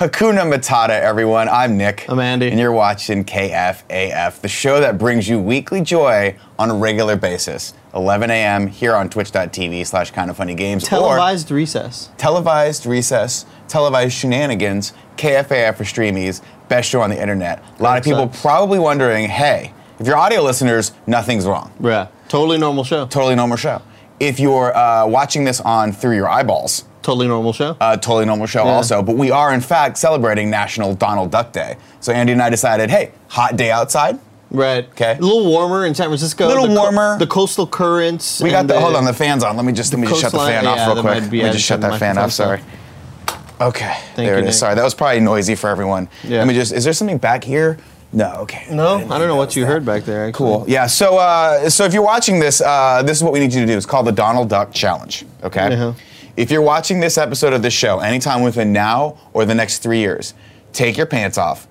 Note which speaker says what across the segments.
Speaker 1: Hakuna Matata, everyone. I'm Nick.
Speaker 2: I'm Andy.
Speaker 1: And you're watching KFAF, the show that brings you weekly joy on a regular basis. 11 a.m. here on twitch.tv slash kind of funny games.
Speaker 2: Televised recess.
Speaker 1: televised recess, televised shenanigans, KFAF for streamies, best show on the internet. A lot of
Speaker 2: Thanks,
Speaker 1: people
Speaker 2: Seth.
Speaker 1: probably wondering, hey, if you're audio listeners, nothing's wrong.
Speaker 2: Yeah. Totally normal show.
Speaker 1: Totally normal show. If you're uh, watching this on through your eyeballs,
Speaker 2: Totally normal show.
Speaker 1: a Uh, totally normal show
Speaker 2: Yeah.
Speaker 1: also, but we are in fact celebrating National Donald Duck Day. So Andy and I decided, hey, hot day outside.
Speaker 2: right.
Speaker 1: 'kay.
Speaker 2: A little warmer in San Francisco.
Speaker 1: Little
Speaker 2: The co-
Speaker 1: warmer.
Speaker 2: the coastal currents.
Speaker 1: We got
Speaker 2: and
Speaker 1: the, hold on, the fan's on. Let me just let me just shut the
Speaker 2: coastline-
Speaker 1: fan off
Speaker 2: yeah,
Speaker 1: real
Speaker 2: that
Speaker 1: quick.
Speaker 2: might be
Speaker 1: Let me
Speaker 2: adding
Speaker 1: just shut
Speaker 2: to
Speaker 1: that
Speaker 2: the
Speaker 1: fan off,
Speaker 2: microphone
Speaker 1: sorry.
Speaker 2: stuff.
Speaker 1: Okay. there
Speaker 2: you,
Speaker 1: it is.
Speaker 2: Nick.
Speaker 1: Sorry, that was probably noisy for everyone.
Speaker 2: Yeah.
Speaker 1: Let me just is there something back here? No, okay.
Speaker 2: No,
Speaker 1: didn't
Speaker 2: I don't know
Speaker 1: think
Speaker 2: what
Speaker 1: that
Speaker 2: you
Speaker 1: was
Speaker 2: heard
Speaker 1: that.
Speaker 2: back there. Actually.
Speaker 1: Cool. Yeah. So, uh, so if you're watching this, uh, this is what we need you to do. It's called the Donald Duck Challenge. Okay.
Speaker 2: Uh-huh.
Speaker 1: If you're watching this episode of this show, anytime within now or the next three years, take your pants off.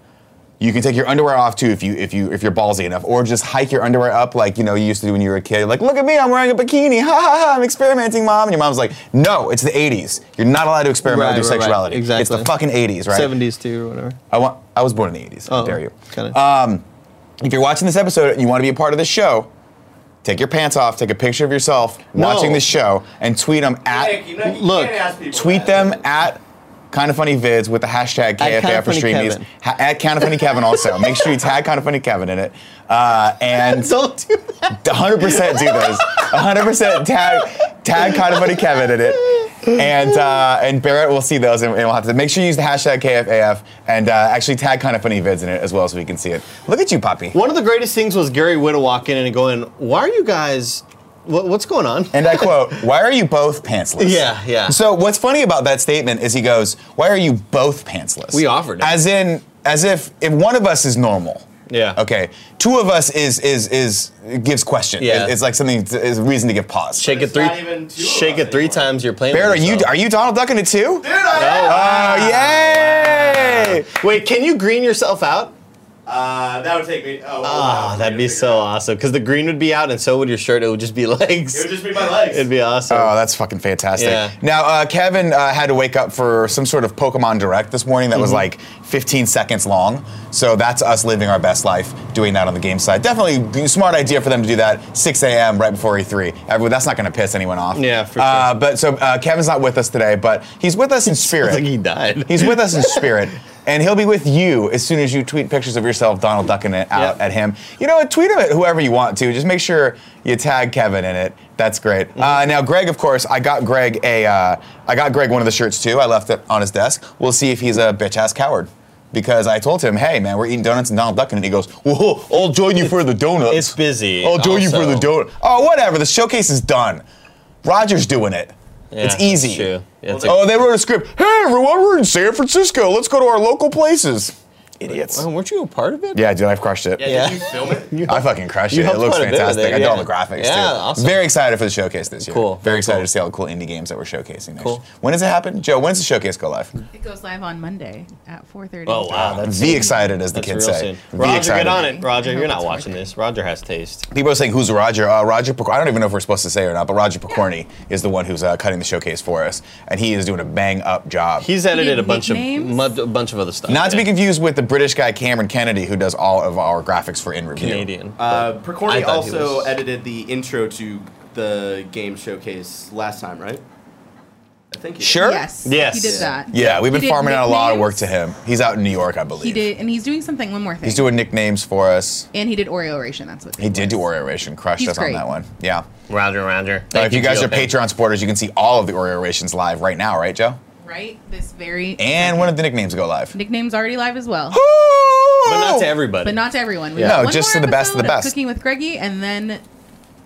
Speaker 1: You can take your underwear off too if you if you if you're ballsy enough, or just hike your underwear up like you know you used to do when you were a kid. Like, look at me, I'm wearing a bikini. Ha ha ha! I'm experimenting, mom. And your mom's like, No, it's the '80s. You're not allowed to experiment
Speaker 2: Right,
Speaker 1: with your
Speaker 2: right, right.
Speaker 1: sexuality. It's
Speaker 2: Exactly.
Speaker 1: the fucking '80s, right?
Speaker 2: 70s too or whatever. Oh,
Speaker 1: I want. I was born in the '80s. How dare you? Uh,
Speaker 2: Got it.
Speaker 1: Um, If you're watching this episode and you want to be a part of this show, take your pants off, take a picture of yourself
Speaker 2: No.
Speaker 1: watching this show, and tweet them
Speaker 3: Nick,
Speaker 1: at
Speaker 3: you know, you
Speaker 2: look,
Speaker 3: can't ask people
Speaker 1: tweet
Speaker 3: that.
Speaker 1: them at kind of funny vids with the hashtag
Speaker 2: At Kinda
Speaker 1: KFAF for
Speaker 2: Funny
Speaker 1: streamies
Speaker 2: Kevin.
Speaker 1: Ha- at kind of funny Kevin also. Make sure you tag kind of funny Kevin in it, uh, and
Speaker 2: don't do that.
Speaker 1: 100 percent do those. 100 percent tag tag kind of funny Kevin in it. And uh, and Barrett will see those, and, and we'll have to make sure you use the hashtag KFAF and uh, actually tag kind of funny vids in it as well, so we can see it. Look at you, Poppy.
Speaker 2: One of the greatest things was Gary Witta walking in and going, "Why are you guys? What, what's going on?"
Speaker 1: And I quote, why are you both pantsless?
Speaker 2: Yeah, yeah.
Speaker 1: So what's funny about that statement is he goes, why are you both pantsless?
Speaker 2: We offered it.
Speaker 1: As in, as if if one of us is normal.
Speaker 2: Yeah.
Speaker 1: Okay. Two of us is is is gives question.
Speaker 2: Yeah.
Speaker 1: It- It's like something is a reason to give pause.
Speaker 2: shake it
Speaker 3: It's
Speaker 2: three,
Speaker 3: not even two of
Speaker 2: shake
Speaker 3: us
Speaker 2: it three
Speaker 3: anymore.
Speaker 2: times. You're playing. with
Speaker 1: Barrett, are you
Speaker 2: yourself.
Speaker 1: are you Donald Ducking it too?
Speaker 3: Dude, I am.
Speaker 1: Oh yay!
Speaker 2: Wait, can you green yourself out?
Speaker 3: Uh, that would take me. Oh,
Speaker 2: Ah, that'd be so awesome. Because the green would be out, and so would your shirt. It would just be legs.
Speaker 3: It would just be my legs.
Speaker 2: It'd be awesome.
Speaker 1: Oh, that's fucking fantastic.
Speaker 2: Yeah.
Speaker 1: Now, uh, Kevin uh, had to wake up for some sort of Pokemon Direct this morning that was
Speaker 2: Mm-hmm.
Speaker 1: like 15 seconds long. So that's us living our best life doing that on the game side. Definitely g- smart idea for them to do that 6 a.m. right before E3. Everyone, that's not going to piss anyone off.
Speaker 2: Yeah, for sure.
Speaker 1: Uh, but so uh, Kevin's not with us today, but he's with us in
Speaker 2: I
Speaker 1: spirit.
Speaker 2: think he died.
Speaker 1: He's with us in spirit, and he'll be with you as soon as you tweet pictures of yourself, Donald ducking it out
Speaker 2: Yep.
Speaker 1: at him. You know what? Tweet him at whoever you want to. Just make sure you tag Kevin in it. That's great.
Speaker 2: Mm-hmm.
Speaker 1: Uh, now, Greg, of course, I got Greg a, uh, I got Greg one of the shirts too. I left it on his desk. We'll see if he's a bitch ass coward. Because I told him, hey man, we're eating donuts and Donald ducking it. He goes, whoa, I'll join you for the donuts.
Speaker 2: it's busy
Speaker 1: I'll join Oh, you for the
Speaker 2: also.
Speaker 1: donut. Oh, whatever. The showcase is done. Roger's doing it.
Speaker 2: Yeah,
Speaker 1: it's easy.
Speaker 2: it's true. Yeah, it's
Speaker 1: oh,
Speaker 2: like-
Speaker 1: they wrote a script. Hey, everyone, we're in San Francisco. Let's go to our local places. Idiots.
Speaker 2: Oh, weren't you a part of it?
Speaker 1: Yeah, dude, I've crushed it.
Speaker 3: Yeah,
Speaker 2: Yeah.
Speaker 3: Did you film it?
Speaker 1: I fucking crushed
Speaker 2: You
Speaker 1: it. It
Speaker 2: helped
Speaker 1: looks
Speaker 2: quite a bit with
Speaker 1: fantastic.
Speaker 2: it,
Speaker 1: I did all
Speaker 2: yeah.
Speaker 1: the graphics
Speaker 2: Yeah,
Speaker 1: too.
Speaker 2: awesome.
Speaker 1: Very excited for the showcase this year.
Speaker 2: Cool,
Speaker 1: Very
Speaker 2: very
Speaker 1: excited
Speaker 2: cool.
Speaker 1: to see all the cool indie games that we're showcasing next
Speaker 2: Cool.
Speaker 1: year. When does it happen? Joe, when does the showcase go live?
Speaker 4: It goes live on Monday at 4:30.
Speaker 2: Oh wow, that's
Speaker 1: Be excited, as the
Speaker 2: that's real
Speaker 1: kids say.
Speaker 2: soon.
Speaker 1: Be
Speaker 2: Roger,
Speaker 1: excited.
Speaker 2: get on it. Roger,
Speaker 4: I hope
Speaker 2: you're not
Speaker 4: it's
Speaker 2: watching
Speaker 4: worth it.
Speaker 2: this. Roger has taste.
Speaker 1: People are saying who's Roger? Uh, Roger, Pic- I don't even know if we're supposed to say or not, but Roger Picorni is the one who's uh, cutting the showcase for us, and he is doing a bang up job.
Speaker 2: He's edited
Speaker 4: did
Speaker 2: a bunch of
Speaker 4: nicknames?
Speaker 2: mud- a bunch of other stuff.
Speaker 1: not to be
Speaker 2: yeah.
Speaker 1: confused with the British guy Cameron Kennedy, who does all of our graphics for in review.
Speaker 2: Canadian.
Speaker 3: Uh,
Speaker 2: I
Speaker 3: Percorni
Speaker 2: thought he
Speaker 3: also
Speaker 2: was-
Speaker 3: edited the intro to the game showcase last time, right? I think. He
Speaker 1: Sure.
Speaker 4: Yes.
Speaker 2: Yes.
Speaker 4: He did that.
Speaker 1: Yeah, we've
Speaker 4: He
Speaker 1: been
Speaker 4: did
Speaker 1: farming out a lot of
Speaker 4: nicknames.
Speaker 1: work to him. He's out in New York, I believe.
Speaker 4: He did, and he's doing something. One more thing.
Speaker 1: He's doing nicknames for us.
Speaker 4: And he did Oreoration. That's what
Speaker 1: He did do Oreoration. Crushed
Speaker 4: He's
Speaker 1: us on
Speaker 4: great.
Speaker 1: that one. Yeah.
Speaker 2: Roger, Roger.
Speaker 1: Uh,
Speaker 2: Thank
Speaker 1: if you guys
Speaker 2: Gio
Speaker 1: are
Speaker 2: Payne.
Speaker 1: Patreon supporters, you can see all of the Oreorations live right now, right, Joe?
Speaker 4: Right. This very.
Speaker 1: And one of the nicknames go live.
Speaker 4: nicknames already live as well,
Speaker 2: but not to everybody.
Speaker 4: but not to everyone. We
Speaker 1: Yeah.
Speaker 4: got
Speaker 1: No,
Speaker 4: one
Speaker 1: just
Speaker 4: more
Speaker 1: to the best of
Speaker 4: episode
Speaker 1: the best.
Speaker 4: Cooking with Greggy, and then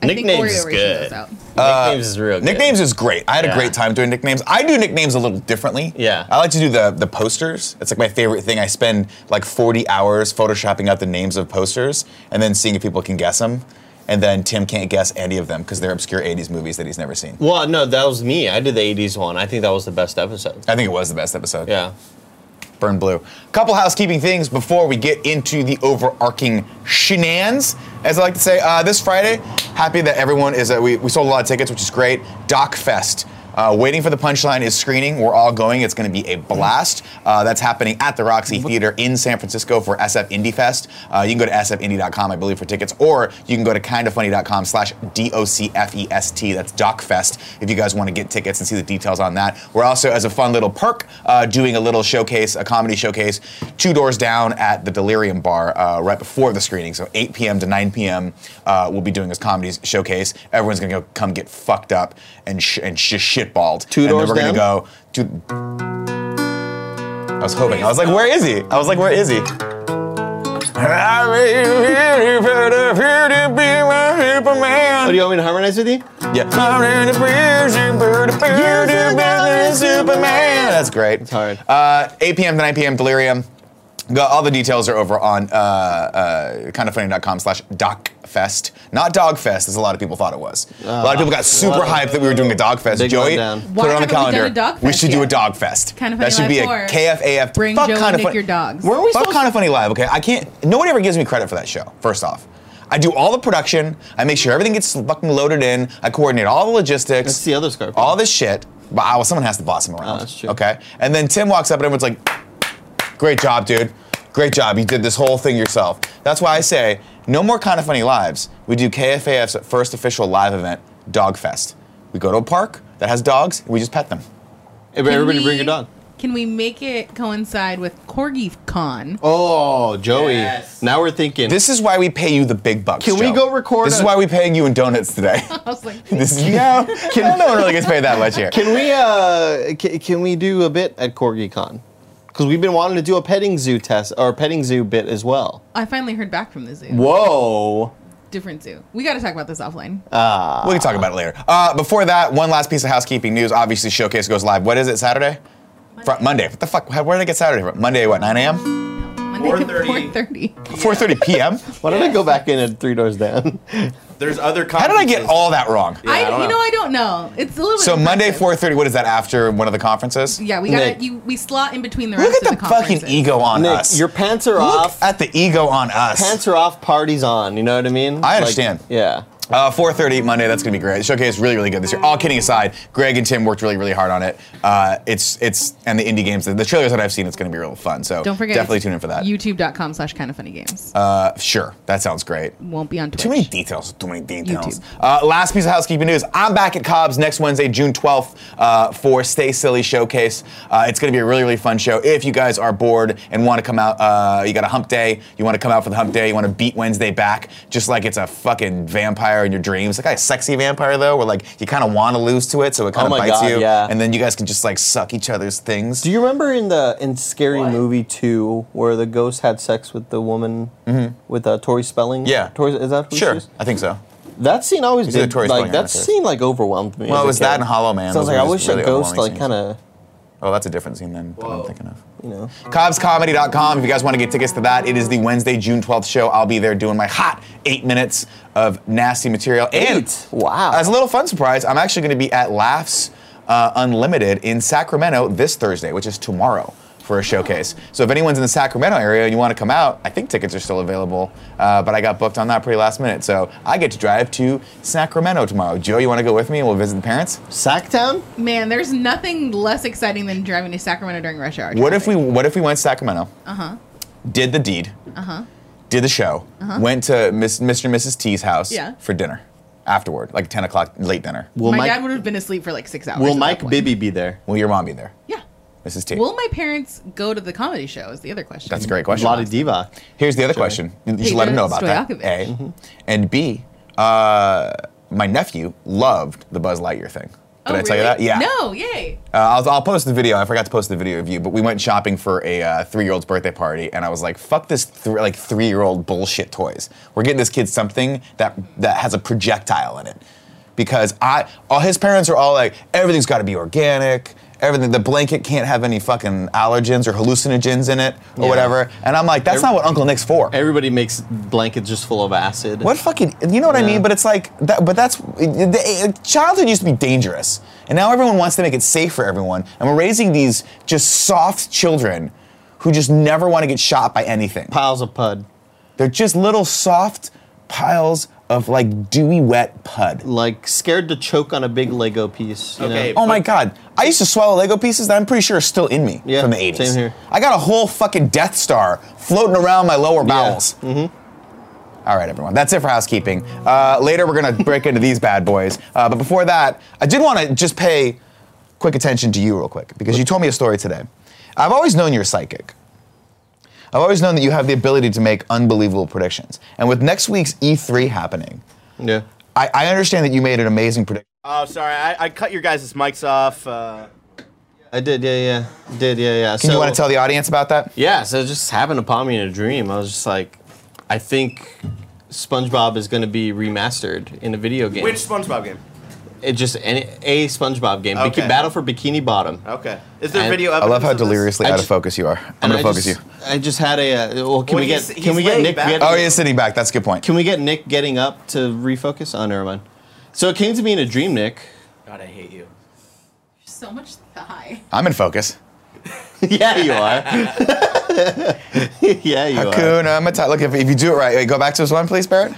Speaker 4: I think
Speaker 2: Nicknames is
Speaker 4: Oreoration
Speaker 2: good.
Speaker 4: goes out.
Speaker 2: nicknames is real. Good.
Speaker 1: Uh, Nicknames is great. I had a
Speaker 2: Yeah.
Speaker 1: great time doing nicknames. I do nicknames a little differently.
Speaker 2: Yeah.
Speaker 1: I like to do the the posters. It's like my favorite thing. I spend like 40 hours photoshopping out the names of posters and then seeing if people can guess them. And then Tim can't guess any of them because they're obscure 80s movies that he's never seen.
Speaker 2: Well, no, that was me. I did the '80s one. I think that was the best episode.
Speaker 1: I think it was the best episode.
Speaker 2: Yeah.
Speaker 1: Burn Blue. Couple housekeeping things before we get into the overarching shenanigans, as I like to say. Uh, this Friday, happy that everyone is. Uh, we, we sold a lot of tickets, which is great. DocFest. Uh, Waiting for the Punchline is screening. We're all going. It's going to be a blast. Uh, that's happening at the Roxy Theater in San Francisco for SF Indie Fest. Uh, you can go to sfindie.com, I believe, for tickets, or you can go to kindoffunny.com slash D-O-C-F-E-S-T. E That's DocFest if you guys want to get tickets and see the details on that. We're also, as a fun little perk, uh, doing a little showcase, a comedy showcase, two doors down at the Delirium Bar uh, right before the screening. So 8 p.m. to 9 p.m. Uh, we'll be doing this comedy showcase. Everyone's going to go come get fucked up and, sh- and sh- shitballed.
Speaker 2: Two
Speaker 1: and
Speaker 2: Doors
Speaker 1: then we're
Speaker 2: Down?
Speaker 1: going to go to I was hoping. I was like, where is he? I was like, where is he? I may be better here to be my Superman.
Speaker 2: Oh, do you want me to harmonize with you?
Speaker 1: Yeah. That's great. It's
Speaker 2: hard.
Speaker 1: Uh, 8 p.m. to 9 p.m. Delirium. Go- All the details are over on uh, uh, kindoffunny.com slash docfest. Not dogfest, as a lot of people thought it was. a lot of people got super hyped that we were doing a dogfest.
Speaker 2: Big
Speaker 1: Joey,
Speaker 2: letdown.
Speaker 1: put
Speaker 4: Why
Speaker 1: it on the
Speaker 4: haven't we done
Speaker 1: calendar.
Speaker 4: a dog
Speaker 1: we
Speaker 4: fest
Speaker 1: should do a
Speaker 4: yet?
Speaker 1: dog fest.
Speaker 4: Kinda Funny
Speaker 1: that should
Speaker 4: Live
Speaker 1: be a
Speaker 4: four.
Speaker 1: KFAF.
Speaker 4: Bring
Speaker 1: fuck
Speaker 4: Joe and
Speaker 1: kind of
Speaker 4: Nick your dogs.
Speaker 1: Where are we
Speaker 4: Fuck
Speaker 1: supposed kind of funny live? Okay, I can't. Nobody ever gives me credit for that show. First off. I do all the production. I make sure everything gets fucking loaded in. I coordinate all the logistics.
Speaker 2: That's the other scorpion.
Speaker 1: All this shit, but I, well, someone has to boss him around.
Speaker 2: that's true.
Speaker 1: Okay, and then Tim walks up and everyone's like, "Great job, dude. Great job. You did this whole thing yourself." That's why I say, no more kind of funny lives. We do KFAF's first official live event, Dog Fest. We go to a park that has dogs and we just pet them.
Speaker 4: Can
Speaker 2: Everybody bring
Speaker 4: we-
Speaker 2: your dog.
Speaker 4: Can we make it coincide with Corgi Con?
Speaker 2: Oh, Joey.
Speaker 3: Yes.
Speaker 2: Now we're thinking.
Speaker 1: This is why we pay you the big bucks.
Speaker 2: Can we
Speaker 1: Joe.
Speaker 2: go record
Speaker 1: This is
Speaker 2: a-
Speaker 1: why we paying you in donuts today.
Speaker 4: I was like,
Speaker 1: this is no, no one really gets paid that much here.
Speaker 2: Can we uh can, can we do a bit at CorgiCon? Because we've been wanting to do a petting zoo test or petting zoo bit as well.
Speaker 4: I finally heard back from the zoo.
Speaker 2: Whoa!
Speaker 4: Different zoo. We got to talk about this offline.
Speaker 1: Uh, We can talk about it later. Uh, before that, one last piece of housekeeping news. Obviously, Showcase goes live. What is it, Saturday? Monday. Monday. What the fuck? How- Where did I get Saturday from? Monday, what, 9 a.m.?
Speaker 4: Monday
Speaker 3: 4:30.
Speaker 4: 4:30.
Speaker 1: 4.30 p.m.?
Speaker 2: Why don't I go back in at three doors down?
Speaker 3: There's other.
Speaker 1: How did I get all that wrong?
Speaker 3: Yeah, I
Speaker 4: I,
Speaker 3: don't
Speaker 4: you
Speaker 3: know.
Speaker 4: know, I don't know. It's a little. bit
Speaker 1: So Monday,
Speaker 4: impressive.
Speaker 1: 4.30, what is that, after one of the conferences?
Speaker 4: Yeah, we got
Speaker 2: Nick.
Speaker 4: to you. We slot in between the rest
Speaker 1: Look at
Speaker 4: of
Speaker 1: the,
Speaker 4: the
Speaker 1: fucking
Speaker 4: conferences.
Speaker 1: ego on
Speaker 2: Nick,
Speaker 1: us.
Speaker 2: your pants are
Speaker 1: Look
Speaker 2: off.
Speaker 1: at the ego on us.
Speaker 2: pants are off. Parties on. You know what I mean?
Speaker 1: I
Speaker 2: Like,
Speaker 1: understand.
Speaker 2: yeah.
Speaker 1: Uh, 4:30 Monday. That's gonna be great. Showcase is really, really good this year. All kidding aside, Greg and Tim worked really, really hard on it. Uh, it's, it's, and the indie games, the, the trailers that I've seen, it's gonna be real fun. So
Speaker 4: Don't forget.
Speaker 1: definitely tune in for that.
Speaker 4: YouTube.com slash kind of funny games.
Speaker 1: uh, sure, that sounds great.
Speaker 4: Won't be on Twitch.
Speaker 1: Too many details. Too many details.
Speaker 4: YouTube.
Speaker 1: Uh, last piece of housekeeping news. I'm back at Cobb's next Wednesday, June 12th, uh, for Stay Silly Showcase. Uh, it's going to be a really, really fun show. If you guys are bored and want to come out, uh, you got a hump day. You want to come out for the hump day. You want to beat Wednesday back, just like it's a fucking vampire in your dreams. Like a sexy vampire though, where like you kind of want to lose to it, so it kind
Speaker 2: Oh
Speaker 1: of
Speaker 2: my
Speaker 1: bites
Speaker 2: God,
Speaker 1: you,
Speaker 2: yeah.
Speaker 1: and then you guys can just like suck each other's things.
Speaker 2: Do you remember in the in Scary
Speaker 3: What?
Speaker 2: Movie Two where the ghost had sex with the woman with uh, Tori Spelling?
Speaker 1: Mm-hmm. Yeah.
Speaker 2: Tori, is that who she
Speaker 1: sure,
Speaker 2: is?
Speaker 1: I think so.
Speaker 2: That scene always
Speaker 1: either
Speaker 2: did,
Speaker 1: Tori Spelling
Speaker 2: like
Speaker 1: or
Speaker 2: that
Speaker 1: Tori.
Speaker 2: scene like overwhelmed me.
Speaker 1: Well,
Speaker 2: as
Speaker 1: it
Speaker 2: a
Speaker 1: was that
Speaker 2: kid.
Speaker 1: and Hollow Man.
Speaker 2: So I was
Speaker 1: Those
Speaker 2: like,
Speaker 1: were
Speaker 2: I
Speaker 1: just
Speaker 2: wish
Speaker 1: really
Speaker 2: a ghost like
Speaker 1: overwhelming
Speaker 2: kind
Speaker 1: scenes.
Speaker 2: of
Speaker 1: Oh, that's a different scene than, than I'm
Speaker 3: Whoa.
Speaker 1: thinking of.
Speaker 2: you know.
Speaker 1: CobbsComedy.com. If you guys want to get tickets to that, it is the Wednesday, June 12th show. I'll be there doing my hot eight minutes of nasty material. And
Speaker 2: Eight? Wow.
Speaker 1: As a little fun surprise, I'm actually going to be at Laughs uh, Unlimited in Sacramento this Thursday, which is tomorrow. For a showcase. So, if anyone's in the Sacramento area and you want to come out, I think tickets are still available, uh, but I got booked on that pretty last minute. So, I get to drive to Sacramento tomorrow. Joe, you want to go with me and we'll visit the parents?
Speaker 2: Sacktown?
Speaker 4: Man, there's nothing less exciting than driving to Sacramento during rush hour.
Speaker 1: What if we What if we went to Sacramento? Uh huh.
Speaker 4: Uh-huh.
Speaker 1: Did the deed. Uh huh. Did the show. Uh-huh. Went to Miss, Mr. and Mrs. T's house
Speaker 4: Yeah.
Speaker 1: for dinner afterward, like ten o'clock late dinner.
Speaker 2: Will
Speaker 4: my
Speaker 2: Mike
Speaker 4: dad would have been asleep for like six hours.
Speaker 2: Will
Speaker 4: at that
Speaker 2: Mike
Speaker 4: point.
Speaker 2: Bibby be there?
Speaker 1: Will your mom be there,
Speaker 4: Yeah.
Speaker 1: Mrs. T?
Speaker 4: Will my parents go to the comedy show? Is the other question.
Speaker 1: That's a great question.
Speaker 2: Lottie Divac.
Speaker 1: Here's the other question. You should let them know about that.
Speaker 4: Stojakovic.
Speaker 1: A and B. Uh, my nephew loved the Buzz Lightyear thing. Did
Speaker 4: Oh,
Speaker 1: I tell you
Speaker 4: really?
Speaker 1: that? Yeah.
Speaker 4: No, yay.
Speaker 1: Uh, I'll, I'll post the video. I forgot to post the video of you, but we went shopping for a uh, three-year-old's birthday party, and I was like, "Fuck this, th- like three-year-old bullshit toys. We're getting this kid something that that has a projectile in it, because I, all his parents are all like, everything's got to be organic. Everything, the blanket can't have any fucking allergens or hallucinogens in it or
Speaker 2: Yeah.
Speaker 1: whatever. And I'm like, that's not what Uncle Nick's for.
Speaker 2: Everybody makes blankets just full of acid.
Speaker 1: What fucking? You know what I
Speaker 2: Yeah.
Speaker 1: mean? But it's like that. But that's it- it- childhood used to be dangerous, and now everyone wants to make it safe for everyone, and we're raising these just soft children who just never want to get shot by anything.
Speaker 2: Piles of pud.
Speaker 1: They're just little soft piles of like dewy wet pud.
Speaker 2: Like scared to choke on a big Lego piece. You
Speaker 3: Okay.
Speaker 2: Know?
Speaker 1: Oh my god. I used to swallow Lego pieces that I'm pretty sure are still in me
Speaker 2: Yeah,
Speaker 1: from the 80s.
Speaker 2: same here.
Speaker 1: I got a whole fucking Death Star floating around my lower bowels.
Speaker 2: Mm-hmm.
Speaker 1: All right, everyone. That's it for housekeeping. Uh, later, we're going to break into these bad boys. Uh, but before that, I did want to just pay quick attention to you, real quick, because you told me a story today. I've always known you're psychic. I've always known that you have the ability to make unbelievable predictions. And with next week's E3 happening,
Speaker 2: Yeah.
Speaker 1: I, I understand that you made an amazing prediction.
Speaker 3: Oh, sorry. I, I cut your guys' mics off. Uh,
Speaker 2: I did. Yeah. Yeah. Did. Yeah. Yeah.
Speaker 1: Can you want to tell the audience about that?
Speaker 2: Yeah, so it just happened upon me in a dream. I was just like, I think SpongeBob is going to be remastered in a video game.
Speaker 3: which SpongeBob game?
Speaker 2: It just any, a SpongeBob game. Biki-
Speaker 3: Okay.
Speaker 2: Battle for Bikini Bottom.
Speaker 3: Okay. Is there
Speaker 2: And-
Speaker 3: video
Speaker 1: I
Speaker 3: evidence?
Speaker 1: love how
Speaker 3: of this?
Speaker 1: deliriously
Speaker 2: I
Speaker 1: out of
Speaker 2: just-
Speaker 1: focus you are. I'm
Speaker 2: And
Speaker 1: gonna
Speaker 2: I
Speaker 1: focus
Speaker 2: just-
Speaker 1: you.
Speaker 2: I just had a uh, well. Can
Speaker 3: Well,
Speaker 2: we
Speaker 3: he's-
Speaker 2: get
Speaker 3: he's
Speaker 2: can we get
Speaker 3: laying
Speaker 2: Nick?
Speaker 3: back.
Speaker 2: get-
Speaker 1: Oh, he is sitting back. That's a good point.
Speaker 2: Can we get Nick getting up to refocus? Oh, never mind. So it came to me in a dream, Nick.
Speaker 3: God, I hate you.
Speaker 4: So much thigh.
Speaker 1: I'm in focus.
Speaker 2: yeah, you are. yeah, you are.
Speaker 1: Hakuna Matata. Look, if, if you do it right, wait, go back to his one, please, Barrett.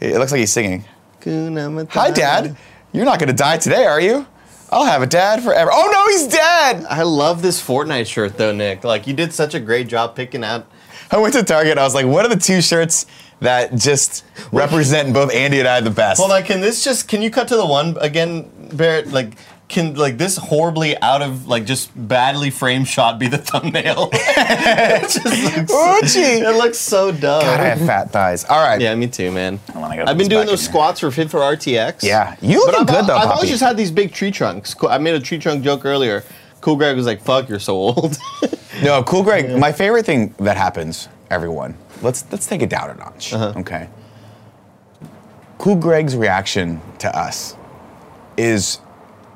Speaker 1: It looks like he's singing.
Speaker 2: Hakuna Matata.
Speaker 1: Hi, Dad. You're not gonna die today, are you? I'll have a dad forever. Oh no, he's dead.
Speaker 2: I love this Fortnite shirt though, Nick. Like you did such a great job picking out
Speaker 1: I went to Target. and I was like, what are the two shirts that just represent both Andy and I the best?
Speaker 2: Hold on, can this just can you cut to the one again, Barrett? Like can like this horribly out of like just badly framed shot be the thumbnail? it just looks,
Speaker 1: Oochie.
Speaker 2: it looks so dumb.
Speaker 1: God, I have fat thighs. All right.
Speaker 2: yeah, me too, man.
Speaker 1: wanna go
Speaker 2: I've been
Speaker 1: this
Speaker 2: doing
Speaker 1: back
Speaker 2: those
Speaker 1: in here.
Speaker 2: squats for Fit for RTX.
Speaker 1: Yeah. You looking
Speaker 2: but I've,
Speaker 1: good though,
Speaker 2: I've
Speaker 1: Poppy.
Speaker 2: always just had these big tree trunks. Cool- I made a tree trunk joke earlier. Cool Greg was like, "Fuck, you're so old."
Speaker 1: No, cool, Greg. My favorite thing that happens, everyone. Let's let's take it down a notch, okay? Cool Greg's reaction to us is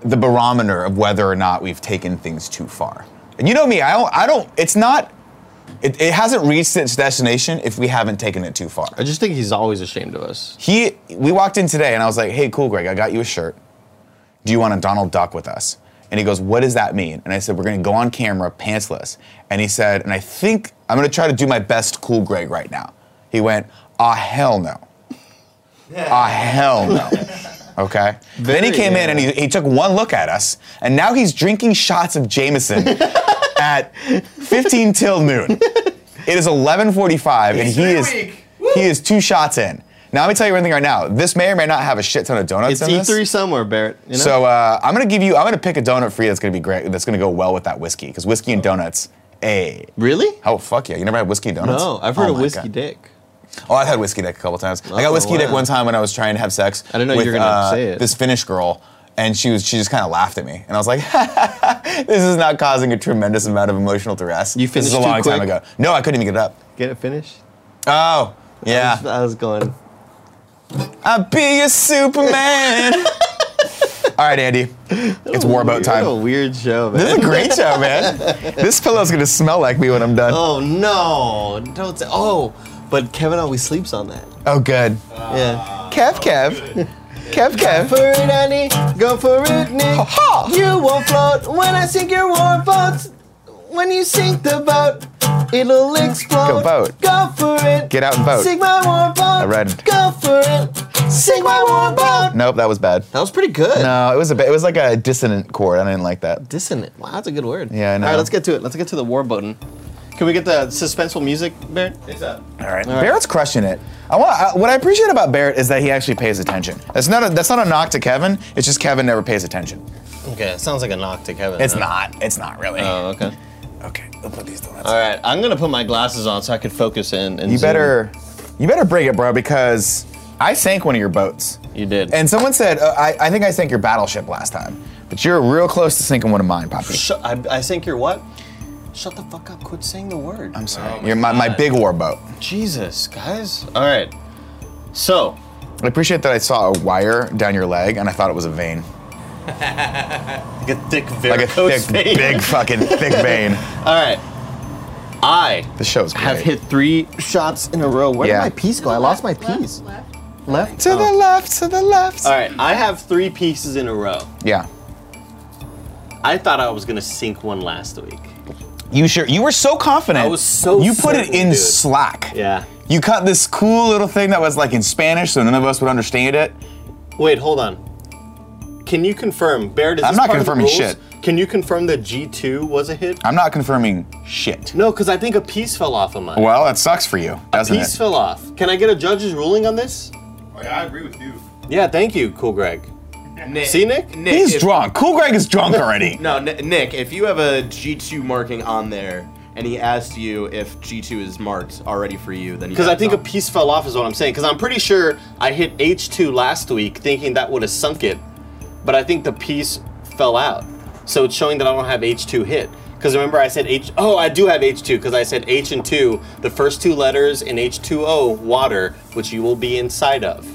Speaker 1: the barometer of whether or not we've taken things too far. And you know me, I don't. I don't. It's not. It, it hasn't reached its destination if we haven't taken it too far.
Speaker 2: I just think he's always ashamed of us.
Speaker 1: He. We walked in today, and I was like, "Hey, cool, Greg, I got you a shirt. Do you want a Donald Duck with us?" And he goes, "What does that mean?" And I said, "We're going to go on camera, pantsless." And he said, "And I think I'm going to try to do my best, cool, Greg, right now." He went, "Ah, hell no. ah, hell no." Okay. then he
Speaker 2: Very,
Speaker 1: came in and
Speaker 2: yeah.
Speaker 1: he, he took one look at us, and now he's drinking shots of Jameson at 15 till noon. It is 11:45, and he
Speaker 3: three
Speaker 1: is
Speaker 3: week. Woo.
Speaker 1: he is two shots in. Now let me tell you one thing right now. This may or may not have a shit ton of donuts
Speaker 2: It's E
Speaker 1: in
Speaker 2: E3
Speaker 1: this.
Speaker 2: somewhere, Barrett. You know?
Speaker 1: So uh, I'm gonna give you. I'm gonna pick a donut for you that's gonna be great. That's gonna go well with that whiskey because whiskey and donuts. Hey.
Speaker 2: really?
Speaker 1: Oh fuck yeah! You never had whiskey and donuts?
Speaker 2: No, I've heard
Speaker 1: Oh
Speaker 2: of
Speaker 1: my
Speaker 2: whiskey
Speaker 1: God.
Speaker 2: dick.
Speaker 1: Oh, I've had whiskey dick a couple times. I got
Speaker 2: Oh,
Speaker 1: whiskey dick
Speaker 2: wow.
Speaker 1: one time when I was trying to have sex.
Speaker 2: I didn't know you
Speaker 1: with,
Speaker 2: were gonna
Speaker 1: uh,
Speaker 2: say it.
Speaker 1: This Finnish girl, and she was she just kind of laughed at me, and I was like, "This is not causing a tremendous amount of emotional duress."
Speaker 2: You
Speaker 1: this is
Speaker 2: finished
Speaker 1: a
Speaker 2: too
Speaker 1: long time
Speaker 2: quick?
Speaker 1: ago. No, I couldn't even get it up.
Speaker 2: Get it finished?
Speaker 1: Oh,
Speaker 2: I
Speaker 1: yeah.
Speaker 2: was- I was going.
Speaker 1: I'll be a Superman. All right, Andy. It's Warboat
Speaker 2: Weird- What a
Speaker 1: time.
Speaker 2: weird show,
Speaker 1: This
Speaker 2: man.
Speaker 1: is a great show, man. This pillow's gonna smell like me when I'm done. Oh,
Speaker 2: Oh no! Don't say. Oh, but Kevin always sleeps on that.
Speaker 1: Oh, good.
Speaker 2: Yeah.
Speaker 1: Kev, Kev. Kev,
Speaker 2: For
Speaker 1: Kev.
Speaker 2: it, Annie. Go for it, Nick.
Speaker 1: Ha!
Speaker 2: You won't float when I sink your warm boats. When you sink the boat, it'll explode.
Speaker 1: Go boat.
Speaker 2: Go for it.
Speaker 1: Get out and vote.
Speaker 2: Sink my warm boat. I
Speaker 1: read.
Speaker 2: Go for it. Sink my warm boat.
Speaker 1: Nope, that was bad.
Speaker 2: That was pretty good.
Speaker 1: No, it was a bit, it was like a dissonant chord. I didn't like that.
Speaker 2: Dissonant. Wow, that's a good word.
Speaker 1: Yeah, I know.
Speaker 2: All right, let's get to it. Let's get to the war button. Can we get the suspenseful music, Barrett?
Speaker 3: It's up.
Speaker 1: All right. Barrett's crushing it. I want I, what I appreciate about Barrett is that he actually pays attention. That's not a that's not a knock to Kevin. It's just Kevin never pays attention.
Speaker 2: Okay, sounds like a knock to Kevin.
Speaker 1: It's
Speaker 2: huh?
Speaker 1: not. It's not really.
Speaker 2: Oh, okay.
Speaker 1: okay. I'll put these donuts.
Speaker 2: All right, I'm gonna put my glasses on so I can focus in. And
Speaker 1: You
Speaker 2: zoom.
Speaker 1: better, you better break it, bro, because I sank one of your boats.
Speaker 2: You did.
Speaker 1: And someone said, uh, I, I think I sank your battleship last time, but you're real close to sinking one of mine, Poppy.
Speaker 2: Shut, I, I think you're what? Shut the fuck up! Quit saying the word.
Speaker 1: I'm sorry.
Speaker 3: Oh my
Speaker 1: you're my, my
Speaker 3: God.
Speaker 1: big war boat.
Speaker 2: Jesus, guys. All right. So,
Speaker 1: I appreciate that I saw a wire down your leg and I thought it was a vein.
Speaker 2: like a thick
Speaker 1: Like a thick,
Speaker 2: varicose vein.
Speaker 1: big fucking thick vein.
Speaker 2: All right. I
Speaker 1: The show's great.
Speaker 2: have hit three shots in a row. Where
Speaker 1: Yeah.
Speaker 2: did my piece go? I lost my piece.
Speaker 4: Left, left.
Speaker 2: Left.
Speaker 1: To the
Speaker 2: Oh.
Speaker 1: left, to the left.
Speaker 2: All right. I have three pieces in a row.
Speaker 1: Yeah.
Speaker 2: I thought I was gonna sink one last week.
Speaker 1: You sure? You were so confident.
Speaker 2: I was so
Speaker 1: You put it
Speaker 2: certain,
Speaker 1: in
Speaker 2: dude.
Speaker 1: slack.
Speaker 2: Yeah.
Speaker 1: You cut this cool little thing that was like in Spanish, so none of us would understand it.
Speaker 5: Wait, hold on. Can you confirm, Baird? Is
Speaker 1: I'm
Speaker 5: this
Speaker 1: not
Speaker 5: part of the
Speaker 1: confirming
Speaker 5: rules?
Speaker 1: shit.
Speaker 5: Can you confirm that G2 was a hit?
Speaker 1: I'm not confirming shit.
Speaker 5: No, because I think a piece fell off of mine.
Speaker 1: Well, that sucks for you, doesn't
Speaker 5: piece
Speaker 1: it?
Speaker 5: fell off. Can I get a judge's ruling on this?
Speaker 6: Oh, yeah, I agree with you.
Speaker 5: Yeah, thank you, Cool Greg.
Speaker 3: Nick,
Speaker 5: See, Nick?
Speaker 3: Nick
Speaker 1: He's
Speaker 3: if-
Speaker 1: drunk. Cool Greg is drunk already.
Speaker 3: No, N- Nick, if you have a G2 marking on there and he asked you if G2 is marked already for you, then
Speaker 5: Because I think a
Speaker 3: a
Speaker 5: piece fell off is what I'm saying. Because I'm pretty sure I hit H2 last week thinking that would have sunk it, but I think the piece fell out. So it's showing that I don't have H2 hit. Because remember I said H. Oh, I do have H2 because I said H and 2, the first two letters in H2O, water, which you will be inside of.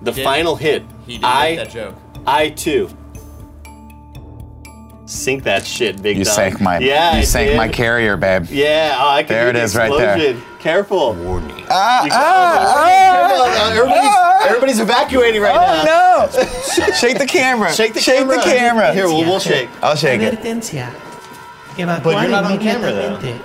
Speaker 5: The
Speaker 3: did-
Speaker 5: final hit.
Speaker 3: he did
Speaker 5: I,
Speaker 3: make that joke.
Speaker 5: I too. Sink that shit, big
Speaker 1: You
Speaker 5: dog.
Speaker 1: sank my
Speaker 5: Yeah, I
Speaker 1: you sank
Speaker 5: did.
Speaker 1: my carrier, babe.
Speaker 5: Yeah, oh, I can
Speaker 1: There
Speaker 5: hear
Speaker 1: it
Speaker 5: the
Speaker 1: is right there.
Speaker 5: explosion. Careful.
Speaker 1: Ah,
Speaker 5: can-
Speaker 1: ah, ah,
Speaker 2: Uh, everybody's, everybody's evacuating right now.
Speaker 1: oh no! Shake the camera.
Speaker 5: Shake the camera.
Speaker 1: camera.
Speaker 5: Here, we'll, we'll shake.
Speaker 1: I'll shake it.
Speaker 7: Advertencia.
Speaker 2: But
Speaker 7: Evacuar
Speaker 2: you're not on camera,
Speaker 7: inmediatamente.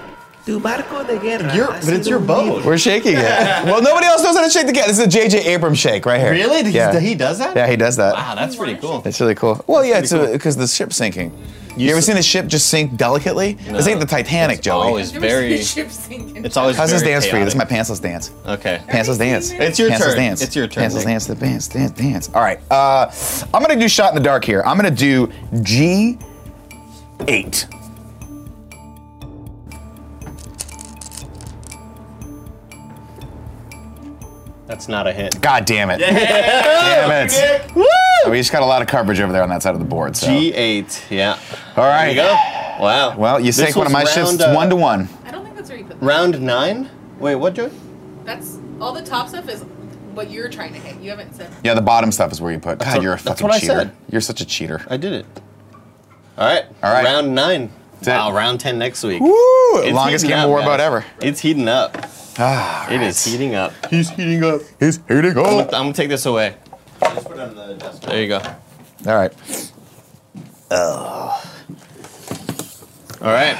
Speaker 7: Tu barco de guerra.
Speaker 2: You're-
Speaker 7: ha
Speaker 2: but it's
Speaker 7: sido
Speaker 2: your boat.
Speaker 7: hundido.
Speaker 1: We're shaking it. well, nobody else knows how to shake the camera. This is a J.J. Abrams shake right here.
Speaker 2: Really? He-
Speaker 1: Yeah.
Speaker 2: He does that?
Speaker 1: Yeah, he does that.
Speaker 2: Wow, that's pretty cool.
Speaker 1: That's really cool. Well, yeah, it's because the ship's sinking. You, ever seen the ship just sink delicately? This ain't the Titanic, Joey.
Speaker 2: always very. It's always.
Speaker 1: How's this
Speaker 2: very
Speaker 1: dance for you? This is my
Speaker 2: chaotic.
Speaker 1: pantsless dance.
Speaker 2: Okay.
Speaker 1: Pantsless dance.
Speaker 2: It's your
Speaker 1: pantsless
Speaker 2: turn.
Speaker 1: dance.
Speaker 2: It's your turn,
Speaker 1: Pantsless
Speaker 2: Nick.
Speaker 1: dance. The dance, dance, dance. All right. Uh, I'm gonna do shot in the dark here. I'm gonna do G eight.
Speaker 5: That's not a hit.
Speaker 1: God damn it. Damn it. We just got a lot of coverage over there on that side of the board. So.
Speaker 2: G8. Yeah.
Speaker 1: All
Speaker 2: There
Speaker 1: right.
Speaker 2: you go. Wow.
Speaker 1: Well, you
Speaker 2: This
Speaker 1: sank one of
Speaker 2: was
Speaker 1: my shifts.
Speaker 2: round,
Speaker 1: It's
Speaker 2: uh,
Speaker 1: one to one.
Speaker 4: I don't think that's where you put that.
Speaker 2: Round nine. Wait, what, Joey?
Speaker 4: That's all the top stuff is what you're trying to hit. You haven't said.
Speaker 1: Yeah, the bottom stuff is where you put. God,
Speaker 2: what-
Speaker 1: you're a
Speaker 2: that's
Speaker 1: fucking
Speaker 2: what I
Speaker 1: cheater.
Speaker 2: said.
Speaker 1: You're such a cheater.
Speaker 2: I did it. All right.
Speaker 1: All right.
Speaker 2: Round nine.
Speaker 1: it.
Speaker 2: wow. Round ten next week.
Speaker 1: Woo!
Speaker 2: It's
Speaker 1: Longest
Speaker 2: heating
Speaker 1: game
Speaker 2: up,
Speaker 1: of war about
Speaker 2: guys.
Speaker 1: ever. Ah,
Speaker 2: It's heating up. It is heating up.
Speaker 1: He's heating up. He's heating
Speaker 2: I'm
Speaker 1: up.
Speaker 2: gonna, I'm gonna take this away.
Speaker 3: Just put it on the desk.
Speaker 2: There you go.
Speaker 1: All right.
Speaker 2: All right.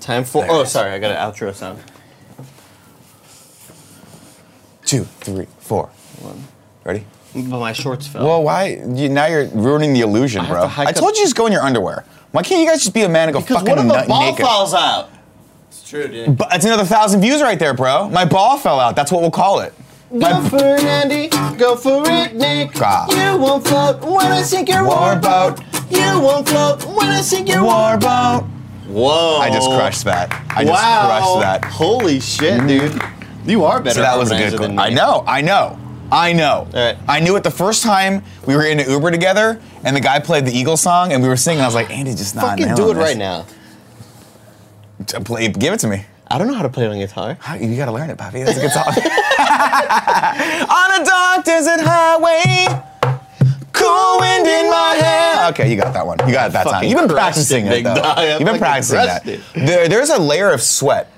Speaker 2: Time for.
Speaker 1: There it
Speaker 2: oh,
Speaker 1: is.
Speaker 2: sorry. I got an outro sound.
Speaker 1: Two, three, four. One. Ready?
Speaker 2: But my shorts fell.
Speaker 1: Well, why? You, now you're ruining the illusion,
Speaker 2: have
Speaker 1: bro.
Speaker 2: to hike
Speaker 1: I told
Speaker 2: up-
Speaker 1: you just go in your underwear. Why can't you guys just be a man and go
Speaker 2: because
Speaker 1: fucking
Speaker 2: what if the
Speaker 1: nut
Speaker 2: ball
Speaker 1: naked?
Speaker 2: falls out?
Speaker 3: It's true, dude.
Speaker 1: But that's another thousand views right there, bro. My ball fell out. That's what we'll call it.
Speaker 2: Go for it, Andy. Go for it, Nick.
Speaker 1: God.
Speaker 2: You won't float when I sink your
Speaker 1: War boat.
Speaker 2: You won't float when I sink your
Speaker 1: War boat.
Speaker 2: Whoa.
Speaker 1: I just crushed that. I just
Speaker 2: Oh. wow.
Speaker 1: crushed that. Mm-hmm.
Speaker 2: Holy shit, dude. You are better
Speaker 1: So that was a good.
Speaker 2: organizer than me.
Speaker 1: I know. I know. I know.
Speaker 2: All right.
Speaker 1: I knew it the first time we were in an Uber together, and the guy played the Eagles song, and we were singing. I was like, Andy, just not.
Speaker 2: Fucking do it right now.
Speaker 1: now. Play, give it to me.
Speaker 2: I don't know how to play on guitar.
Speaker 1: How- You gotta learn it, Bobby. That's a good song. On a dark desert highway, cool wind in my hair. Okay, you got that one. You got it that time.
Speaker 2: Fucking
Speaker 1: You've been
Speaker 2: crushed
Speaker 1: practicing
Speaker 2: it,
Speaker 1: it,
Speaker 2: big
Speaker 1: though.
Speaker 2: dog. I
Speaker 1: You've been
Speaker 2: fucking
Speaker 1: practicing
Speaker 2: crushed
Speaker 1: that.
Speaker 2: it.
Speaker 1: There, there's a layer of sweat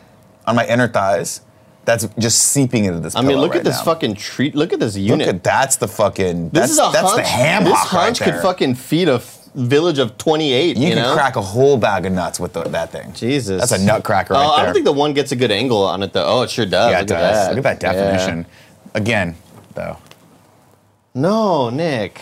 Speaker 1: on my inner thighs that's just seeping into this.
Speaker 2: I mean,
Speaker 1: pillow
Speaker 2: look
Speaker 1: right
Speaker 2: at this
Speaker 1: now.
Speaker 2: fucking treat. Look at this
Speaker 1: Look
Speaker 2: unit.
Speaker 1: at that's the fucking.
Speaker 2: this
Speaker 1: That's,
Speaker 2: is a
Speaker 1: that's
Speaker 2: hunch.
Speaker 1: the ham
Speaker 2: this
Speaker 1: hock right
Speaker 2: hunch
Speaker 1: there.
Speaker 2: could fucking feed a f- village of 28, you,
Speaker 1: You, can
Speaker 2: know?
Speaker 1: crack a whole bag of nuts with the, that thing.
Speaker 2: Jesus.
Speaker 1: that's a nutcracker
Speaker 2: Oh,
Speaker 1: right
Speaker 2: I
Speaker 1: there.
Speaker 2: don't think the one gets a good angle on it, though. Oh, it sure does.
Speaker 1: yeah, it
Speaker 2: look
Speaker 1: does.
Speaker 2: At that.
Speaker 1: Look at that
Speaker 2: Yeah.
Speaker 1: definition. Again, though.
Speaker 2: No, Nick.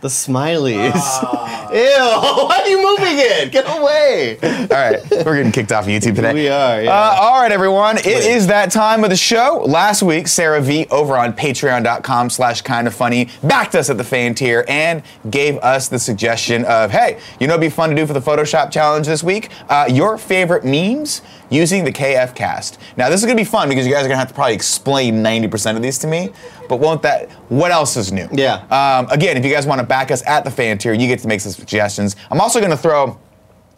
Speaker 2: The smileys.
Speaker 1: Ah.
Speaker 2: Ew, why are you moving it? Get away.
Speaker 1: All right, we're getting kicked off YouTube today.
Speaker 2: We are, yeah.
Speaker 1: Uh, all right, everyone, it is that time of the show. Last week, Sarah V over on patreon.com slash kind of funny backed us at the fan tier and gave us the suggestion of, hey, you know what'd be fun to do for the Photoshop challenge this week? Uh, your favorite memes using the KF cast. Now, this is going to be fun because you guys are going to have to probably explain 90% of these to me, but won't that, what else is new?
Speaker 2: Yeah.
Speaker 1: Um, again, if you guys want to back us at the fan tier, you get to make some suggestions. I'm also going to throw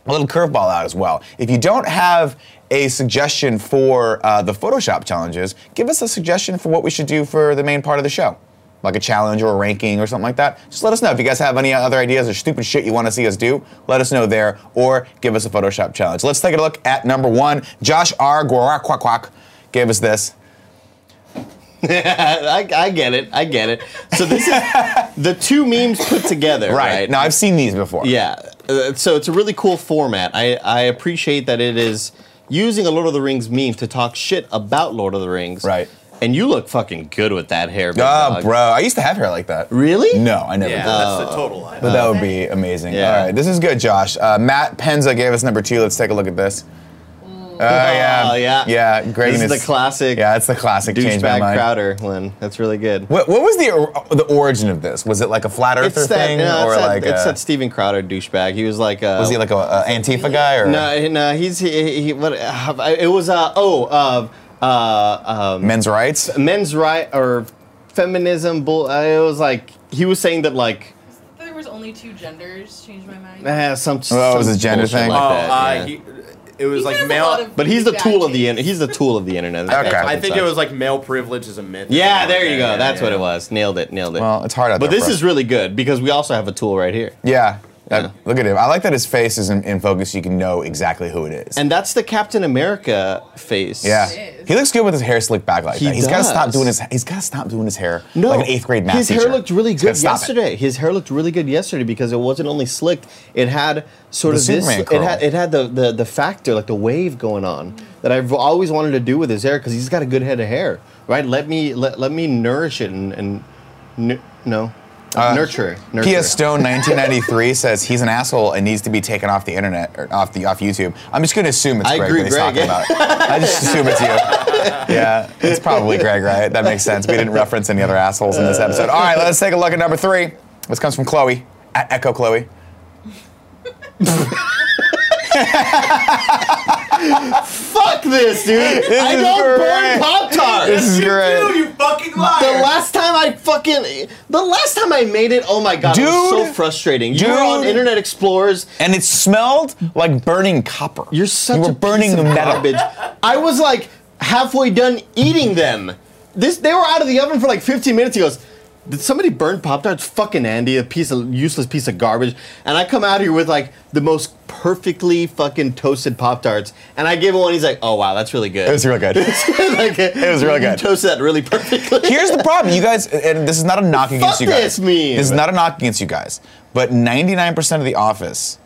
Speaker 1: a little curveball out as well. If you don't have a suggestion for uh, the Photoshop challenges, give us a suggestion for what we should do for the main part of the show, like a challenge or a ranking or something like that. Just let us know. If you guys have any other ideas or stupid shit you want to see us do, let us know there or give us a Photoshop challenge. Let's take a look at number one. Josh R. Guarak Quack Quack gave us this.
Speaker 2: I, I get it. I get it. So this is the two memes put together.
Speaker 1: Right.
Speaker 2: Right.
Speaker 1: Now, I've seen these before.
Speaker 2: Yeah. Uh, so it's a really cool format. I, I appreciate that it is using a Lord of the Rings meme to talk shit about Lord of the Rings.
Speaker 1: Right.
Speaker 2: And you look fucking good with that hair, big
Speaker 1: Ah,
Speaker 2: dog.
Speaker 1: bro, I used to have hair like that.
Speaker 2: Really?
Speaker 1: No, I never
Speaker 3: Yeah,
Speaker 1: did.
Speaker 2: Uh,
Speaker 3: that's a total lie.
Speaker 1: But that would be amazing.
Speaker 2: Yeah.
Speaker 1: All right, this is good, Josh. Uh, Matt Penza gave us number two. Let's take a look at this. Oh yeah,
Speaker 2: Oh, yeah.
Speaker 1: yeah. Greg
Speaker 2: This is the classic
Speaker 1: Yeah, it's the classic. Change my
Speaker 2: douchebag
Speaker 1: mind.
Speaker 2: Crowder one. That's really good.
Speaker 1: What, what was the or- the origin of this? Was it like a flat earther
Speaker 2: It's that,
Speaker 1: thing,
Speaker 2: no,
Speaker 1: or
Speaker 2: it's that,
Speaker 1: like
Speaker 2: it's
Speaker 1: a-
Speaker 2: that Steven Crowder douchebag. He was like, uh,
Speaker 1: was he like a, a Antifa guy or
Speaker 2: no, no, he's he, he what? Uh, it was uh oh uh uh um,
Speaker 1: men's rights?
Speaker 2: men's right or feminism bull uh, it was like he was saying that like
Speaker 4: There was only two genders. Changed my mind.
Speaker 2: eh, some
Speaker 1: Oh, it was
Speaker 2: some
Speaker 1: a gender
Speaker 2: bullshit
Speaker 1: thing?
Speaker 2: like
Speaker 3: oh,
Speaker 2: that,
Speaker 3: uh,
Speaker 2: yeah.
Speaker 3: he, it was
Speaker 4: He
Speaker 3: like
Speaker 4: has a lot
Speaker 3: male.
Speaker 4: of
Speaker 2: but he's the
Speaker 4: douchebag
Speaker 2: tool of the
Speaker 4: changes.
Speaker 2: in- he's the tool of the internet That's
Speaker 1: Okay.
Speaker 2: what
Speaker 3: I
Speaker 2: it
Speaker 3: think
Speaker 2: sucks.
Speaker 3: it was like male privilege is a myth.
Speaker 2: yeah there you go
Speaker 3: Yeah,
Speaker 2: that's
Speaker 3: yeah.
Speaker 2: what it was nailed it nailed it
Speaker 1: Well, it's hard out
Speaker 2: but
Speaker 1: there
Speaker 2: this
Speaker 1: for
Speaker 2: is really good because we also have a tool right here
Speaker 1: Yeah. That-
Speaker 2: Yeah.
Speaker 1: Look at him. I like that his face is in, in focus. You can know exactly who it is.
Speaker 2: and that's the Captain America face
Speaker 1: yeah,
Speaker 4: It is.
Speaker 1: he looks good with his hair slicked back like
Speaker 2: He
Speaker 1: that. He's got to stop
Speaker 2: does.
Speaker 1: doing his. He's got to stop doing his hair
Speaker 2: No,
Speaker 1: like an eighth grade math
Speaker 2: His
Speaker 1: teacher.
Speaker 2: hair looked really
Speaker 1: He's gotta
Speaker 2: good
Speaker 1: stop it.
Speaker 2: yesterday. His hair looked really good yesterday because it wasn't only slicked; it had sort
Speaker 1: The
Speaker 2: of this.
Speaker 1: Superman
Speaker 2: It had
Speaker 1: curl.
Speaker 2: it had the, the the factor, like the wave going on that I've always wanted to do with his hair because he's got a good head of hair, right? Let me let, let me nourish it and and nu- no
Speaker 1: Uh,
Speaker 2: nurture it, nurture.
Speaker 1: P.S.
Speaker 2: it.
Speaker 1: Stone 1993 says he's an asshole and needs to be taken off the internet or off the off YouTube. I'm just going to assume it's
Speaker 2: I
Speaker 1: Greg
Speaker 2: agree,
Speaker 1: that he's
Speaker 2: Greg,
Speaker 1: talking about. I just assume it's you. Yeah, it's probably Greg, right? That makes sense. We didn't reference any other assholes in this episode. All right, let's take a look at number three. This comes from Chloe at Echo Chloe.
Speaker 2: Fuck this, dude! I
Speaker 1: is
Speaker 2: don't burn
Speaker 1: great.
Speaker 2: pop tarts.
Speaker 1: This is
Speaker 3: Dude,
Speaker 1: great.
Speaker 3: you fucking liar!
Speaker 2: The last time I fucking, the last time I made it, oh my god, it was
Speaker 1: Dude.
Speaker 2: so frustrating. You were on
Speaker 1: Dude.
Speaker 2: Internet Explorers,
Speaker 1: And it smelled like burning copper.
Speaker 2: You're such
Speaker 1: you were
Speaker 2: a
Speaker 1: burning
Speaker 2: piece of
Speaker 1: metal.
Speaker 2: garbage. I was like halfway done eating them. This they were out of the oven for like 15 minutes. He goes, "Did somebody burn Pop Tarts? Fucking Andy, a piece of useless piece of garbage." And I come out here with like the most perfectly fucking toasted Pop Tarts, and I give him one. He's like, "Oh wow, that's really good."
Speaker 1: It was real good.
Speaker 2: like, it
Speaker 1: was real good.
Speaker 2: You toasted that really perfectly.
Speaker 1: Here's the problem, you guys. And this is not a knock against you guys.
Speaker 2: this meme.
Speaker 1: This is not a knock against you guys. But 99% of the office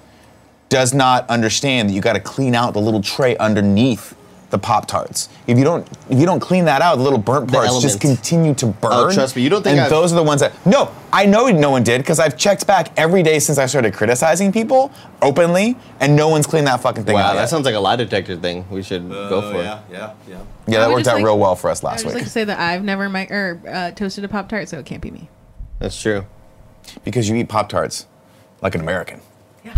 Speaker 1: does not understand that you got to clean out the little tray underneath the pop tarts. If you don't, if you don't clean that out, the little burnt parts just
Speaker 2: elements.
Speaker 1: continue to burn.
Speaker 2: Oh, trust me, you don't think
Speaker 1: And
Speaker 2: I've-
Speaker 1: those are the ones that. No, I know no one did because I've checked back every day since I started criticizing people openly, and no one's cleaned that fucking thing
Speaker 2: Wow,
Speaker 1: out.
Speaker 2: that
Speaker 1: yet.
Speaker 2: sounds like a lie detector thing. We should go
Speaker 3: Oh,
Speaker 2: for
Speaker 3: yeah,
Speaker 2: it.
Speaker 3: yeah, yeah.
Speaker 1: yeah,
Speaker 4: I
Speaker 1: that
Speaker 4: would
Speaker 1: worked
Speaker 4: just
Speaker 1: out
Speaker 4: like-
Speaker 1: real well for us
Speaker 4: I
Speaker 1: last
Speaker 4: just
Speaker 1: week
Speaker 4: like to say that I've never my or uh, toasted a pop tart, so it can't be me.
Speaker 2: That's true.
Speaker 1: because you eat pop tarts like an American.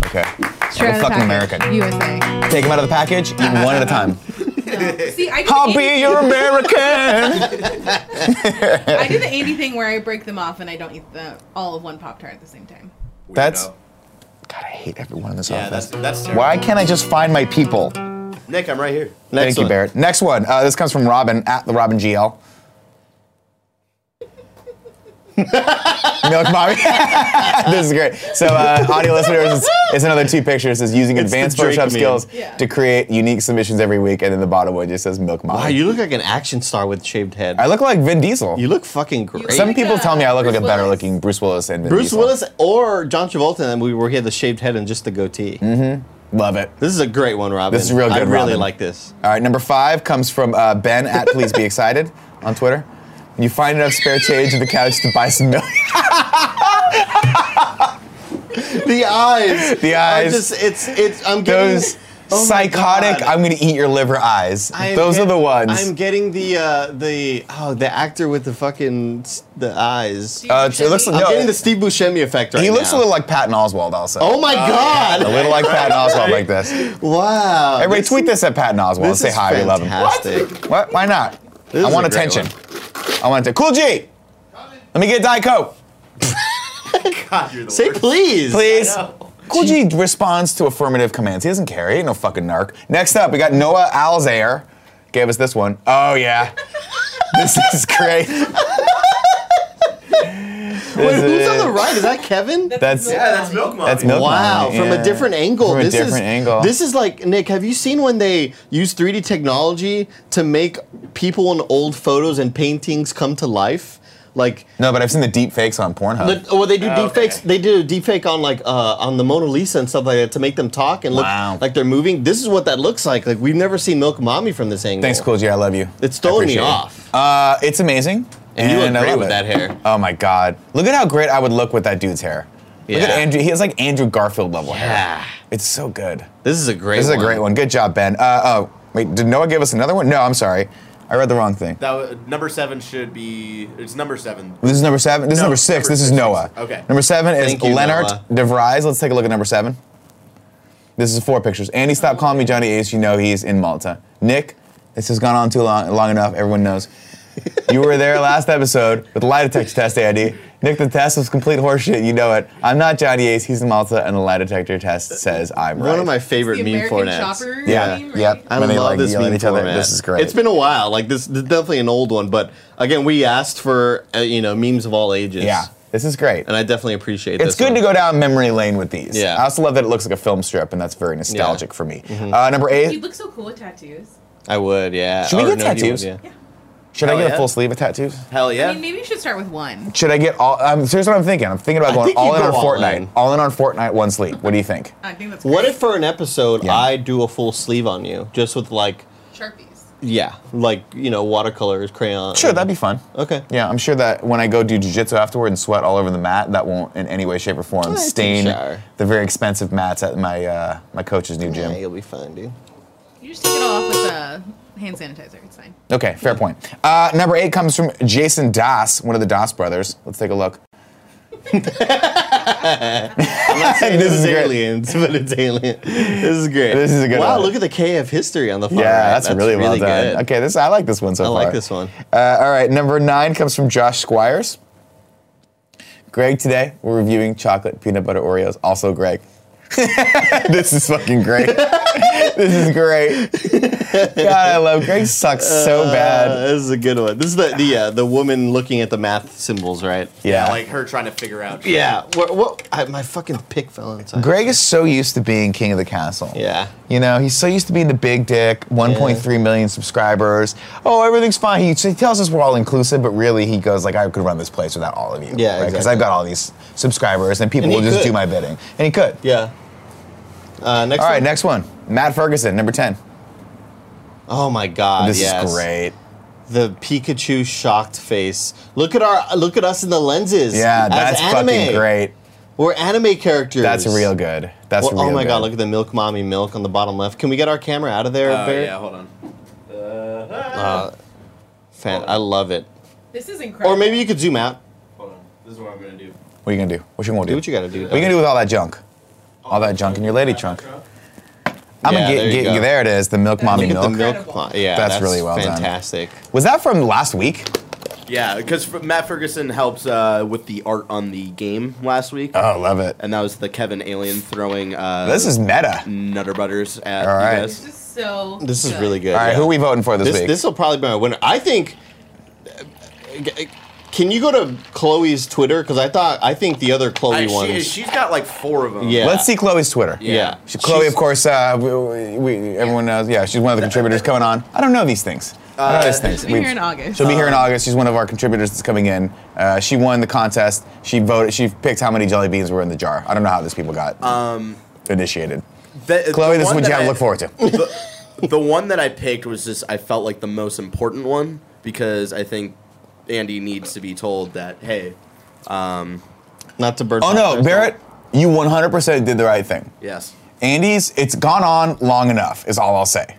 Speaker 1: Okay.
Speaker 4: Straight
Speaker 1: Like a
Speaker 4: out of
Speaker 1: fucking
Speaker 4: the package,
Speaker 1: American.
Speaker 4: USA.
Speaker 1: Take them out of the package, eat them one at a time.
Speaker 4: No. See, I do,
Speaker 1: I'll
Speaker 4: the
Speaker 1: be
Speaker 4: Andy,
Speaker 1: your American.
Speaker 4: I do the Andy thing where I break them off and I don't eat the all of one pop tart at the same time.
Speaker 1: That's-
Speaker 3: Weirdo.
Speaker 1: God, I hate everyone in this
Speaker 3: yeah. That's
Speaker 1: office.
Speaker 3: that's terrible.
Speaker 1: Why can't I just find my people?
Speaker 3: Nick, I'm right here.
Speaker 2: Next
Speaker 1: Thank you,
Speaker 2: one.
Speaker 1: Barrett. Next one. Uh, this comes from Robin at the Robin GL. Milk mommy. this is great. So, uh, audio listeners, it's, it's another two pictures. It's using
Speaker 2: It's the
Speaker 1: advanced
Speaker 2: Drake
Speaker 1: Photoshop
Speaker 2: meme.
Speaker 1: skills
Speaker 4: Yeah.
Speaker 1: to create unique submissions every week, and then the bottom one just says milk mommy.
Speaker 2: Wow, you look like an action star with shaved head.
Speaker 1: I look like Vin Diesel.
Speaker 2: you look fucking great.
Speaker 1: Some
Speaker 4: like,
Speaker 1: people
Speaker 4: uh,
Speaker 1: tell me I look like a
Speaker 4: Bruce
Speaker 1: better
Speaker 4: Willis.
Speaker 1: looking Bruce Willis and Vin
Speaker 2: Bruce
Speaker 1: Diesel.
Speaker 2: Willis or John Travolta, and we were he had the shaved head and just the goatee.
Speaker 1: Love it.
Speaker 2: This is a great one, Robin.
Speaker 1: Mm-hmm. This is real
Speaker 2: I
Speaker 1: good,
Speaker 2: really
Speaker 1: Robin.
Speaker 2: like this.
Speaker 1: All right, number five comes from uh, Ben at Please Be Excited on Twitter. You find enough spare change in the couch to buy some milk.
Speaker 2: The eyes,
Speaker 1: The
Speaker 2: I
Speaker 1: eyes.
Speaker 2: just it's it's. I'm getting
Speaker 1: Those
Speaker 2: Oh my
Speaker 1: psychotic,
Speaker 2: God.
Speaker 1: I'm gonna eat your liver eyes.
Speaker 2: I am
Speaker 1: Those
Speaker 2: get-
Speaker 1: are the ones.
Speaker 2: I'm getting the uh, the oh the actor with the fucking s- the eyes.
Speaker 4: Do you
Speaker 2: I'm
Speaker 1: Uh, it looks
Speaker 4: shit
Speaker 1: like-
Speaker 4: me?
Speaker 1: no,
Speaker 2: getting
Speaker 1: it-
Speaker 2: the Steve Buscemi effect right
Speaker 1: he
Speaker 2: now.
Speaker 1: looks a little like Patton Oswald, also.
Speaker 2: Oh my god!
Speaker 1: A little like Patton Oswald, like this.
Speaker 2: Wow.
Speaker 1: Everybody,
Speaker 2: This-
Speaker 1: tweet this at Patton Oswald.
Speaker 2: This
Speaker 1: Say
Speaker 2: is
Speaker 1: hi, we love him.
Speaker 2: fantastic.
Speaker 1: What? Why not?
Speaker 2: This
Speaker 1: I
Speaker 2: is
Speaker 1: want
Speaker 2: a great
Speaker 1: attention. I want to. Cool G. Let me get Diet Coke,
Speaker 3: God, you're the
Speaker 2: Say
Speaker 3: worst.
Speaker 2: please.
Speaker 1: please. Cool G responds to affirmative commands. He doesn't care. He ain't no fucking narc. Next up, we got Noah Alzair. Gave us this one. Oh yeah. this is great.
Speaker 2: Wait, who's on the right? Is that Kevin?
Speaker 1: That's
Speaker 3: Yeah, that's milk money.
Speaker 1: that's milk.
Speaker 2: Wow,
Speaker 1: money.
Speaker 2: from
Speaker 1: Yeah.
Speaker 2: a different angle.
Speaker 1: From a
Speaker 2: this is,
Speaker 1: different angle.
Speaker 2: This is like Nick. Have you seen when they use 3D technology to make people in old photos and paintings come to life? Like,
Speaker 1: No, but I've seen the deep fakes on Pornhub.
Speaker 2: the, well, they do deepfakes.
Speaker 3: Okay.
Speaker 2: deep fakes. They did a deep fake on like uh, on the Mona Lisa and stuff like that to make them talk and look
Speaker 1: Wow.
Speaker 2: like they're moving. This is what that looks like. Like we've never seen Milk Mommy from this angle.
Speaker 1: Thanks, Cool G. I love you.
Speaker 2: It's
Speaker 1: I
Speaker 2: throwing me
Speaker 1: appreciate it.
Speaker 2: off.
Speaker 1: Uh, it's amazing.
Speaker 2: And you look
Speaker 1: I
Speaker 2: great
Speaker 1: love
Speaker 2: with
Speaker 1: it.
Speaker 2: that hair.
Speaker 1: Oh my God. Look at how great I would look with that dude's hair. Look
Speaker 2: Yeah.
Speaker 1: at Andrew. He has like Andrew Garfield level
Speaker 2: Yeah.
Speaker 1: hair. It's so good.
Speaker 2: This is a
Speaker 1: Ah.
Speaker 2: great.
Speaker 1: This is a great one. Good job, Ben. Uh, uh, wait, did Noah give us another one? No, I'm sorry. I read the wrong thing.
Speaker 3: That w- number seven should be. It's number seven.
Speaker 1: This is number seven. This is
Speaker 3: No,
Speaker 1: number six.
Speaker 3: number
Speaker 1: this is
Speaker 3: six.
Speaker 1: Noah.
Speaker 3: Okay.
Speaker 1: Number seven is
Speaker 2: Thank you,
Speaker 1: Leonard
Speaker 2: Noah.
Speaker 1: DeVries. Let's take a look at number seven. This is four pictures. Andy, stop calling me Johnny Ace. You know he's in Malta. Nick, this has gone on too long, long enough. Everyone knows. You were there last episode with the lie detector test, Andy. Nick, the test was complete horseshit. You know it. I'm not Johnny Ace. He's in Malta, and the lie detector test says I'm
Speaker 2: One
Speaker 1: right.
Speaker 2: of my
Speaker 4: The
Speaker 2: favorite meme
Speaker 4: American
Speaker 2: formats.
Speaker 4: Chopper.
Speaker 1: yeah,
Speaker 4: meme,
Speaker 1: yep.
Speaker 4: right?
Speaker 2: I
Speaker 1: When they,
Speaker 2: love
Speaker 1: like,
Speaker 2: this
Speaker 1: yell at
Speaker 2: meme
Speaker 1: each other.
Speaker 2: format.
Speaker 1: This is great.
Speaker 2: It's been a while. Like this, this is definitely an old one, but again, we asked for uh, you know memes of all ages.
Speaker 1: yeah, this is great.
Speaker 2: and I definitely appreciate.
Speaker 1: It's
Speaker 2: this
Speaker 1: good
Speaker 2: one.
Speaker 1: to go down memory lane with these.
Speaker 2: Yeah. Mm-hmm.
Speaker 1: I also love that it looks like a film strip, and that's very nostalgic for me. Uh, number
Speaker 4: You
Speaker 1: eight.
Speaker 4: look so cool with tattoos.
Speaker 2: I would, yeah.
Speaker 1: Should we
Speaker 2: Or
Speaker 1: get
Speaker 2: no, you
Speaker 1: tattoos?
Speaker 2: would, yeah.
Speaker 4: Yeah.
Speaker 1: Should I
Speaker 3: Hell
Speaker 1: get a
Speaker 3: yeah.
Speaker 1: full sleeve of tattoos?
Speaker 3: Hell
Speaker 4: I
Speaker 3: yeah.
Speaker 4: mean, maybe you should start with one.
Speaker 1: Should I get all? Um, here's what I'm thinking. I'm thinking about
Speaker 2: I
Speaker 1: going
Speaker 2: think
Speaker 1: all
Speaker 2: you
Speaker 1: in
Speaker 2: go
Speaker 1: on
Speaker 2: all
Speaker 1: Fortnite.
Speaker 2: in.
Speaker 1: All in on Fortnite, one sleeve. What do you think?
Speaker 4: I think that's
Speaker 2: What
Speaker 4: great.
Speaker 2: if for an episode
Speaker 1: Yeah.
Speaker 2: I do a full sleeve on you, just with like,
Speaker 4: Sharpies.
Speaker 2: yeah, like you know, watercolors, crayon.
Speaker 1: Sure, that'd be fun.
Speaker 2: okay.
Speaker 1: Yeah, I'm sure that when I go do jujitsu afterward and sweat all over the mat, that won't in any way, shape, or form
Speaker 2: take a
Speaker 1: stain
Speaker 2: shower.
Speaker 1: the very expensive mats at my uh, my coach's new
Speaker 2: Yeah,
Speaker 1: gym.
Speaker 2: you'll be fine, dude.
Speaker 4: You just take it all off with uh, hand sanitizer. It's fine.
Speaker 1: Okay, fair point. Uh, number eight comes from Jason Das, one of the Das brothers. Let's take a look.
Speaker 2: this is
Speaker 1: is great.
Speaker 2: aliens, but it's alien. This is great.
Speaker 1: This is a good
Speaker 2: Wow,
Speaker 1: one.
Speaker 2: look at the KF history on the far
Speaker 1: Yeah,
Speaker 2: right.
Speaker 1: that's, really, well done.
Speaker 2: good.
Speaker 1: Okay, this I like this one so
Speaker 2: I
Speaker 1: far.
Speaker 2: like this one.
Speaker 1: Uh, all right, number nine comes from Josh Squires. Greg, today we're reviewing chocolate peanut butter Oreos. Also, Greg. this is fucking great. this is great. God, I love Greg. Sucks so
Speaker 2: Uh,
Speaker 1: bad.
Speaker 2: this is a good one. This is the the uh, the woman looking at the math symbols, right?
Speaker 1: Yeah.
Speaker 3: Like her trying to figure out. shit.
Speaker 2: Yeah. What? what I, my fucking pick fell inside.
Speaker 1: Greg is so used to being king of the castle.
Speaker 2: Yeah.
Speaker 1: You know, he's so used to being the big dick, 1.3 million subscribers. Oh, everything's fine. He, he tells us we're all inclusive, but really he goes like, I could run this place without all of you.
Speaker 2: Yeah,
Speaker 1: Because
Speaker 2: exactly.
Speaker 1: I've got all these subscribers and people
Speaker 2: And he
Speaker 1: will just
Speaker 2: could.
Speaker 1: do my bidding. And he could.
Speaker 2: Yeah. Uh, next.
Speaker 1: All right,
Speaker 2: one.
Speaker 1: next one. Matt Ferguson, number 10.
Speaker 2: Oh my god.
Speaker 1: This
Speaker 2: yes.
Speaker 1: is great.
Speaker 2: The Pikachu shocked face. Look at our look at us in the lenses.
Speaker 1: Yeah,
Speaker 2: as
Speaker 1: that's
Speaker 2: anime.
Speaker 1: fucking great.
Speaker 2: We're anime characters.
Speaker 1: That's real good. That's
Speaker 2: Well,
Speaker 1: real
Speaker 2: oh my
Speaker 1: good.
Speaker 2: god, look at the milk mommy milk on the bottom left. Can we get our camera out of there,
Speaker 3: Oh,
Speaker 2: Barry?
Speaker 3: yeah, hold on.
Speaker 2: Uh, fan, I love it.
Speaker 4: This is incredible.
Speaker 2: Or maybe you could zoom out.
Speaker 3: Hold on. This is what I'm going to do.
Speaker 1: What you going to do? What you going to do?
Speaker 2: Do what you gotta do.
Speaker 1: What you going to do with all that junk? All that junk in your lady trunk. I'm
Speaker 2: Yeah,
Speaker 1: going
Speaker 2: there
Speaker 1: to
Speaker 2: you
Speaker 1: get, get
Speaker 2: go.
Speaker 1: there it is, the milk mommy
Speaker 2: Look at
Speaker 1: milk.
Speaker 2: the milk.
Speaker 4: Incredible.
Speaker 2: mo- yeah,
Speaker 1: That's really well done.
Speaker 2: fantastic. done.
Speaker 1: Was that from last week?
Speaker 3: Yeah, because Matt Ferguson helped uh, with the art on the game last week,
Speaker 1: Oh, love it.
Speaker 3: and that was the Kevin Alien throwing. Uh,
Speaker 1: This is meta.
Speaker 3: Nutter Butters at
Speaker 1: All right.
Speaker 3: you
Speaker 4: This
Speaker 3: guys.
Speaker 4: is so.
Speaker 2: This is really good.
Speaker 1: All right,
Speaker 2: yeah.
Speaker 1: who are we voting for this,
Speaker 2: This
Speaker 1: week?
Speaker 2: this will probably be my winner. I think. Can you go to Chloe's Twitter? Because I thought I think the other Chloe
Speaker 3: I,
Speaker 2: ones.
Speaker 3: she, she's got like four of them.
Speaker 2: Yeah.
Speaker 1: Let's see Chloe's Twitter.
Speaker 2: yeah,
Speaker 1: She- Chloe,
Speaker 2: She's-
Speaker 1: of course, uh, we, we, everyone knows. Yeah, she's one of the contributors coming on. I don't know these things. I don't know these things.
Speaker 4: She'll be
Speaker 1: We've-
Speaker 4: here in August.
Speaker 1: She'll be here in August. She's one of our contributors that's coming in. Uh, she won the contest. She voted. She picked how many jelly beans were in the jar. I don't know how these people got initiated.
Speaker 3: The-
Speaker 1: Chloe,
Speaker 3: the
Speaker 1: this is
Speaker 3: one
Speaker 1: what you
Speaker 3: that
Speaker 1: have to
Speaker 3: I-
Speaker 1: look forward to.
Speaker 3: the, the one that I picked was just I felt like the most important one because I think Andy needs to be told that hey,
Speaker 2: not to bird.
Speaker 1: Oh no, Barrett, you 100% did the right thing.
Speaker 3: yes,
Speaker 1: Andy's, it's gone on long enough, is all I'll say.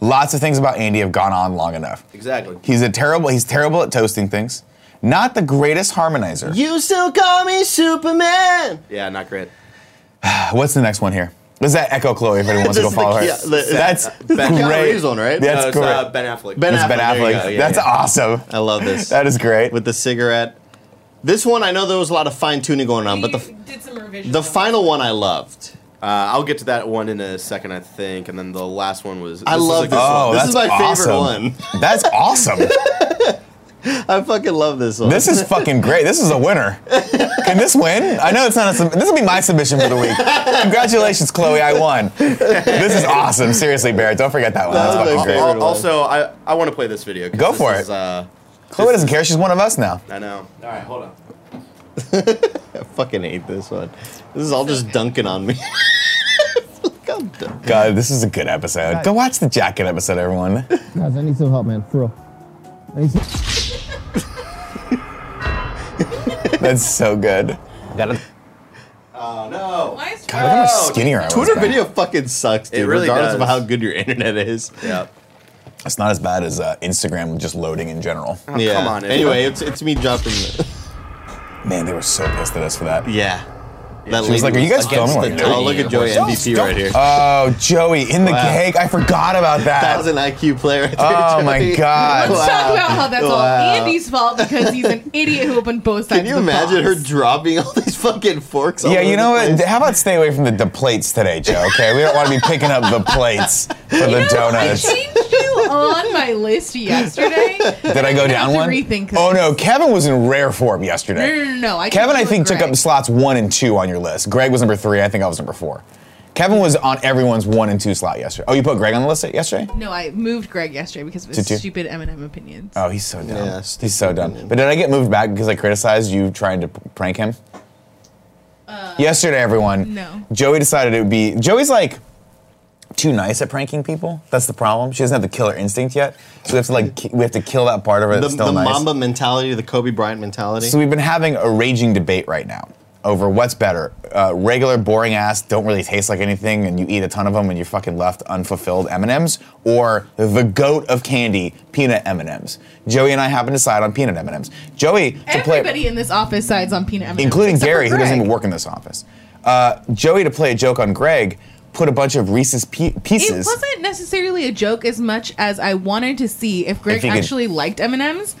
Speaker 1: Lots of things about Andy have gone on long enough.
Speaker 3: exactly.
Speaker 1: He's a terrible, he's terrible at toasting things. Not the greatest harmonizer.
Speaker 2: You still call me Superman.
Speaker 3: yeah, not great.
Speaker 1: What's the next one here? Is that Echo Chloe if anyone wants to go
Speaker 2: This is the
Speaker 1: follow her?
Speaker 2: key- yeah, the-
Speaker 1: That's
Speaker 2: Ben- Ben
Speaker 1: great.
Speaker 2: Reeves one, right?
Speaker 1: That's
Speaker 3: no, it's,
Speaker 1: great.
Speaker 3: uh, Ben Affleck.
Speaker 2: Ben
Speaker 1: It's Ben
Speaker 2: Affleck, there you
Speaker 1: Affleck.
Speaker 2: go, yeah,
Speaker 1: That's
Speaker 2: yeah.
Speaker 1: awesome.
Speaker 2: I love this.
Speaker 1: That is great.
Speaker 2: with the cigarette. This one I know there was a lot of fine tuning going on, Um, but the
Speaker 4: You did some revisions.
Speaker 2: the
Speaker 4: on
Speaker 2: final one I loved.
Speaker 3: Uh, I'll get to that one in a second, I think, and then the last one was.
Speaker 2: I
Speaker 3: is
Speaker 2: love
Speaker 3: a good
Speaker 2: this
Speaker 3: one.
Speaker 1: oh,
Speaker 2: This
Speaker 1: that's
Speaker 2: is my favorite
Speaker 1: awesome.
Speaker 2: one.
Speaker 1: That's awesome.
Speaker 2: I fucking love this one.
Speaker 1: this is fucking great. This is a winner. Can this win? I know it's not a sub- this will be my submission for the week. Congratulations, Chloe. I won. This is awesome. Seriously, Barrett, don't forget that one. That's
Speaker 2: That was
Speaker 1: fucking
Speaker 2: my
Speaker 1: great.
Speaker 2: favorite.
Speaker 3: Al- Also, I, I want to play this video. 'cause
Speaker 1: Go
Speaker 3: this
Speaker 1: for
Speaker 3: is,
Speaker 1: it.
Speaker 3: Uh,
Speaker 1: Chloe doesn't care. She's one of us now.
Speaker 3: I know. All right, hold on.
Speaker 2: I fucking hate this one. This is all just dunking on me. Look how dun-
Speaker 1: God, this is a good episode. Go watch the jacket episode, everyone.
Speaker 6: Guys, I need some help, man. For real. I need some-
Speaker 1: That's so good.
Speaker 3: No.
Speaker 4: Why
Speaker 1: God,
Speaker 4: is
Speaker 1: look how much
Speaker 3: Oh,
Speaker 1: skinnier I was.
Speaker 2: Twitter
Speaker 1: back.
Speaker 2: video fucking sucks, dude.
Speaker 3: It really
Speaker 2: regardless of
Speaker 3: does.
Speaker 2: how good your internet is.
Speaker 3: Yeah.
Speaker 1: It's not as bad as uh, Instagram just loading in general.
Speaker 2: yeah.
Speaker 3: come on,
Speaker 2: Anyway, it's it's me dropping. The,
Speaker 1: Man, they were so pissed at us for that.
Speaker 2: yeah. That
Speaker 1: She was
Speaker 2: lady
Speaker 1: like, "Are you guys
Speaker 2: against
Speaker 1: filming?"
Speaker 2: the
Speaker 1: Like,
Speaker 2: tide.
Speaker 1: "No."
Speaker 2: Oh, look at Joey
Speaker 1: Don't-
Speaker 2: MVP
Speaker 1: don't-
Speaker 2: right here.
Speaker 1: Oh, Joey in the
Speaker 2: Wow.
Speaker 1: cake. I forgot about that.
Speaker 2: Thousand IQ player. Right there,
Speaker 1: Oh my
Speaker 2: Joey.
Speaker 1: god.
Speaker 4: Let's talk about how that's
Speaker 2: Wow.
Speaker 4: all Andy's fault because he's an idiot who opened both sides.
Speaker 2: Can you
Speaker 4: of the
Speaker 2: imagine her
Speaker 4: box.
Speaker 2: dropping all these fucking forks? all
Speaker 1: Yeah,
Speaker 2: over
Speaker 1: you
Speaker 2: the
Speaker 1: know what?
Speaker 2: place?
Speaker 1: How about stay away from the, the plates today, Joe? Okay, we don't want to be picking up the plates for the
Speaker 4: No,
Speaker 1: donuts.
Speaker 4: I changed you on my list yesterday.
Speaker 1: Did I go down
Speaker 4: to
Speaker 1: one?
Speaker 4: rethink
Speaker 1: oh
Speaker 4: this.
Speaker 1: no, Kevin was in rare form
Speaker 4: No,
Speaker 1: yesterday.
Speaker 4: no, no, no. I
Speaker 1: Kevin,
Speaker 4: changed
Speaker 1: I
Speaker 4: you
Speaker 1: think
Speaker 4: with
Speaker 1: took up
Speaker 4: Greg.
Speaker 1: slots one and two on your list. Greg was number three. I think I was number four. Kevin was on everyone's one and two slot yesterday. Oh, you put Greg on the list yesterday?
Speaker 4: No, I moved Greg yesterday because of his
Speaker 1: Did you?
Speaker 4: stupid Eminem opinions.
Speaker 1: Oh, he's so dumb.
Speaker 2: Yeah,
Speaker 1: he's so dumb. But did I get moved back because I criticized you trying to p- prank him? Yesterday, everyone.
Speaker 4: Uh, no.
Speaker 1: Joey decided it would be. Joey's like too nice at pranking people. That's the problem. She doesn't have the killer instinct yet. So we have to like ki- we have to kill that part of her.
Speaker 2: the,
Speaker 1: that's still
Speaker 2: the
Speaker 1: nice.
Speaker 2: Mamba mentality, the Kobe Bryant mentality.
Speaker 1: So we've been having a raging debate right now over what's better: uh, regular boring ass, don't really taste like anything, and you eat a ton of them, and you're fucking left unfulfilled M and M's, or the goat of candy, peanut M and M's. Joey and I happen to side on peanut M and M's. Joey to play
Speaker 4: Everybody in this office sides on peanut M&Ms,
Speaker 1: including
Speaker 4: except for
Speaker 1: Gary, who doesn't
Speaker 4: Greg.
Speaker 1: even work in this office. Uh, Joey, to play a joke on Greg, put a bunch of Reese's pie-
Speaker 4: It
Speaker 1: pieces.
Speaker 4: wasn't necessarily a joke as much as I wanted to see if Greg
Speaker 1: he could-
Speaker 4: actually liked M and M's,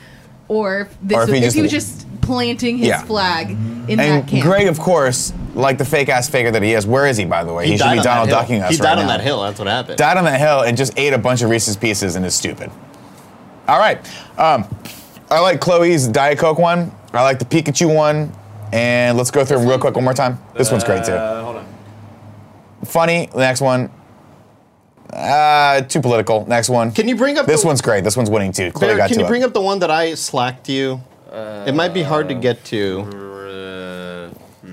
Speaker 4: or if this
Speaker 1: Or if he
Speaker 4: was, if
Speaker 1: just-
Speaker 4: he was just planting his
Speaker 1: Yeah.
Speaker 4: flag in that
Speaker 1: and
Speaker 4: camp.
Speaker 1: Greg, of course, like the fake ass faker that he is, where is he, by the way? He, should
Speaker 2: died
Speaker 1: be
Speaker 2: on that
Speaker 1: Donald
Speaker 2: hill.
Speaker 1: Ducking us
Speaker 2: He
Speaker 1: right
Speaker 2: died on
Speaker 1: now.
Speaker 2: that hill. That's what happened.
Speaker 1: Died on that hill and just ate a bunch of Reese's pieces and is stupid. All right. Um, I like Chloe's Diet Coke one. I like the Pikachu one. And let's go through them real quick one more time. This one's great too.
Speaker 3: Uh, hold on.
Speaker 1: Funny, next one. Uh, too political. Next one.
Speaker 2: Can you bring up
Speaker 1: This
Speaker 2: the,
Speaker 1: one's great. This one's winning too. uh, Chloe
Speaker 2: Bear,
Speaker 1: got
Speaker 2: can
Speaker 1: two
Speaker 2: you
Speaker 1: up.
Speaker 2: bring up the one that I slacked you? it might be hard to get to.
Speaker 3: Uh,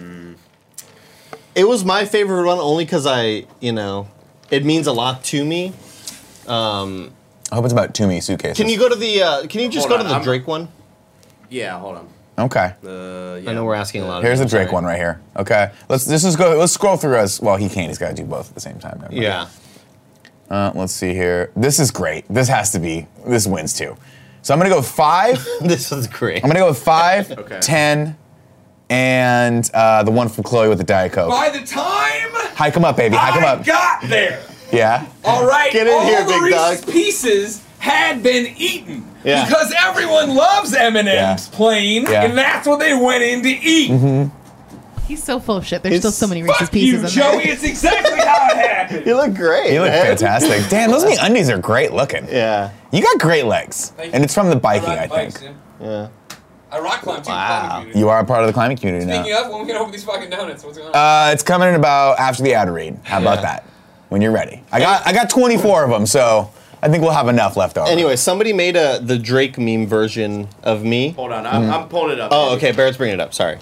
Speaker 2: It was my favorite one only because I, you know, it means a lot to me.
Speaker 1: I hope it's about Toomey suitcases.
Speaker 2: Can you go to the? Uh, can you just
Speaker 3: Hold
Speaker 2: go
Speaker 3: on,
Speaker 2: to the
Speaker 3: I'm-
Speaker 2: Drake one?
Speaker 3: yeah, hold on.
Speaker 1: Okay.
Speaker 3: Uh, yeah.
Speaker 2: I know we're asking a lot.
Speaker 1: Here's the
Speaker 2: of people,
Speaker 1: Drake
Speaker 2: sorry.
Speaker 1: one right here. Okay. Let's this is go. Let's scroll through us. Well, he can't. He's got to do both at the same time. Never mind.
Speaker 2: Yeah.
Speaker 1: Uh, let's see here. This is great. This has to be. This wins too. So I'm gonna go with five.
Speaker 2: this is great.
Speaker 1: I'm gonna go with five,
Speaker 3: Okay.
Speaker 1: ten, and uh, the one from Chloe with the Diet Coke.
Speaker 8: By the time
Speaker 1: Hike him up, baby. Hike him
Speaker 8: I
Speaker 1: up.
Speaker 8: got there,
Speaker 1: yeah.
Speaker 8: all right,
Speaker 2: Get in
Speaker 8: all
Speaker 2: here,
Speaker 8: the
Speaker 2: big
Speaker 8: Reese's
Speaker 2: dog.
Speaker 8: pieces had been eaten
Speaker 2: Yeah.
Speaker 8: because everyone loves M and M's
Speaker 1: Yeah.
Speaker 8: plain,
Speaker 1: Yeah. Mm-hmm.
Speaker 8: and that's what they went in to eat.
Speaker 4: He's so full of shit. There's
Speaker 2: It's-
Speaker 4: still so many Reese's
Speaker 8: Fuck you,
Speaker 4: pieces in there.
Speaker 8: Joey. It's exactly how it happened.
Speaker 2: You look great.
Speaker 1: You look
Speaker 2: man.
Speaker 1: fantastic. Damn, those new undies are great looking.
Speaker 2: Yeah.
Speaker 1: You got great legs,
Speaker 8: Thank
Speaker 1: and
Speaker 8: you.
Speaker 1: it's from the biking,
Speaker 8: rock
Speaker 1: I
Speaker 8: climbs,
Speaker 1: think.
Speaker 8: yeah.
Speaker 2: Yeah.
Speaker 8: I rock climb too.
Speaker 2: Wow.
Speaker 8: climbing community.
Speaker 1: You are a part of the climbing community now.
Speaker 8: Speaking of, when we get over these fucking donuts, what's going on?
Speaker 1: Uh, it's coming in about after the ad read. How about
Speaker 2: Yeah.
Speaker 1: that? When you're ready. I got I got 24 of them, so I think we'll have enough left over.
Speaker 2: Anyway, somebody made a the Drake meme version of me.
Speaker 3: Hold on. I'm, I'm pulling it up.
Speaker 2: Oh, okay. Barrett's bringing it up. Sorry.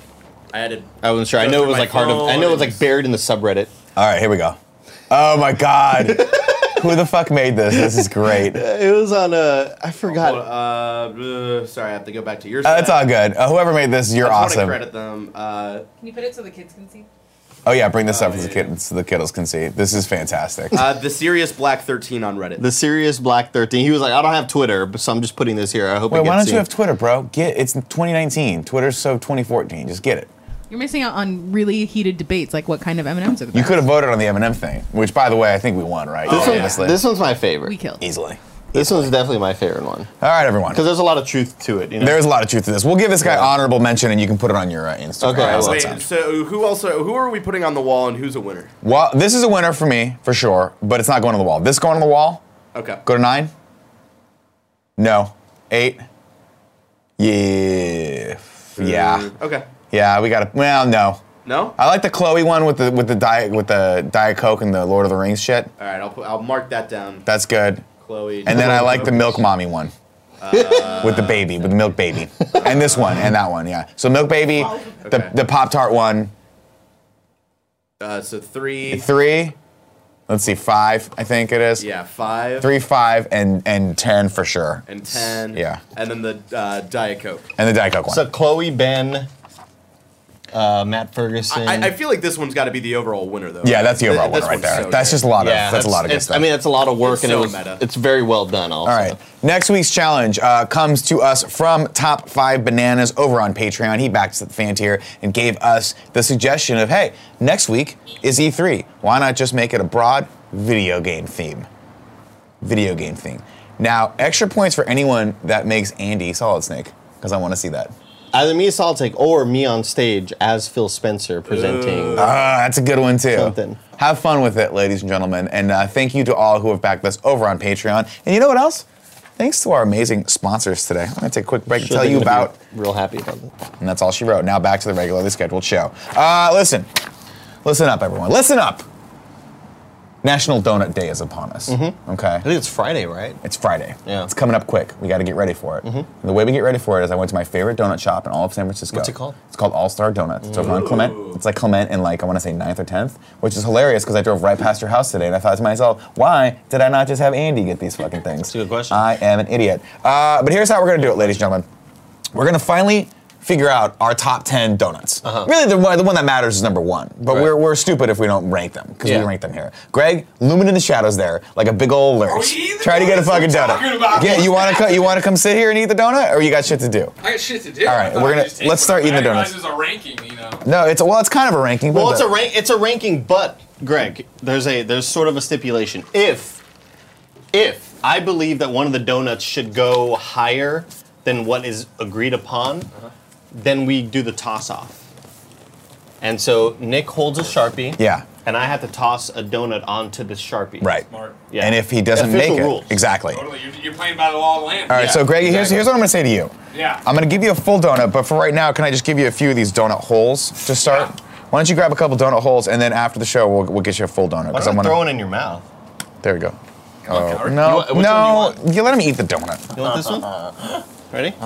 Speaker 3: I had to.
Speaker 2: I wasn't sure. I
Speaker 3: Go
Speaker 2: know it
Speaker 3: through
Speaker 2: was
Speaker 3: my
Speaker 2: like hard. Of, I know it was
Speaker 3: phone
Speaker 2: like buried in the subreddit.
Speaker 1: All right, here we go. Oh my God. Who the fuck made this? This is great. Uh,
Speaker 2: It was on a. I
Speaker 3: Hold
Speaker 2: forgot.
Speaker 3: on, uh, uh, sorry, I have to go back to your.
Speaker 1: it's all good. Uh, whoever made this, you're
Speaker 3: I just
Speaker 1: awesome.
Speaker 3: want to credit them. Uh,
Speaker 4: Can you put it so the kids can see?
Speaker 1: Oh yeah, bring this up so, the
Speaker 3: yeah.
Speaker 1: kid, so the kiddos can see. This is fantastic.
Speaker 3: uh, the serious black 13 on Reddit.
Speaker 2: The serious Black Thirteen. He was like, I don't have Twitter, but so I'm just putting this here. I hope.
Speaker 1: Wait,
Speaker 2: it
Speaker 1: why
Speaker 2: gets
Speaker 1: don't you have Twitter, bro? Get it's 2019. Twitter's so 2014. Just get it.
Speaker 4: You're missing out on really heated debates, like what kind of M&Ms are the
Speaker 1: You
Speaker 4: best.
Speaker 1: could have voted on the Eminem thing, which by the way, I think we won, right?
Speaker 2: This, one's,
Speaker 1: Obviously.
Speaker 2: this one's my favorite.
Speaker 4: we killed.
Speaker 1: easily.
Speaker 2: This one's definitely my favorite one
Speaker 1: All right, everyone.
Speaker 2: because there's a lot of truth to it. You know?
Speaker 1: There's a lot of truth to this. We'll give this guy honorable mention, and you can put it on your uh, Instagram.
Speaker 2: Okay, I
Speaker 1: How's
Speaker 2: will.
Speaker 1: that
Speaker 3: Wait,
Speaker 1: sound?
Speaker 3: so who also? Who are we putting on the wall, and who's a winner?
Speaker 1: Well, this is a winner for me for sure, but it's not going on the wall. This going on the wall?
Speaker 3: Okay.
Speaker 1: Go to nine. No, eight. Yeah, yeah,
Speaker 3: Mm, Okay.
Speaker 1: yeah. We got to. Well, no.
Speaker 3: No.
Speaker 2: Uh,
Speaker 1: I like the Chloe one with the with the diet with the Diet Coke and the Lord of the Rings shit.
Speaker 3: All right, I'll put, I'll mark that down.
Speaker 1: That's good.
Speaker 3: Chloe. Uh,
Speaker 1: And then I like the Milk Mommy one. with the baby, with the milk baby, and this one and that one. Yeah. So milk baby,
Speaker 3: Okay.
Speaker 1: the the Pop Tart one,
Speaker 3: Uh, so three,
Speaker 1: three. Let's see, five. I think it is.
Speaker 3: yeah, five,
Speaker 1: Three, five, and and ten for sure.
Speaker 3: and ten.
Speaker 1: Yeah.
Speaker 3: And then the uh, Diet Coke.
Speaker 1: And the Diet Coke one.
Speaker 2: So Chloe, Ben, uh, Matt Ferguson.
Speaker 3: I, I feel like this one's got to be the overall winner, though.
Speaker 1: yeah, that's the overall one
Speaker 3: This
Speaker 1: right
Speaker 3: one's
Speaker 1: there.
Speaker 3: so
Speaker 1: that's
Speaker 3: good.
Speaker 1: just a lot of
Speaker 2: yeah,
Speaker 1: that's, a lot of good
Speaker 2: it's-
Speaker 1: stuff.
Speaker 2: I mean, it's a lot of work,
Speaker 3: It's
Speaker 2: and
Speaker 3: so
Speaker 2: it was,
Speaker 3: meta.
Speaker 2: it's very well done. Also,
Speaker 1: All right. Next week's challenge uh, comes to us from Top Five Bananas over on Patreon. He backs the fan tier and gave us the suggestion of, hey, next week is E3. Why not just make it a broad video game theme? Video game theme. Now, extra points for anyone that makes Andy Solid Snake, because I want to see that.
Speaker 2: either me, Solitech, or me on stage as Phil Spencer presenting.
Speaker 1: Ah, that's a good one too.
Speaker 2: Something.
Speaker 1: Have fun with it, ladies and gentlemen, and uh, thank you to all who have backed us over on Patreon. And you know what else? Thanks to our amazing sponsors today. I'm gonna take a quick break
Speaker 2: Sure
Speaker 1: and
Speaker 2: they're
Speaker 1: tell you
Speaker 2: gonna
Speaker 1: about,
Speaker 2: be Real happy about that.
Speaker 1: and that's all she wrote. Now back to the regularly scheduled show. Uh, listen, listen up, everyone. Listen up. National Donut Day is upon us. Okay.
Speaker 2: I think it's Friday, right?
Speaker 1: It's Friday.
Speaker 2: Yeah. Mm-hmm.
Speaker 1: It's coming up quick. We got to get ready for it. And the way we get ready for it is I went to my favorite donut shop in all of San Francisco.
Speaker 2: What's it called?
Speaker 1: It's called All Star Donuts. It's over on Clement. It's like Clement and like I want to say 9th or 10th, which is hilarious because I drove right past your house today and I thought to myself, why did I not just have Andy get these fucking things? That's
Speaker 2: a good question.
Speaker 1: I am an idiot. Uh, but here's how we're gonna do it, ladies and gentlemen. We're gonna finally figure out our top 10 donuts. Really, the one, the one that matters is number one. But
Speaker 2: Uh-huh. Right.
Speaker 1: we're, we're stupid if we don't rank them because
Speaker 2: Yeah.
Speaker 1: we rank them here. Greg, looming in the shadows there, like a big old lurch.
Speaker 8: Are we eating the
Speaker 1: Try to get a
Speaker 8: donuts?
Speaker 1: fucking
Speaker 8: What are you talking
Speaker 1: donut.
Speaker 8: about?
Speaker 1: Yeah, you wanna co- you wanna come sit here and eat the donut, or you got shit to do?
Speaker 8: I got shit to do.
Speaker 1: All right,
Speaker 8: I thought
Speaker 1: we're
Speaker 8: I'd
Speaker 1: gonna-
Speaker 8: just take
Speaker 1: let's start
Speaker 8: one.
Speaker 1: eating the
Speaker 8: I didn't
Speaker 1: donuts.
Speaker 8: realize There's a ranking, you know.
Speaker 1: No, it's well, it's kind of a ranking.
Speaker 2: Well, it's a
Speaker 1: ranking.
Speaker 2: rank. It's a ranking, but Greg, there's a there's sort of a stipulation. If if I believe that one of the donuts should go higher than what is agreed upon, then we do the toss off. And so Nick holds a sharpie.
Speaker 1: Yeah.
Speaker 2: And I have to toss a donut onto the sharpie.
Speaker 1: right.
Speaker 8: Smart.
Speaker 2: Yeah.
Speaker 1: And if he doesn't
Speaker 2: Official
Speaker 1: make it,
Speaker 2: rules.
Speaker 1: exactly. All
Speaker 8: Totally. You're, you're playing by the law of the land.
Speaker 1: right,
Speaker 2: Yeah,
Speaker 1: so Greg, here's
Speaker 2: exactly.
Speaker 1: here's what I'm gonna say to you.
Speaker 8: Yeah.
Speaker 1: I'm gonna give you a full donut, but for right now, can I just give you a few of these donut holes to start? Why don't you grab a couple donut holes, and then after the show, we'll, we'll get you a full donut.
Speaker 2: Why
Speaker 1: Because I
Speaker 2: don't
Speaker 1: want
Speaker 2: I throw one in your mouth?
Speaker 1: There we go. Oh,
Speaker 8: coward.
Speaker 1: no,
Speaker 2: You want- which one do you
Speaker 1: no,
Speaker 2: want?
Speaker 1: you, let him eat the donut.
Speaker 2: You want this one? Ready?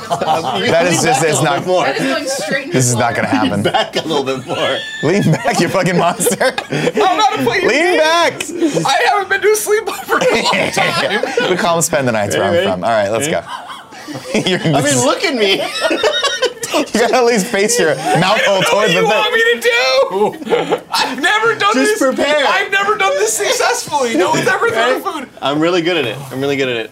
Speaker 1: That is just, it's not,
Speaker 2: more.
Speaker 4: That is going straight into
Speaker 1: this
Speaker 4: his
Speaker 1: is not gonna
Speaker 4: wallet.
Speaker 1: happen.
Speaker 2: Back a little bit more.
Speaker 1: Lean back, you fucking monster.
Speaker 8: I'm not playing.
Speaker 1: Lean back.
Speaker 8: I haven't been to a sleepover for a long time.
Speaker 1: We call him spend the nights where I'm
Speaker 2: Ready,
Speaker 1: from. All right, let's go. You're,
Speaker 2: I mean, look at me.
Speaker 1: you gotta at least face your mouth hole
Speaker 8: What
Speaker 1: towards
Speaker 8: do you
Speaker 1: the
Speaker 8: want
Speaker 1: thing.
Speaker 8: me to do? I've never
Speaker 2: Just
Speaker 8: done this.
Speaker 2: prepare.
Speaker 8: I've never done this successfully. No one's ever thrown food.
Speaker 2: I'm really good at it. I'm really good at it.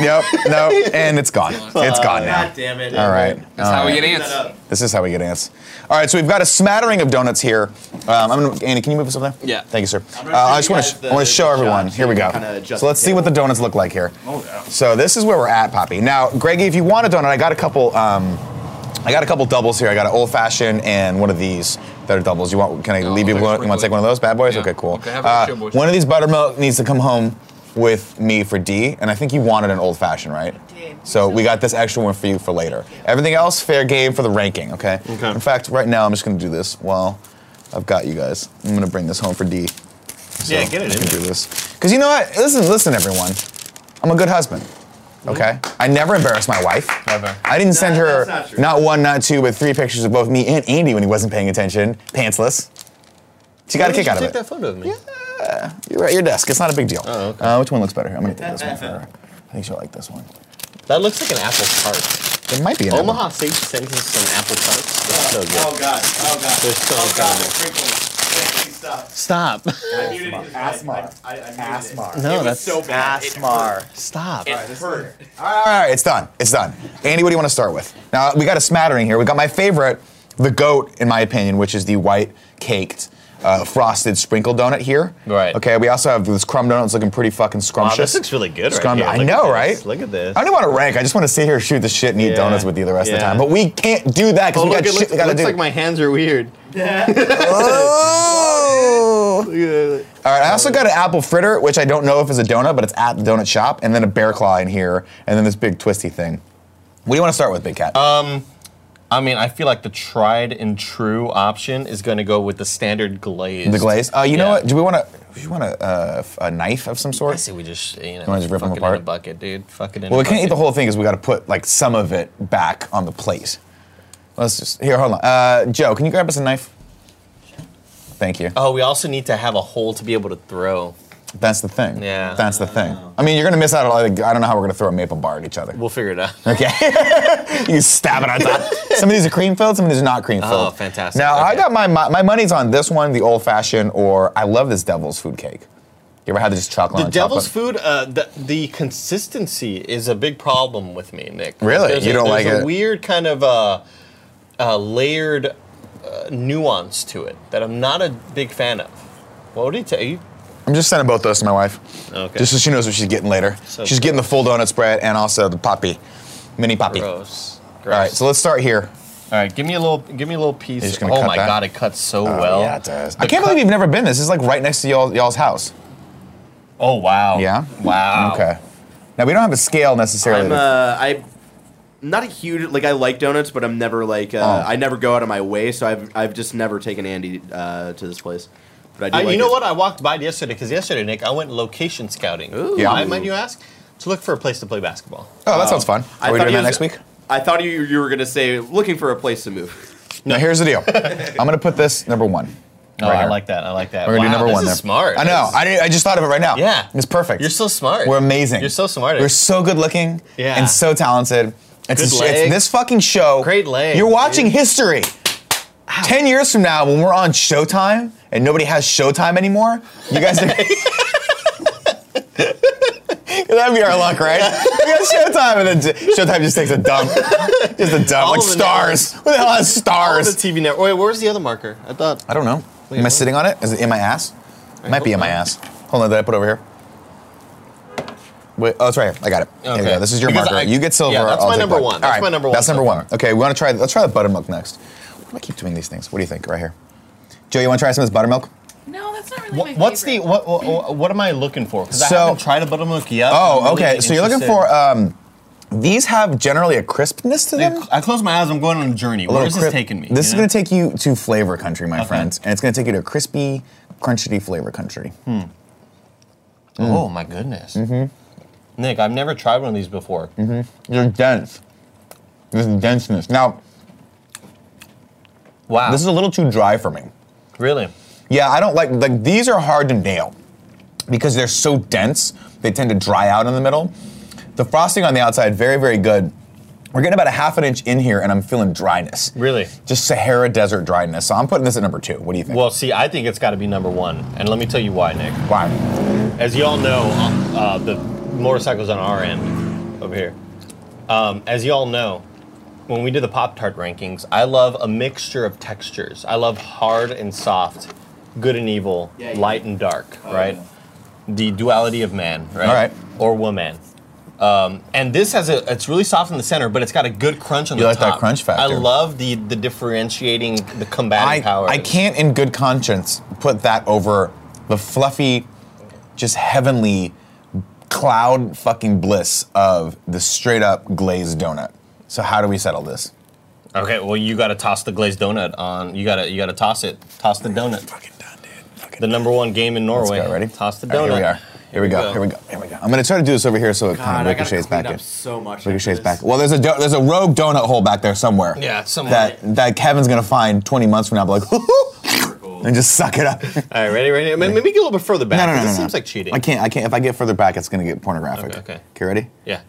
Speaker 1: Nope, no, and it's gone. It's gone now.
Speaker 7: God damn it.
Speaker 1: All right.
Speaker 8: That's how we get ants.
Speaker 1: This is how we get ants. All right, so we've got a smattering of donuts here. Um, I'm gonna, Andy, can you move us up there?
Speaker 2: Yeah.
Speaker 1: Thank you, sir. Uh,
Speaker 3: I'm gonna
Speaker 1: I just
Speaker 3: show you
Speaker 1: want
Speaker 3: guys
Speaker 1: to
Speaker 3: the-
Speaker 1: want to show
Speaker 3: the
Speaker 1: everyone.
Speaker 3: shots
Speaker 1: Here we
Speaker 3: and
Speaker 1: go.
Speaker 3: kinda adjust
Speaker 1: So let's
Speaker 3: the
Speaker 1: see what the
Speaker 3: table.
Speaker 1: donuts look like here.
Speaker 8: Oh, yeah.
Speaker 1: So this is where we're at, Poppy. Now, Greggy, if you want a donut, I got a couple. Um, I got a couple doubles here. I got an old fashioned and one of these that are doubles. You want? Can I leave you?
Speaker 8: I'll take
Speaker 1: One, you want
Speaker 8: it
Speaker 1: to
Speaker 8: quickly.
Speaker 1: take one of those bad boys?
Speaker 8: Yeah.
Speaker 1: Okay, cool. Uh,
Speaker 8: Okay, have it on the show, boys.
Speaker 1: one of these buttermilk needs to come home with me for D, and I think you wanted an old fashioned, right?
Speaker 4: did.
Speaker 1: So we got this extra one for you for later. Everything else, fair game for the ranking. Okay.
Speaker 2: Okay.
Speaker 1: In fact, right now I'm just gonna do this while I've got you guys. I'm gonna bring this home for D. So
Speaker 2: Yeah, get it
Speaker 1: I
Speaker 2: in
Speaker 1: can
Speaker 2: there.
Speaker 1: do this. Because you know what? Listen, listen, everyone. I'm a good husband. Okay? I never embarrassed my wife.
Speaker 2: Never.
Speaker 1: I didn't send
Speaker 3: No,
Speaker 1: her
Speaker 3: that's not true.
Speaker 1: not one, not two, but three pictures of both me and Andy when he wasn't paying attention, pantsless. She got a kick out of
Speaker 2: take
Speaker 1: it.
Speaker 2: that photo of me.
Speaker 1: You're at your desk. It's not a big deal.
Speaker 2: Oh, okay.
Speaker 1: uh, which one looks better? here? I'm gonna take this one for her. I think she'll like this one.
Speaker 2: That looks like an apple tart.
Speaker 1: It might be an apple.
Speaker 2: Omaha Sage sends us some apple tarts. They're so good.
Speaker 5: Oh god. Oh god.
Speaker 2: They're so
Speaker 5: oh god.
Speaker 2: good.
Speaker 5: they're crinkling. Please stop.
Speaker 2: Stop.
Speaker 5: I muted his mic.
Speaker 1: Asmar.
Speaker 5: I, I, I muted
Speaker 1: Asmar.
Speaker 5: It.
Speaker 2: No,
Speaker 5: it was
Speaker 2: that's-
Speaker 5: so bad. It hurt.
Speaker 2: Stop.
Speaker 5: It hurt.
Speaker 1: All right, it's done. It's done. Andy, what do you want to start with? Now we got a smattering here. We got my favorite, the goat, in my opinion, which is the white caked. Uh, frosted sprinkle donut here.
Speaker 2: Right.
Speaker 1: Okay. We also have this crumb donut. It's looking pretty fucking
Speaker 2: Wow,
Speaker 1: scrumptious.
Speaker 2: this looks really good right
Speaker 1: Scrum-
Speaker 2: here.
Speaker 1: I
Speaker 2: Look at
Speaker 1: know,
Speaker 2: this. Oh,
Speaker 1: right?
Speaker 2: Look at this.
Speaker 1: I don't want to rank. I just want to sit here, shoot the shit, and eat
Speaker 2: Yeah.
Speaker 1: donuts with you the rest of the
Speaker 2: Yeah.
Speaker 1: time. But we can't do that because
Speaker 2: Oh,
Speaker 1: we
Speaker 2: look,
Speaker 1: got
Speaker 2: it
Speaker 1: shit
Speaker 2: looks,
Speaker 1: we gotta
Speaker 2: looks
Speaker 1: do.
Speaker 2: like my hands are weird.
Speaker 1: oh.
Speaker 2: Look at that.
Speaker 1: All right, I also got an apple fritter, which I don't know if is a donut, but it's at the donut shop,
Speaker 2: Uh,
Speaker 1: and then a bear claw in here, and then this big twisty thing. What do you want to start with, Big Cat?
Speaker 2: I mean, I feel like the tried and true option is going to go with the standard glaze.
Speaker 1: The glaze. Uh, you know
Speaker 2: Yeah.
Speaker 1: what? Do we want to? You want a, uh, f- a knife of some
Speaker 2: I
Speaker 1: sort?
Speaker 2: say we just you know
Speaker 1: wanna just rip 'em
Speaker 2: fuck it in
Speaker 1: apart?
Speaker 2: a bucket, dude. Fuck it in.
Speaker 1: Well,
Speaker 2: a
Speaker 1: we can't eat
Speaker 2: bucket.
Speaker 1: the whole thing because we got to put like some of it back on the plate. Let's just here. Hold on, uh, Joe. Can you grab us a knife? Thank you.
Speaker 2: Oh, we also need to have a hole to be able to throw.
Speaker 1: That's the thing.
Speaker 2: Yeah.
Speaker 1: That's the thing. I mean, you're gonna miss out on. Like, I don't know how we're gonna throw a maple bar at each other.
Speaker 2: We'll figure it out.
Speaker 1: Okay. you stab it on top. Some of these are cream filled, some of these are not cream filled.
Speaker 2: Oh, fantastic.
Speaker 1: Now, I
Speaker 2: Okay.
Speaker 1: got my, my my money's on this one, the old fashioned, or I love this devil's food cake. You ever had this chocolate
Speaker 2: The
Speaker 1: on
Speaker 2: devil's
Speaker 1: chocolate?
Speaker 2: food, uh, the, the consistency is a big problem with me, Nick.
Speaker 1: Really?
Speaker 2: There's
Speaker 1: You
Speaker 2: a,
Speaker 1: don't
Speaker 2: there's
Speaker 1: like
Speaker 2: a
Speaker 1: it?
Speaker 2: Weird kind of uh, uh, layered uh, nuance to it that I'm not a big fan of. What would he tell you?
Speaker 1: I'm just sending both those to my wife.
Speaker 2: Oh, Okay.
Speaker 1: Just so she knows what she's getting later.
Speaker 2: So
Speaker 1: she's getting the full donut spread and also the poppy, mini poppy.
Speaker 2: gross. Gross.
Speaker 1: All right, so let's start here.
Speaker 2: All right, give me a little, give me a little piece.
Speaker 1: You're just gonna
Speaker 2: oh
Speaker 1: cut
Speaker 2: my
Speaker 1: that? Oh,
Speaker 2: god, it cuts so well.
Speaker 1: yeah, it does. I
Speaker 2: The
Speaker 1: can't
Speaker 2: cut-
Speaker 1: believe you've never been. This is like right next to y'all, y'all's house.
Speaker 2: Oh wow.
Speaker 1: Yeah?
Speaker 2: Wow.
Speaker 1: Okay. Now, we don't have a scale necessarily.
Speaker 3: I'm
Speaker 1: to-
Speaker 3: uh, I not a huge like I like donuts, but I'm never like uh,
Speaker 1: Oh.
Speaker 3: I never go out of my way, so I've I've just never taken Andy uh, to this place. But I
Speaker 2: Uh,
Speaker 3: do like
Speaker 2: you know
Speaker 3: this-
Speaker 2: what? I walked by it yesterday because yesterday, Nick, I went location scouting.
Speaker 1: Yeah.
Speaker 2: Why might you ask? To look for a place to play basketball.
Speaker 1: oh, that sounds fun. Are we
Speaker 3: thought
Speaker 1: doing
Speaker 3: you
Speaker 1: that next
Speaker 3: was-
Speaker 1: week?
Speaker 3: I thought you you were gonna say looking for a place to move.
Speaker 1: Now here's the deal. I'm gonna put this number one.
Speaker 2: No,
Speaker 1: Right
Speaker 2: Oh, I
Speaker 1: here.
Speaker 2: like that. I like that.
Speaker 1: We're gonna
Speaker 2: wow,
Speaker 1: do number
Speaker 2: this
Speaker 1: one
Speaker 2: is
Speaker 1: there.
Speaker 2: Smart.
Speaker 1: I know.
Speaker 2: This-
Speaker 1: I, didn't- I just thought of it right now.
Speaker 2: Yeah.
Speaker 1: It's perfect.
Speaker 2: You're so smart.
Speaker 1: We're amazing.
Speaker 2: You're so smart.
Speaker 1: We're so good looking.
Speaker 2: Yeah.
Speaker 1: And so talented. It's,
Speaker 2: Good
Speaker 1: a sh-
Speaker 2: legs.
Speaker 1: it's this fucking show.
Speaker 2: Great legs,
Speaker 1: You're watching
Speaker 2: dude.
Speaker 1: history. Ten years from now, when we're on Showtime and nobody has Showtime anymore, you guys are. That'd be our luck, right? We got Showtime, and then Showtime just takes a dump. Just a dump, like
Speaker 2: the
Speaker 1: stars. What the hell has
Speaker 2: All
Speaker 1: stars?
Speaker 2: the TV network. Wait, where's the other marker? I thought.
Speaker 1: I don't know.
Speaker 2: Wait,
Speaker 1: Am I
Speaker 2: what?
Speaker 1: sitting on it? Is it in my ass? It might be in
Speaker 2: hope
Speaker 1: my
Speaker 2: not.
Speaker 1: ass. Hold on, did I put it over here? Wait, oh, it's right here. I got it. There we
Speaker 2: Okay.
Speaker 1: go. This is your
Speaker 2: Because
Speaker 1: marker.
Speaker 2: I-
Speaker 1: you get silver.
Speaker 2: yeah, that's
Speaker 1: I'll
Speaker 2: my
Speaker 1: take
Speaker 2: number
Speaker 1: black.
Speaker 2: one.
Speaker 1: All
Speaker 2: That's
Speaker 1: right,
Speaker 2: my number one
Speaker 1: That's
Speaker 2: so
Speaker 1: number one.
Speaker 2: far.
Speaker 1: Okay, we want to try. Let's try the buttermilk next. Why do I keep doing these things? What do you think? Right here. Joe, you want to try some of this buttermilk?
Speaker 4: No, that's not really
Speaker 2: What,
Speaker 4: my
Speaker 2: what's the
Speaker 4: favorite.
Speaker 2: what, what? What am I looking for? Because
Speaker 1: So-
Speaker 2: I haven't tried a buttermilk yet.
Speaker 1: Oh,
Speaker 2: I'm really
Speaker 1: okay. So you're looking for.
Speaker 2: interested.
Speaker 1: Um, these have generally a crispness to them.
Speaker 2: I close my eyes. I'm going on a journey.
Speaker 1: A
Speaker 2: Where
Speaker 1: little
Speaker 2: is this
Speaker 1: crisp-
Speaker 2: taking me?
Speaker 1: This is
Speaker 2: you
Speaker 1: going
Speaker 2: know?
Speaker 1: to take you to flavor country, my
Speaker 2: Okay.
Speaker 1: friends, and it's going to take you to crispy, crunchy flavor country.
Speaker 2: Oh my goodness.
Speaker 1: Mm-hmm.
Speaker 2: Nick, I've never tried one of these before.
Speaker 1: They're dense. There's denseness. Now,
Speaker 2: Wow.
Speaker 1: This is a little too dry for me.
Speaker 2: really.
Speaker 1: Yeah, I don't like like these are hard to nail because they're so dense. They tend to dry out in the middle. The frosting on the outside very very good. We're getting about a half an inch in here, and I'm feeling dryness.
Speaker 2: Really?
Speaker 1: Just Sahara Desert dryness. So I'm putting this at number two. What do you think?
Speaker 2: Well, see, I think it's got to be number one, and let me tell you why, Nick.
Speaker 1: wow.
Speaker 2: As y'all know, uh, uh, the motorcycle's on our end over here. Um, as y'all know, when we do the Pop Tart rankings, I love a mixture of textures. I love hard and soft, good and evil, light and dark, right? The duality of man, right?
Speaker 1: All right.
Speaker 2: Or woman. Um, and this has a, it's really soft in the center, but it's got a good crunch on
Speaker 1: You
Speaker 2: the
Speaker 1: like
Speaker 2: top.
Speaker 1: that crunch factor.
Speaker 2: I love the the differentiating, the combating
Speaker 1: I
Speaker 2: power.
Speaker 1: I can't in good conscience put that over the fluffy, just heavenly cloud fucking bliss of the straight up glazed donut. So how do we settle this?
Speaker 2: Okay, well you gotta toss the glazed donut on. You gotta you gotta toss it. Toss the donut.
Speaker 1: Fucking done, dude. Fucking
Speaker 2: The number one game in Norway.
Speaker 1: Let's go. Ready?
Speaker 2: Toss the
Speaker 1: All
Speaker 2: donut.
Speaker 1: right, here we are. Here we go. Here we go. Here we go. I'm gonna try to do this over here so it kind of ricochets back in.
Speaker 3: so much.
Speaker 1: Ricochets back. Well, there's a do- there's a rogue donut hole back there somewhere.
Speaker 2: Yeah, it's somewhere.
Speaker 1: That that Kevin's gonna find 20 months from now, be like, and just suck it up.
Speaker 2: All right, ready, ready. I mean, Maybe get a little bit further back.
Speaker 1: No, no, no,
Speaker 2: 'cause
Speaker 1: no,
Speaker 2: This
Speaker 1: no.
Speaker 2: seems like cheating.
Speaker 1: I can't. I can't. If I get further back, it's gonna get pornographic.
Speaker 2: Okay, okay.
Speaker 1: Okay. Ready?
Speaker 2: Yeah.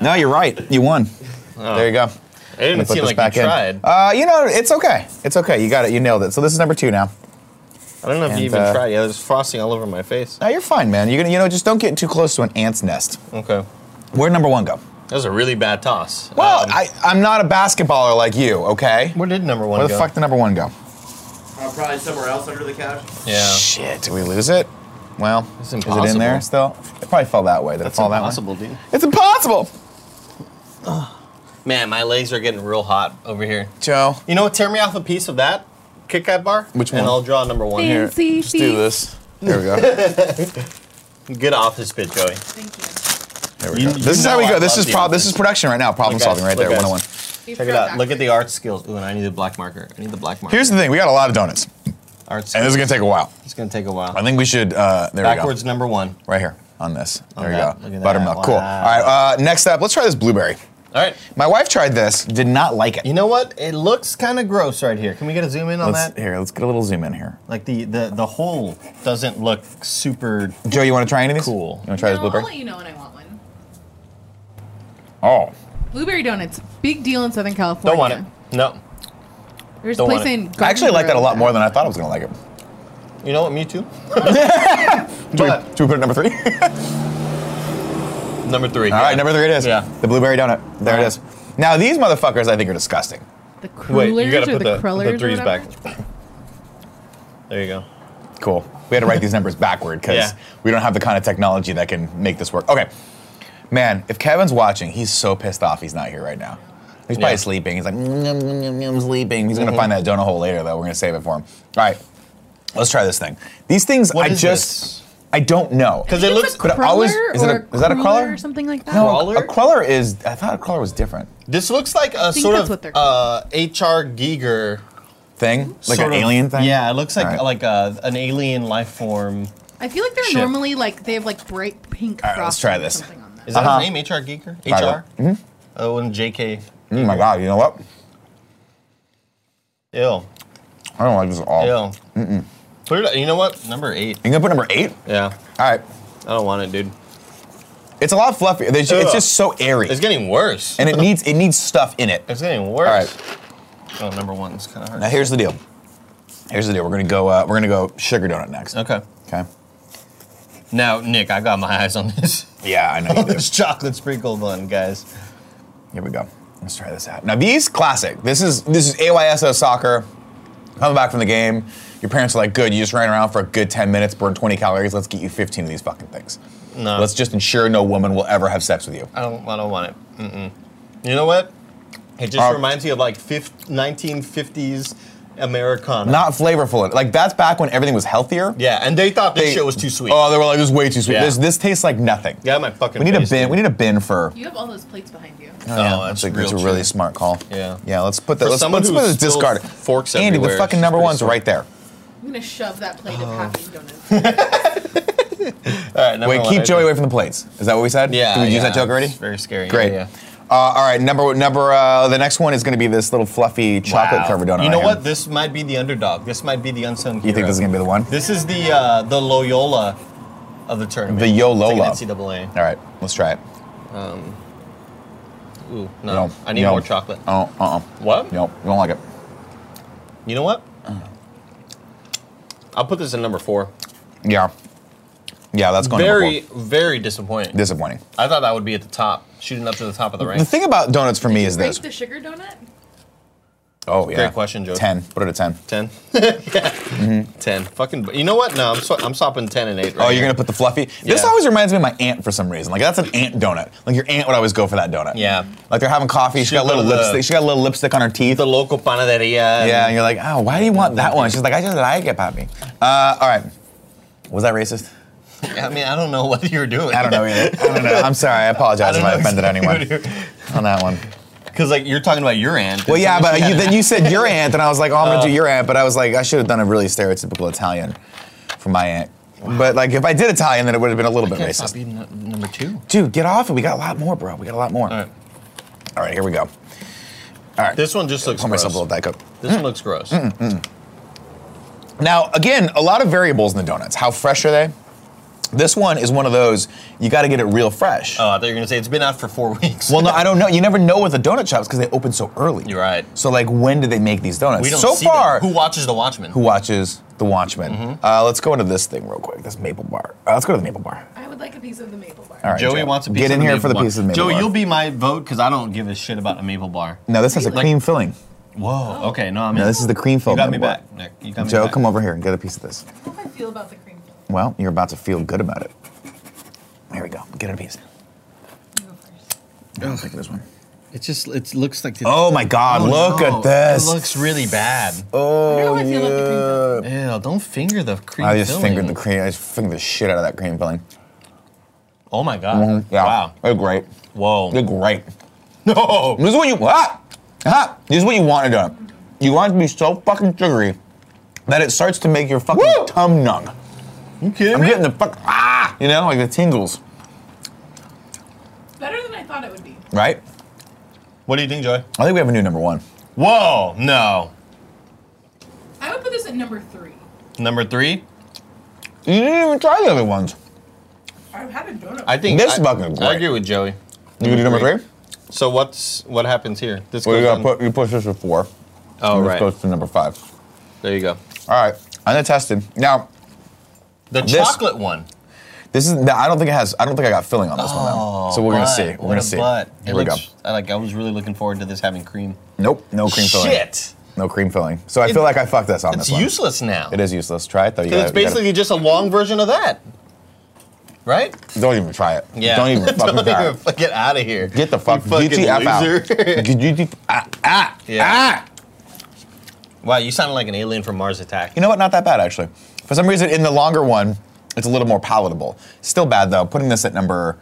Speaker 1: No, you're right. You won. There you go.
Speaker 2: It Oh. didn't
Speaker 1: Put
Speaker 2: seem
Speaker 1: this
Speaker 2: like
Speaker 1: back
Speaker 2: you
Speaker 1: in.
Speaker 2: tried.
Speaker 1: Uh, you know, it's okay. It's okay. You got it. You nailed it. So this is number two now.
Speaker 2: I don't know if
Speaker 1: and,
Speaker 2: you even
Speaker 1: uh,
Speaker 2: tried. Yeah, there's frosting all over my face.
Speaker 1: No, you're fine, man. You're gonna. You know, just don't get too close to an ant's nest.
Speaker 2: Okay.
Speaker 1: Where'd number one go?
Speaker 2: That was a really bad toss.
Speaker 1: Well,
Speaker 2: Um,
Speaker 1: I, I'm not a basketballer like you, okay?
Speaker 2: Where did number one
Speaker 1: Where the
Speaker 2: go?
Speaker 1: fuck did number one go?
Speaker 3: Uh, probably somewhere else under the couch.
Speaker 2: Yeah.
Speaker 1: Shit, did we lose it? Well,
Speaker 2: It's
Speaker 1: is it in there
Speaker 2: impossible.
Speaker 1: still? It probably fell that way. Did it
Speaker 2: That's
Speaker 1: fall
Speaker 2: impossible, dude.
Speaker 1: that way? It's impossible!
Speaker 2: Man, my legs are getting real hot over here.
Speaker 1: Joe,
Speaker 2: You know what? Tear me off a piece of that Kit Kat bar.
Speaker 1: Which
Speaker 2: And
Speaker 1: one?
Speaker 2: I'll draw number one here.
Speaker 4: Fancy
Speaker 1: let's do
Speaker 4: feet.
Speaker 1: this. There we go.
Speaker 2: Get off this bit, Joey.
Speaker 4: Thank you.
Speaker 1: There we
Speaker 2: You-
Speaker 1: go.
Speaker 2: you
Speaker 1: This is how
Speaker 2: know
Speaker 1: we go.
Speaker 2: I
Speaker 1: This
Speaker 2: love
Speaker 1: is
Speaker 2: the
Speaker 1: prob-
Speaker 2: answer.
Speaker 1: This is production right now. Problem
Speaker 2: Look, guys,
Speaker 1: solving right
Speaker 2: look,
Speaker 1: there. One
Speaker 2: guys.
Speaker 1: on one.
Speaker 4: You
Speaker 2: Check it
Speaker 4: throw
Speaker 2: out. Look
Speaker 4: backwards.
Speaker 2: at the art skills. Ooh, and I need the black marker. I need the black marker.
Speaker 1: Here's the thing. We got a lot of donuts,
Speaker 2: art skills.
Speaker 1: and this is gonna take a while.
Speaker 2: it's gonna take a
Speaker 1: I
Speaker 2: while.
Speaker 1: think we should. Uh, there
Speaker 2: Backwards
Speaker 1: we
Speaker 2: number one.
Speaker 1: go. Right here on this. There
Speaker 2: that.
Speaker 1: we
Speaker 2: Look
Speaker 1: go.
Speaker 2: at
Speaker 1: Buttermilk.
Speaker 2: that.
Speaker 1: Cool. All
Speaker 2: Wow.
Speaker 1: right. Uh, next up, let's try this blueberry.
Speaker 2: All right.
Speaker 1: My wife tried this. Did not like it.
Speaker 2: You know what? It looks kind of gross right here. Can we get a zoom in on
Speaker 1: Let's,
Speaker 2: that?
Speaker 1: here, let's get a little zoom in here.
Speaker 2: Like the the the hole doesn't look super.
Speaker 1: Joe, you want to try any of these?
Speaker 2: Cool.
Speaker 1: You want to try this
Speaker 4: No, I'll
Speaker 1: blueberry?
Speaker 4: let you know when I want one.
Speaker 1: Oh.
Speaker 4: Blueberry donuts, big deal in Southern California.
Speaker 2: Don't want it. No.
Speaker 4: There's
Speaker 2: Don't
Speaker 4: a place
Speaker 2: want it.
Speaker 4: in.
Speaker 1: I actually
Speaker 4: Garden
Speaker 1: like that a
Speaker 4: Grove
Speaker 1: lot more than I thought I was gonna like it.
Speaker 2: You know what? Me too.
Speaker 1: Should we,
Speaker 2: But-
Speaker 1: should we put it at number three?
Speaker 2: Number three.
Speaker 1: All right, number three it is.
Speaker 2: Yeah.
Speaker 1: The blueberry donut. There it is. Now these motherfuckers, I think, are disgusting.
Speaker 4: The crullers or the, crullers or
Speaker 2: threes
Speaker 4: whatever.
Speaker 2: There you go.
Speaker 1: Cool. We had to write these numbers backward because
Speaker 2: Yeah.
Speaker 1: we don't have the kind of technology that can make this work. Okay. Man, if Kevin's watching, he's so pissed off he's not here right now. He's probably
Speaker 2: Yeah. Mm-hmm.
Speaker 1: sleeping. He's like, "Mm, mm, mm, mm, I'm sleeping. He's gonna find that donut hole later, though. We're gonna save it for him. All right, let's try this thing. These things,
Speaker 2: What
Speaker 1: I
Speaker 2: is
Speaker 1: just,
Speaker 2: this?
Speaker 1: I don't know.
Speaker 2: Because
Speaker 4: I
Speaker 2: it
Speaker 4: think
Speaker 2: looks.
Speaker 4: it's a
Speaker 1: could I
Speaker 4: cruller
Speaker 1: always- is it a-
Speaker 4: or
Speaker 1: is that a cruller?
Speaker 4: or something like that?
Speaker 1: No,
Speaker 2: Crawler?
Speaker 1: a crawler is. I thought a crawler was different
Speaker 2: This looks like a
Speaker 4: think
Speaker 2: sort
Speaker 4: that's
Speaker 2: of
Speaker 4: what they're
Speaker 2: uh, HR Giger.
Speaker 1: thing, like
Speaker 2: sort
Speaker 1: an
Speaker 2: of-
Speaker 1: alien thing.
Speaker 2: Yeah, it looks like
Speaker 1: All right.
Speaker 2: like a, an alien life form.
Speaker 4: I feel like they're
Speaker 1: Shit.
Speaker 4: normally like they have like bright pink.
Speaker 1: All right, let's
Speaker 4: frosting
Speaker 1: try
Speaker 4: or
Speaker 1: this.
Speaker 4: something on them.
Speaker 2: Is that
Speaker 1: Uh-huh. Mm-hmm.
Speaker 2: his name? HR Giger.
Speaker 1: Probably.
Speaker 2: HR. Oh, and JK.
Speaker 1: Oh my god, you know what?
Speaker 2: Ill.
Speaker 1: I don't like this at all.
Speaker 2: Ill. Mm-mm. Put it. You know what? Number eight.
Speaker 1: You gonna put number eight?
Speaker 2: Yeah.
Speaker 1: All right.
Speaker 2: I don't want it, dude.
Speaker 1: It's a lot fluffier. They ju- It's
Speaker 2: Ugh.
Speaker 1: just so airy,
Speaker 2: It's getting worse.
Speaker 1: and it needs it needs stuff in it.
Speaker 2: It's getting
Speaker 1: All
Speaker 2: worse.
Speaker 1: right.
Speaker 2: Oh, number one is kind of
Speaker 1: Now
Speaker 2: hard.
Speaker 1: here's the deal. Here's the deal. We're gonna go. Uh, we're gonna go sugar donut next.
Speaker 2: Okay.
Speaker 1: Okay.
Speaker 2: Now, Nick, I got my eyes on this.
Speaker 1: Yeah, I know.
Speaker 2: on
Speaker 1: You do.
Speaker 2: this chocolate sprinkle bun, guys.
Speaker 1: Here we go. Let's try this out. Now these classic. This is this is AYSO soccer. Coming back from the game, your parents are like, "Good, you just ran around for a good 10 minutes, burned 20 calories. Let's get you 15 of these fucking things.
Speaker 2: No.
Speaker 1: Let's just ensure no woman will ever have sex with you."
Speaker 2: I don't. I don't want it. Mm-mm. You know what? It just
Speaker 1: Uh,
Speaker 2: reminds me of like fif- 1950s Americana.
Speaker 1: Not flavorful. Like that's back when everything was healthier.
Speaker 2: Yeah, and they thought this
Speaker 1: They-
Speaker 2: shit was too sweet.
Speaker 1: Oh, they were like, "This is way too sweet.
Speaker 2: Yeah.
Speaker 1: This this tastes like nothing."
Speaker 2: yeah, my fucking.
Speaker 1: We need a
Speaker 2: face,
Speaker 1: bin.
Speaker 2: dude.
Speaker 1: We need a bin for.
Speaker 4: You have all those plates behind you.
Speaker 1: Oh,
Speaker 2: yeah,
Speaker 1: that's,
Speaker 2: that's
Speaker 1: a, that's a
Speaker 2: real
Speaker 1: really
Speaker 2: cheap.
Speaker 1: smart call.
Speaker 2: Yeah.
Speaker 1: Yeah. Let's put that.
Speaker 2: For
Speaker 1: Let's,
Speaker 2: someone
Speaker 1: let's
Speaker 2: who
Speaker 1: put the
Speaker 2: spills
Speaker 1: discard.
Speaker 2: forks
Speaker 1: Andy, the
Speaker 2: everywhere,
Speaker 1: fucking
Speaker 2: it's
Speaker 1: number
Speaker 2: pretty
Speaker 1: one's
Speaker 2: smart.
Speaker 1: right there.
Speaker 4: I'm gonna shove that plate
Speaker 1: Oh.
Speaker 4: of half donuts.
Speaker 2: All right, number
Speaker 1: Wait,
Speaker 2: one,
Speaker 1: keep
Speaker 2: I
Speaker 1: Joey
Speaker 2: think.
Speaker 1: away from the plates. Is that what we said?
Speaker 2: Yeah.
Speaker 1: Did we use
Speaker 2: yeah,
Speaker 1: that joke already?
Speaker 2: It's very scary.
Speaker 1: Great.
Speaker 2: Yeah,
Speaker 1: Uh, all right. Number number. Uh, the next one is going to be this little fluffy chocolate covered donut.
Speaker 2: You
Speaker 1: I
Speaker 2: know
Speaker 1: have.
Speaker 2: what? This might be the underdog. This might be the unsung hero.
Speaker 1: You think this is going to be the one?
Speaker 2: This is the uh, the Loyola of the tournament.
Speaker 1: The Yolola.
Speaker 2: It's like an NCAA.
Speaker 1: All right. Let's try it.
Speaker 2: Ooh, no. Uh, I need
Speaker 1: no.
Speaker 2: more chocolate.
Speaker 1: Oh, uh, uh
Speaker 2: What?
Speaker 1: No, you don't like it.
Speaker 2: You know what? I'll put this in number four.
Speaker 1: Yeah. Yeah, that's going
Speaker 2: Very,
Speaker 1: number
Speaker 2: very disappointing.
Speaker 1: four. disappointing.
Speaker 2: I thought that would be at the top, shooting up to the top of the
Speaker 1: The
Speaker 2: rank.
Speaker 1: thing about donuts for me is
Speaker 4: Break
Speaker 1: this.
Speaker 4: the sugar donut.
Speaker 1: Oh yeah.
Speaker 2: Great question, Joe.
Speaker 1: Ten. Put it at ten.
Speaker 2: Ten. Ten. Fucking. You know what? No, I'm sw- I'm swapping ten and eight. Right
Speaker 1: Oh, you're
Speaker 2: here.
Speaker 1: gonna put the fluffy. This
Speaker 2: Yeah.
Speaker 1: always reminds me of my aunt for some reason. Like that's an aunt donut. Like your aunt would always go for that donut.
Speaker 2: Yeah.
Speaker 1: Like they're having coffee. She got
Speaker 2: She'll go
Speaker 1: little
Speaker 2: to the-
Speaker 1: lipstick. She got a little lipstick on her teeth.
Speaker 2: the local panaderia.
Speaker 1: Yeah, and you're like, oh, why do you want that one? She's like, I just like it, Papi. Uh, all right. Was that racist?
Speaker 2: I mean, I don't know what you're doing.
Speaker 1: I don't know either. I don't know. I'm sorry. I apologize if I offended anyone on that one.
Speaker 2: Because like you're talking about your aunt.
Speaker 1: Well, yeah, but you, then you said your aunt, and I was like, oh, I'm gonna do your aunt, but I was like, I should have done a really stereotypical Italian for my aunt. But like, if I did Italian, then it would have been a little bit
Speaker 2: Can't stop
Speaker 1: racist.
Speaker 2: being n- number two.
Speaker 1: Dude, get off it. We got a lot more, bro. We got a lot more.
Speaker 2: All right.
Speaker 1: All right, here we go.
Speaker 2: This one just looks
Speaker 1: Pour
Speaker 2: gross.
Speaker 1: myself a little Diet Coke.
Speaker 2: This one looks gross.
Speaker 1: Now, again, a lot of variables in the donuts. How fresh are they? This one is one of those you got to get it real fresh.
Speaker 2: Oh, I thought you were gonna say it's been out for four weeks.
Speaker 1: Well, no, I don't know. You never know with the donut shops because they open so early.
Speaker 2: You're right.
Speaker 1: So, like, when did they make these donuts?
Speaker 2: we don't
Speaker 1: so
Speaker 2: see
Speaker 1: far,
Speaker 2: them. Mm-hmm. Who watches the Watchmen?
Speaker 1: who watches The Watchmen? Uh, let's go into this thing real quick. This maple bar. Uh, let's go to the maple bar.
Speaker 4: I would like a piece of the maple bar.
Speaker 1: All right,
Speaker 2: Joey
Speaker 1: Joe.
Speaker 2: wants a piece
Speaker 1: Get
Speaker 2: of
Speaker 1: in
Speaker 2: the
Speaker 1: here
Speaker 2: maple
Speaker 1: for the
Speaker 2: bar.
Speaker 1: piece of the maple
Speaker 2: Joey,
Speaker 1: bar.
Speaker 2: you'll be my vote because I don't give a shit about a maple bar.
Speaker 1: No, this has a
Speaker 2: Like-
Speaker 1: cream filling.
Speaker 2: Whoa. Okay. No, I mean.
Speaker 1: No, this is the cream
Speaker 2: You
Speaker 1: filling.
Speaker 2: got me
Speaker 1: maple
Speaker 2: back,
Speaker 1: bar.
Speaker 2: Nick. You got me
Speaker 1: Joe,
Speaker 2: back.
Speaker 1: come over here and get a piece of this.
Speaker 4: How do I feel about the cream?
Speaker 1: Well, you're about to feel good about it. Here we go. Get a piece.
Speaker 4: You go first.
Speaker 1: I'll take this one.
Speaker 2: It just it looks like.
Speaker 1: Oh my God! look
Speaker 2: no,
Speaker 1: at this.
Speaker 2: It looks really bad.
Speaker 1: oh,
Speaker 4: I wonder how I feel about the cream filling.
Speaker 2: Ew, don't finger the cream
Speaker 1: I just
Speaker 2: filling.
Speaker 1: fingered the cream. I just fingered the shit out of that cream filling.
Speaker 2: Oh my god.
Speaker 1: Mm-hmm. Yeah.
Speaker 2: Wow.
Speaker 1: They're great.
Speaker 2: Whoa.
Speaker 1: They're great.
Speaker 2: No.
Speaker 1: This is what you ah, ah, This is what you want to do. You want it to be so fucking sugary that it starts to make your fucking
Speaker 2: Woo!
Speaker 1: tum numb.
Speaker 2: You kidding
Speaker 1: I'm
Speaker 2: me?
Speaker 1: getting the fuck ah, you know, like the tingles,
Speaker 4: Better than I thought it would be.
Speaker 1: right?
Speaker 2: What do you think, Joy?
Speaker 1: I think we have a new number one.
Speaker 2: Whoa. No.
Speaker 4: I would put this at number three.
Speaker 2: Number three.
Speaker 1: You didn't even try the other ones.
Speaker 4: I've had a donut.
Speaker 2: I think
Speaker 1: This
Speaker 2: I,
Speaker 1: is fucking
Speaker 2: I
Speaker 1: great.
Speaker 2: agree with Joey.
Speaker 1: You gonna do number three?
Speaker 2: So what's what happens here? This
Speaker 1: Well, you
Speaker 2: goes
Speaker 1: gotta
Speaker 2: on-
Speaker 1: put you push this to four.
Speaker 2: Oh
Speaker 1: and
Speaker 2: right.
Speaker 1: This goes to number five.
Speaker 2: there you go.
Speaker 1: All right, unattested. Now
Speaker 2: The
Speaker 1: This-
Speaker 2: chocolate one.
Speaker 1: this is I don't think it has. I don't think I got filling on this one. though. So we're gonna
Speaker 2: Oh, But,
Speaker 1: see. We're
Speaker 2: what
Speaker 1: gonna
Speaker 2: a
Speaker 1: see.
Speaker 2: Butt. It
Speaker 1: Here we go.
Speaker 2: looks- I, like I was really looking forward to this having cream.
Speaker 1: Nope, no cream filling.
Speaker 2: Shit.
Speaker 1: No cream filling. So I
Speaker 2: It-
Speaker 1: feel like I fucked this on
Speaker 2: It's
Speaker 1: this one.
Speaker 2: useless now.
Speaker 1: It is useless. Try it though. You
Speaker 2: Because it's
Speaker 1: gotta- you gotta-
Speaker 2: basically just a long version of that. Right?
Speaker 1: Don't even try it. Don't even fucking
Speaker 2: Don't
Speaker 1: try
Speaker 2: even
Speaker 1: it.
Speaker 2: fuck- get out of here.
Speaker 1: Get the fuck
Speaker 2: You fucking
Speaker 1: GTF out.
Speaker 2: loser.
Speaker 1: GTF ah, ah,
Speaker 2: Yeah.
Speaker 1: ah.
Speaker 2: wow, you sounded like an alien from Mars Attack.
Speaker 1: You know what? Not that bad actually. For some reason, in the longer one, it's a little more palatable. Still bad though. Putting this at number,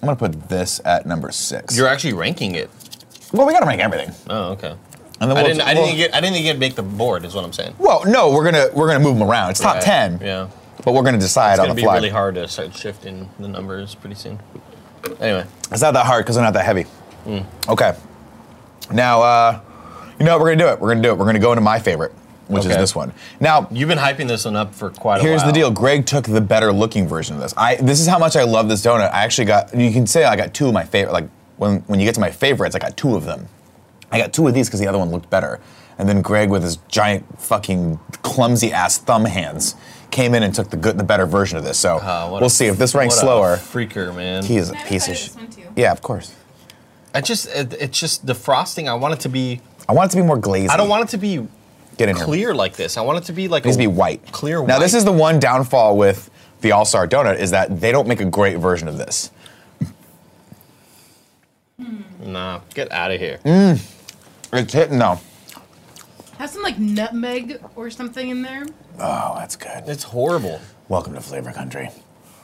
Speaker 1: I'm gonna put this at number 6
Speaker 2: You're actually ranking it.
Speaker 1: well, we gotta rank everything.
Speaker 2: Oh, okay.
Speaker 1: And then
Speaker 2: I
Speaker 1: we'll-
Speaker 2: didn't. I
Speaker 1: we'll-
Speaker 2: didn't get. I didn't think it'd make the board. Is what I'm saying.
Speaker 1: Well, no, we're gonna we're gonna move them around. It's top
Speaker 2: Right.
Speaker 1: ten.
Speaker 2: Yeah.
Speaker 1: But we're gonna decide
Speaker 2: It's
Speaker 1: on
Speaker 2: gonna
Speaker 1: the
Speaker 2: be
Speaker 1: fly.
Speaker 2: really hard to start shifting the numbers pretty soon. Anyway,
Speaker 1: It's not that hard because they're not that heavy.
Speaker 2: Mm.
Speaker 1: Okay. Now, uh, you know what? We're gonna do it. We're gonna do it. We're gonna go into my favorite, which is
Speaker 2: Okay.
Speaker 1: this one. Now,
Speaker 2: you've been hyping this one up for quite a while.
Speaker 1: here's the deal. Greg took the better looking version of this. I this is how much I love this donut. I actually got. You can say I got two of my favorite. Like when when you get to my favorites, I got two of them. I got two of these because the other one looked better. And then Greg with his giant fucking clumsy ass thumb hands came in and took the good the better version of this. So
Speaker 2: Ah, what
Speaker 1: we'll
Speaker 2: a-
Speaker 1: see if this ranks
Speaker 2: what a
Speaker 1: slower.
Speaker 2: freaker, man.
Speaker 1: He is a
Speaker 4: Can I have
Speaker 1: piece
Speaker 4: a
Speaker 1: of
Speaker 4: bite of
Speaker 1: shit.
Speaker 4: this one, too?
Speaker 1: Yeah, of course.
Speaker 2: I just. It, it's just the frosting. I want it to be.
Speaker 1: I want it to be more glazed.
Speaker 2: I don't want it to be
Speaker 1: Get in here.
Speaker 2: clear like this. I want it to be like.
Speaker 1: It needs
Speaker 2: a
Speaker 1: to be white.
Speaker 2: Clear.
Speaker 1: Now, this
Speaker 2: white.
Speaker 1: is the one downfall with the All Star Donut is that they don't make a great version of this.
Speaker 2: Nah, get out of here.
Speaker 1: It's hitting though.
Speaker 4: Have some like nutmeg or something in there.
Speaker 1: Oh, that's good.
Speaker 2: It's horrible.
Speaker 1: Welcome to Flavor Country.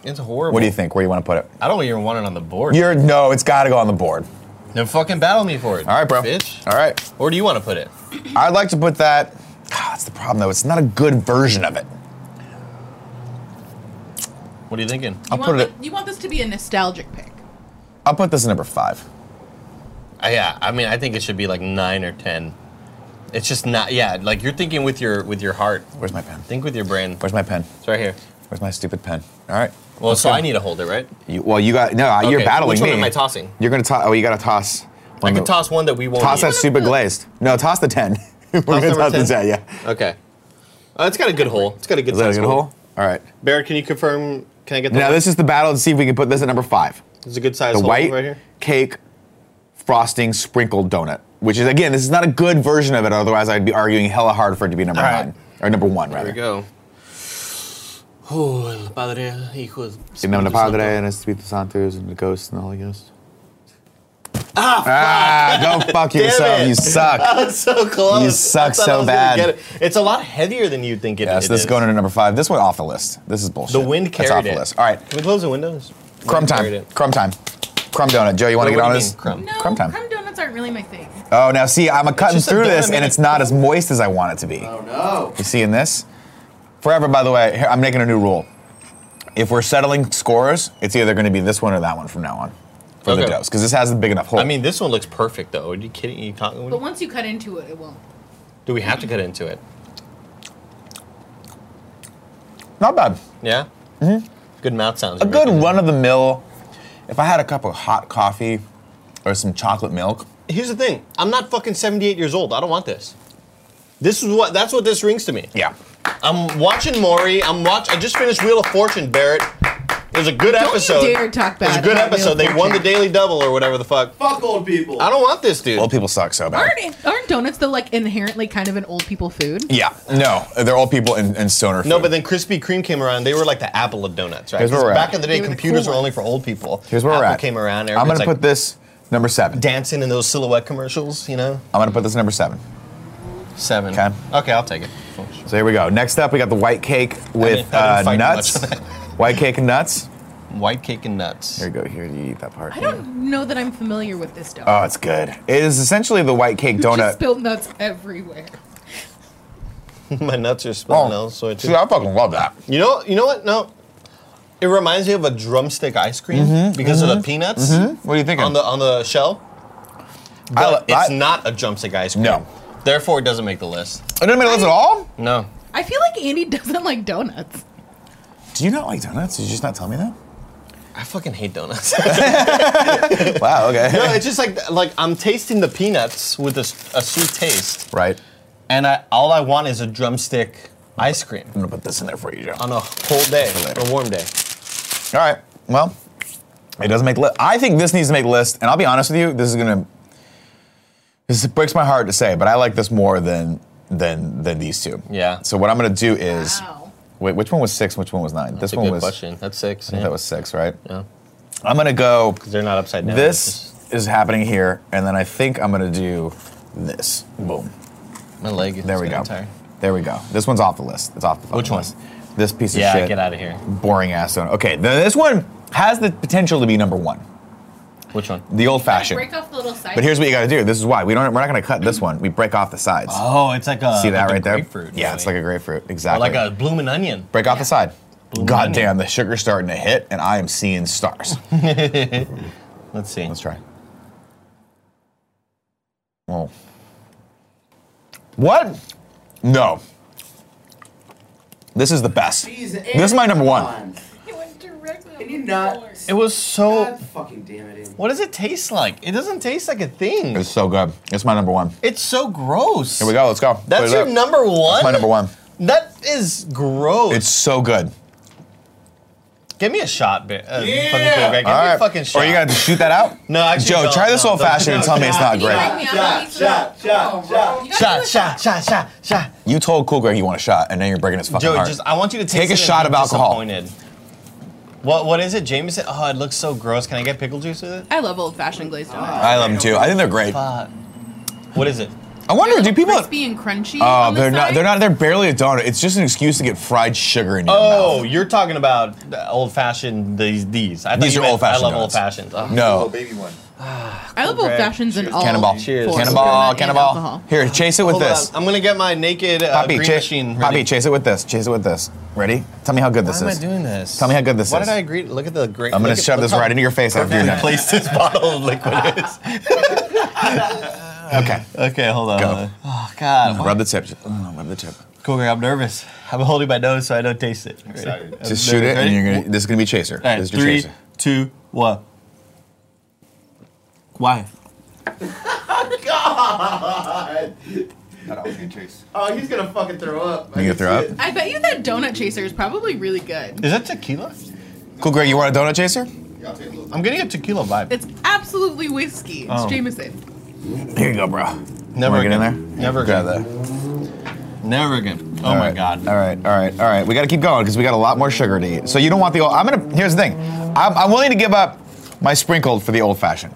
Speaker 2: It's horrible.
Speaker 1: What do you think? Where do you want to put it?
Speaker 2: I don't even want it on the board.
Speaker 1: You're no. It's got to go on the board.
Speaker 2: Then fucking battle me for it.
Speaker 1: All right, bro.
Speaker 2: Bitch.
Speaker 1: All right.
Speaker 2: Where do you want to put it?
Speaker 1: I'd like to put that. God, that's the problem though. It's not a good version of it.
Speaker 2: What are you thinking?
Speaker 1: I'll
Speaker 4: you
Speaker 1: put
Speaker 4: want
Speaker 1: it.
Speaker 4: thi- you want this to be a nostalgic pick.
Speaker 1: I'll put this at number five.
Speaker 2: Uh, yeah, I mean, I think it should be like nine or ten. It's just not. Yeah, like you're thinking with your with your heart.
Speaker 1: Where's my pen?
Speaker 2: Think with your brain.
Speaker 1: Where's my pen?
Speaker 2: It's right here.
Speaker 1: Where's my stupid pen? All right.
Speaker 2: Well, so I need to hold it, right?
Speaker 1: You, well, you got no. You're
Speaker 2: Okay,
Speaker 1: battling
Speaker 2: which
Speaker 1: me.
Speaker 2: one am I tossing?
Speaker 1: You're gonna toss. Oh, you gotta toss.
Speaker 2: I
Speaker 1: one
Speaker 2: could
Speaker 1: of-
Speaker 2: toss one that we won't.
Speaker 1: Toss
Speaker 2: need.
Speaker 1: that stupid glazed. No, toss the ten. We're gonna
Speaker 2: number
Speaker 1: toss the
Speaker 2: 10?
Speaker 1: ten. Yeah.
Speaker 2: Okay. Uh, it's got a good hole. It's got a good.
Speaker 1: Is that a
Speaker 2: size
Speaker 1: good hole? All right.
Speaker 3: Barrett, can you confirm? Can I get the
Speaker 1: Now this is the battle to see if we can put this at number five.
Speaker 3: It's a good size
Speaker 1: The
Speaker 3: hole
Speaker 1: white
Speaker 3: right here.
Speaker 1: cake frosting sprinkled donut, which is again, this is not a good version of it. Otherwise, I'd be arguing hella hard for it to be number
Speaker 2: All right.
Speaker 1: nine or number one rather.
Speaker 9: There we go.
Speaker 10: Oh, el padre, el hijo. el
Speaker 1: In nomine
Speaker 10: Espíritu Santo.
Speaker 1: Padre and Espíritu Santos and the ghosts and the Holy Ghost. Ah, go fuck yourself.
Speaker 2: it.
Speaker 1: You suck.
Speaker 2: That's so close.
Speaker 1: You suck
Speaker 2: I thought
Speaker 1: so
Speaker 2: I was gonna
Speaker 1: bad.
Speaker 2: get it. It's a lot heavier than you think it,
Speaker 1: yes,
Speaker 2: it
Speaker 1: this is
Speaker 2: is.
Speaker 1: going into number five. This one off the list. This is bullshit.
Speaker 2: The wind
Speaker 1: That's off
Speaker 2: carried
Speaker 1: the
Speaker 2: it.
Speaker 1: list. All right,
Speaker 2: Can we close the windows?
Speaker 1: crumb
Speaker 2: Carried
Speaker 1: time.
Speaker 2: it.
Speaker 1: Crumb time. Crumb donut. Joe, you want to
Speaker 2: Wait,
Speaker 1: get on
Speaker 2: what do you
Speaker 1: this?
Speaker 2: mean, crumb?
Speaker 4: No,
Speaker 1: Crumb time.
Speaker 4: crumb donuts aren't really my thing.
Speaker 1: Oh, now see, I'm a cutting
Speaker 2: just a
Speaker 1: through this,
Speaker 2: donut.
Speaker 1: and it's not as moist as I want it to be. Oh no! You seeing this? Forever, by the way, here, I'm making a new rule. If we're settling scores, it's either going to be this one or that one from now on for the
Speaker 2: Okay.
Speaker 1: dose, because this has a big enough hole.
Speaker 2: I mean, this one looks perfect though. Are you kidding? you talking?
Speaker 4: But once you cut into it, it won't.
Speaker 2: Do we have to cut into it?
Speaker 1: not bad.
Speaker 2: Yeah. Mm-hmm. Good mouth sounds.
Speaker 1: A
Speaker 2: you're
Speaker 1: good
Speaker 2: making.
Speaker 1: run-of-the-mill. If I had a cup of hot coffee or some chocolate milk,
Speaker 2: Here's the thing. I'm not fucking 78 years old. I don't want this. This is what. That's what this rings to me.
Speaker 1: yeah.
Speaker 2: I'm watching Maury. I'm watch. I just finished Wheel of Fortune, Barrett. It was a good
Speaker 4: Don't
Speaker 2: episode.
Speaker 4: you dare talk
Speaker 2: it was
Speaker 4: bad.
Speaker 2: a good
Speaker 4: about Wheel
Speaker 2: episode.
Speaker 4: of
Speaker 2: They won the
Speaker 4: Fortune.
Speaker 2: Daily Double or whatever the fuck.
Speaker 3: Fuck old people.
Speaker 2: I don't want this, dude.
Speaker 1: Old people suck so bad.
Speaker 4: Aren't, aren't donuts though like inherently kind of an old people food?
Speaker 1: Yeah. No, they're old people and, and stoner.
Speaker 2: no,
Speaker 1: food.
Speaker 2: but then Krispy Kreme came around. They were like the apple of donuts, right?
Speaker 1: Here's where
Speaker 2: 'Cause
Speaker 1: we're
Speaker 2: back
Speaker 1: at.
Speaker 2: in the day,
Speaker 4: They were the
Speaker 2: computers
Speaker 4: cool
Speaker 2: were only
Speaker 4: ones.
Speaker 2: for old people.
Speaker 1: here's where
Speaker 2: apple
Speaker 1: we're at.
Speaker 2: came around.
Speaker 1: I'm gonna
Speaker 2: everybody's, like,
Speaker 1: put this number seven.
Speaker 2: dancing in those silhouette commercials. You know,
Speaker 1: I'm gonna put this number seven.
Speaker 2: seven.
Speaker 1: Okay.
Speaker 2: Okay, I'll take it.
Speaker 1: So here we go. Next up, we got the white cake with
Speaker 2: I didn't
Speaker 1: uh,
Speaker 2: fight much
Speaker 1: nuts.
Speaker 2: on that.
Speaker 1: white cake and nuts.
Speaker 2: White cake and nuts.
Speaker 1: Here you go. Here you eat that part.
Speaker 4: I don't know that I'm familiar with this donut.
Speaker 1: Oh, it's good. It is essentially the white cake
Speaker 4: You Just
Speaker 1: donut.
Speaker 4: spilled nuts everywhere.
Speaker 2: My nuts are spilling
Speaker 1: Oh,
Speaker 2: elsewhere
Speaker 1: see,
Speaker 2: too.
Speaker 1: I fucking love that.
Speaker 2: You know, you know what? No, it reminds me of a drumstick ice cream
Speaker 1: Mm-hmm,
Speaker 2: because of the peanuts
Speaker 1: What do you think?
Speaker 2: on the on the shell. But
Speaker 1: mm-hmm. I li-
Speaker 2: it's
Speaker 1: I-
Speaker 2: not a drumstick ice cream.
Speaker 1: No.
Speaker 2: Therefore, it doesn't make the list.
Speaker 1: I didn't make those at all.
Speaker 2: No.
Speaker 4: I feel like Andy doesn't like donuts.
Speaker 1: Do you not like donuts? Did you just not tell me that?
Speaker 2: I fucking hate donuts.
Speaker 1: Wow. Okay.
Speaker 2: no, it's just like like I'm tasting the peanuts with a, s- a sweet taste,
Speaker 1: right.
Speaker 2: and I, all I want is a drumstick ice cream
Speaker 1: I'm gonna put this in there for you, Joe.
Speaker 2: on a cold day,
Speaker 1: Later.
Speaker 2: a warm day.
Speaker 1: All right. Well, it doesn't make list. I think this needs to make list, and I'll be honest with you. This is gonna. This breaks my heart to say, but I like this more than than than these two.
Speaker 2: Yeah.
Speaker 1: So what I'm gonna do is,
Speaker 4: Wow.
Speaker 1: wait, which one was six? Which one was nine?
Speaker 2: That's
Speaker 1: this
Speaker 2: a
Speaker 1: one
Speaker 2: good
Speaker 1: was.
Speaker 2: question. That's six.
Speaker 1: I think
Speaker 2: yeah.
Speaker 1: that was six, right?
Speaker 2: Yeah.
Speaker 1: I'm gonna go.
Speaker 2: They're not upside down. it's
Speaker 1: This is happening here, and then I think I'm gonna do this. Boom.
Speaker 2: just- my leg. is
Speaker 1: There we go.
Speaker 2: getting tired.
Speaker 1: There we go. This one's off the list. It's off the fucking
Speaker 2: Which one?
Speaker 1: list. This piece of
Speaker 2: Yeah,
Speaker 1: shit.
Speaker 2: get out of here.
Speaker 1: Boring ass donut. Okay, now this one has the potential to be number one.
Speaker 2: Which one?
Speaker 1: The old fashioned.
Speaker 4: Break off the little side.
Speaker 1: But here's what you gotta do. This is why. We don't we're not gonna cut this one. We break off the sides.
Speaker 2: Oh, it's like a
Speaker 1: See that
Speaker 2: like a
Speaker 1: right there?
Speaker 2: Grapefruit.
Speaker 1: yeah, it's like a grapefruit.
Speaker 2: or
Speaker 1: Exactly.
Speaker 2: like a blooming onion.
Speaker 1: break off the side.
Speaker 2: Blue
Speaker 1: God
Speaker 2: onion.
Speaker 1: damn, the sugar's starting to hit and I am seeing stars.
Speaker 2: Let's see.
Speaker 1: Let's try. Oh. What? No. This is the best. This is my number one.
Speaker 4: It went directly
Speaker 7: Can
Speaker 4: on
Speaker 7: you
Speaker 4: the
Speaker 7: not
Speaker 4: floor.
Speaker 2: It was so.
Speaker 7: God fucking damn it, Andy.
Speaker 2: What does it taste like? It doesn't taste like a thing.
Speaker 1: It's so good. It's my number one.
Speaker 2: It's so gross.
Speaker 1: Here we go. Let's go. Put
Speaker 2: That's
Speaker 1: it
Speaker 2: your
Speaker 1: up.
Speaker 2: number one.
Speaker 1: That's my number one.
Speaker 2: That is gross.
Speaker 1: It's so good.
Speaker 2: Give me a shot, Ba- uh,
Speaker 7: Yeah!
Speaker 2: fucking Big Greg. Give
Speaker 1: All
Speaker 2: me
Speaker 1: right.
Speaker 2: a fucking shot.
Speaker 1: Or you gotta shoot that out?
Speaker 2: No, actually,
Speaker 1: Joe,
Speaker 2: don't.
Speaker 1: try this
Speaker 2: No,
Speaker 1: old
Speaker 2: don't.
Speaker 1: fashioned and tell me it's not
Speaker 4: Can you
Speaker 1: great.
Speaker 4: back me up on these
Speaker 7: Shot, shot, shot.
Speaker 4: You gotta do
Speaker 2: shot,
Speaker 4: a
Speaker 2: shot, shot, shot, shot.
Speaker 1: You told Cool Greg you want a shot, and then you're breaking his fucking
Speaker 2: Joey,
Speaker 1: heart.
Speaker 2: just I want you to taste
Speaker 1: Take a
Speaker 2: it and
Speaker 1: shot
Speaker 2: be
Speaker 1: of alcohol.
Speaker 2: Disappointed. What what is it, Jameson? Oh, it looks so gross. Can I get pickle juice with it?
Speaker 4: I love old fashioned glazed
Speaker 1: Uh,
Speaker 4: donuts.
Speaker 1: I love them too. I think they're great.
Speaker 2: Fuck. What is it?
Speaker 1: I wonder, do people?
Speaker 4: crispy and crunchy?
Speaker 1: Oh,
Speaker 4: on the
Speaker 1: they're not.
Speaker 4: side?
Speaker 1: They're not. They're barely a donut. It's just an excuse to get fried sugar in your mouth.
Speaker 2: Oh, you're talking about old fashioned these these. I thought
Speaker 1: These
Speaker 2: you
Speaker 1: are
Speaker 2: meant,
Speaker 1: old-fashioned
Speaker 2: I love old
Speaker 1: donuts.
Speaker 2: fashioned.
Speaker 1: No.
Speaker 7: baby one.
Speaker 4: I love old fashions and all.
Speaker 1: Cannonball.
Speaker 2: Oh, Cheers.
Speaker 4: forms of donut
Speaker 1: Cannonball.
Speaker 4: and
Speaker 1: Cannonball.
Speaker 4: alcohol.
Speaker 1: Here, chase it with
Speaker 2: Hold
Speaker 1: this.
Speaker 2: on. I'm gonna get my naked uh,
Speaker 1: Poppy,
Speaker 2: green
Speaker 1: chase,
Speaker 2: machine.
Speaker 1: Poppy,
Speaker 2: ready.
Speaker 1: chase it with this. Chase it with this. Ready? Tell me how good
Speaker 2: Why
Speaker 1: this
Speaker 2: am I
Speaker 1: is.
Speaker 2: doing this?
Speaker 1: Tell me how good this
Speaker 2: Why
Speaker 1: is.
Speaker 2: did I agree? Look at the great.
Speaker 1: I'm gonna
Speaker 2: look at-
Speaker 1: shove
Speaker 2: look
Speaker 1: this
Speaker 2: how
Speaker 1: right into your face after you're done.
Speaker 2: Place this bottle of liquid is.
Speaker 1: Okay.
Speaker 2: Okay, hold on.
Speaker 1: Go.
Speaker 2: hold on. Oh God,
Speaker 1: Rub the tip. Oh, Rub the tip.
Speaker 2: Cool, Greg, I'm nervous. I'm holding my nose so I don't taste it. Ready? I'm
Speaker 1: Just shoot it, and
Speaker 2: nervous. Ready?
Speaker 1: you're gonna. This is gonna be chaser.
Speaker 2: All right,
Speaker 1: this is your
Speaker 2: three,
Speaker 1: chaser.
Speaker 2: two, one. Why?
Speaker 3: Oh, he's gonna fucking throw up.
Speaker 1: You gonna throw up?
Speaker 4: I bet you that donut chaser is probably really good.
Speaker 2: Is that tequila?
Speaker 1: Cool, Greg. You want a donut chaser?
Speaker 2: I'm getting a tequila vibe.
Speaker 4: It's absolutely whiskey. It's
Speaker 2: Oh.
Speaker 4: Jameson.
Speaker 1: Here you go, bro.
Speaker 2: Never
Speaker 1: Wanna get in there.
Speaker 2: again. Never
Speaker 1: Grab
Speaker 2: again.
Speaker 1: that.
Speaker 2: Never again. Oh
Speaker 1: All
Speaker 2: my
Speaker 1: right,
Speaker 2: God.
Speaker 1: All right, all right, all right. We got to keep going because we got a lot more sugar to eat. So you don't want the old. I'm gonna. Here's the thing. I'm, I'm willing to give up my sprinkled for the old fashioned.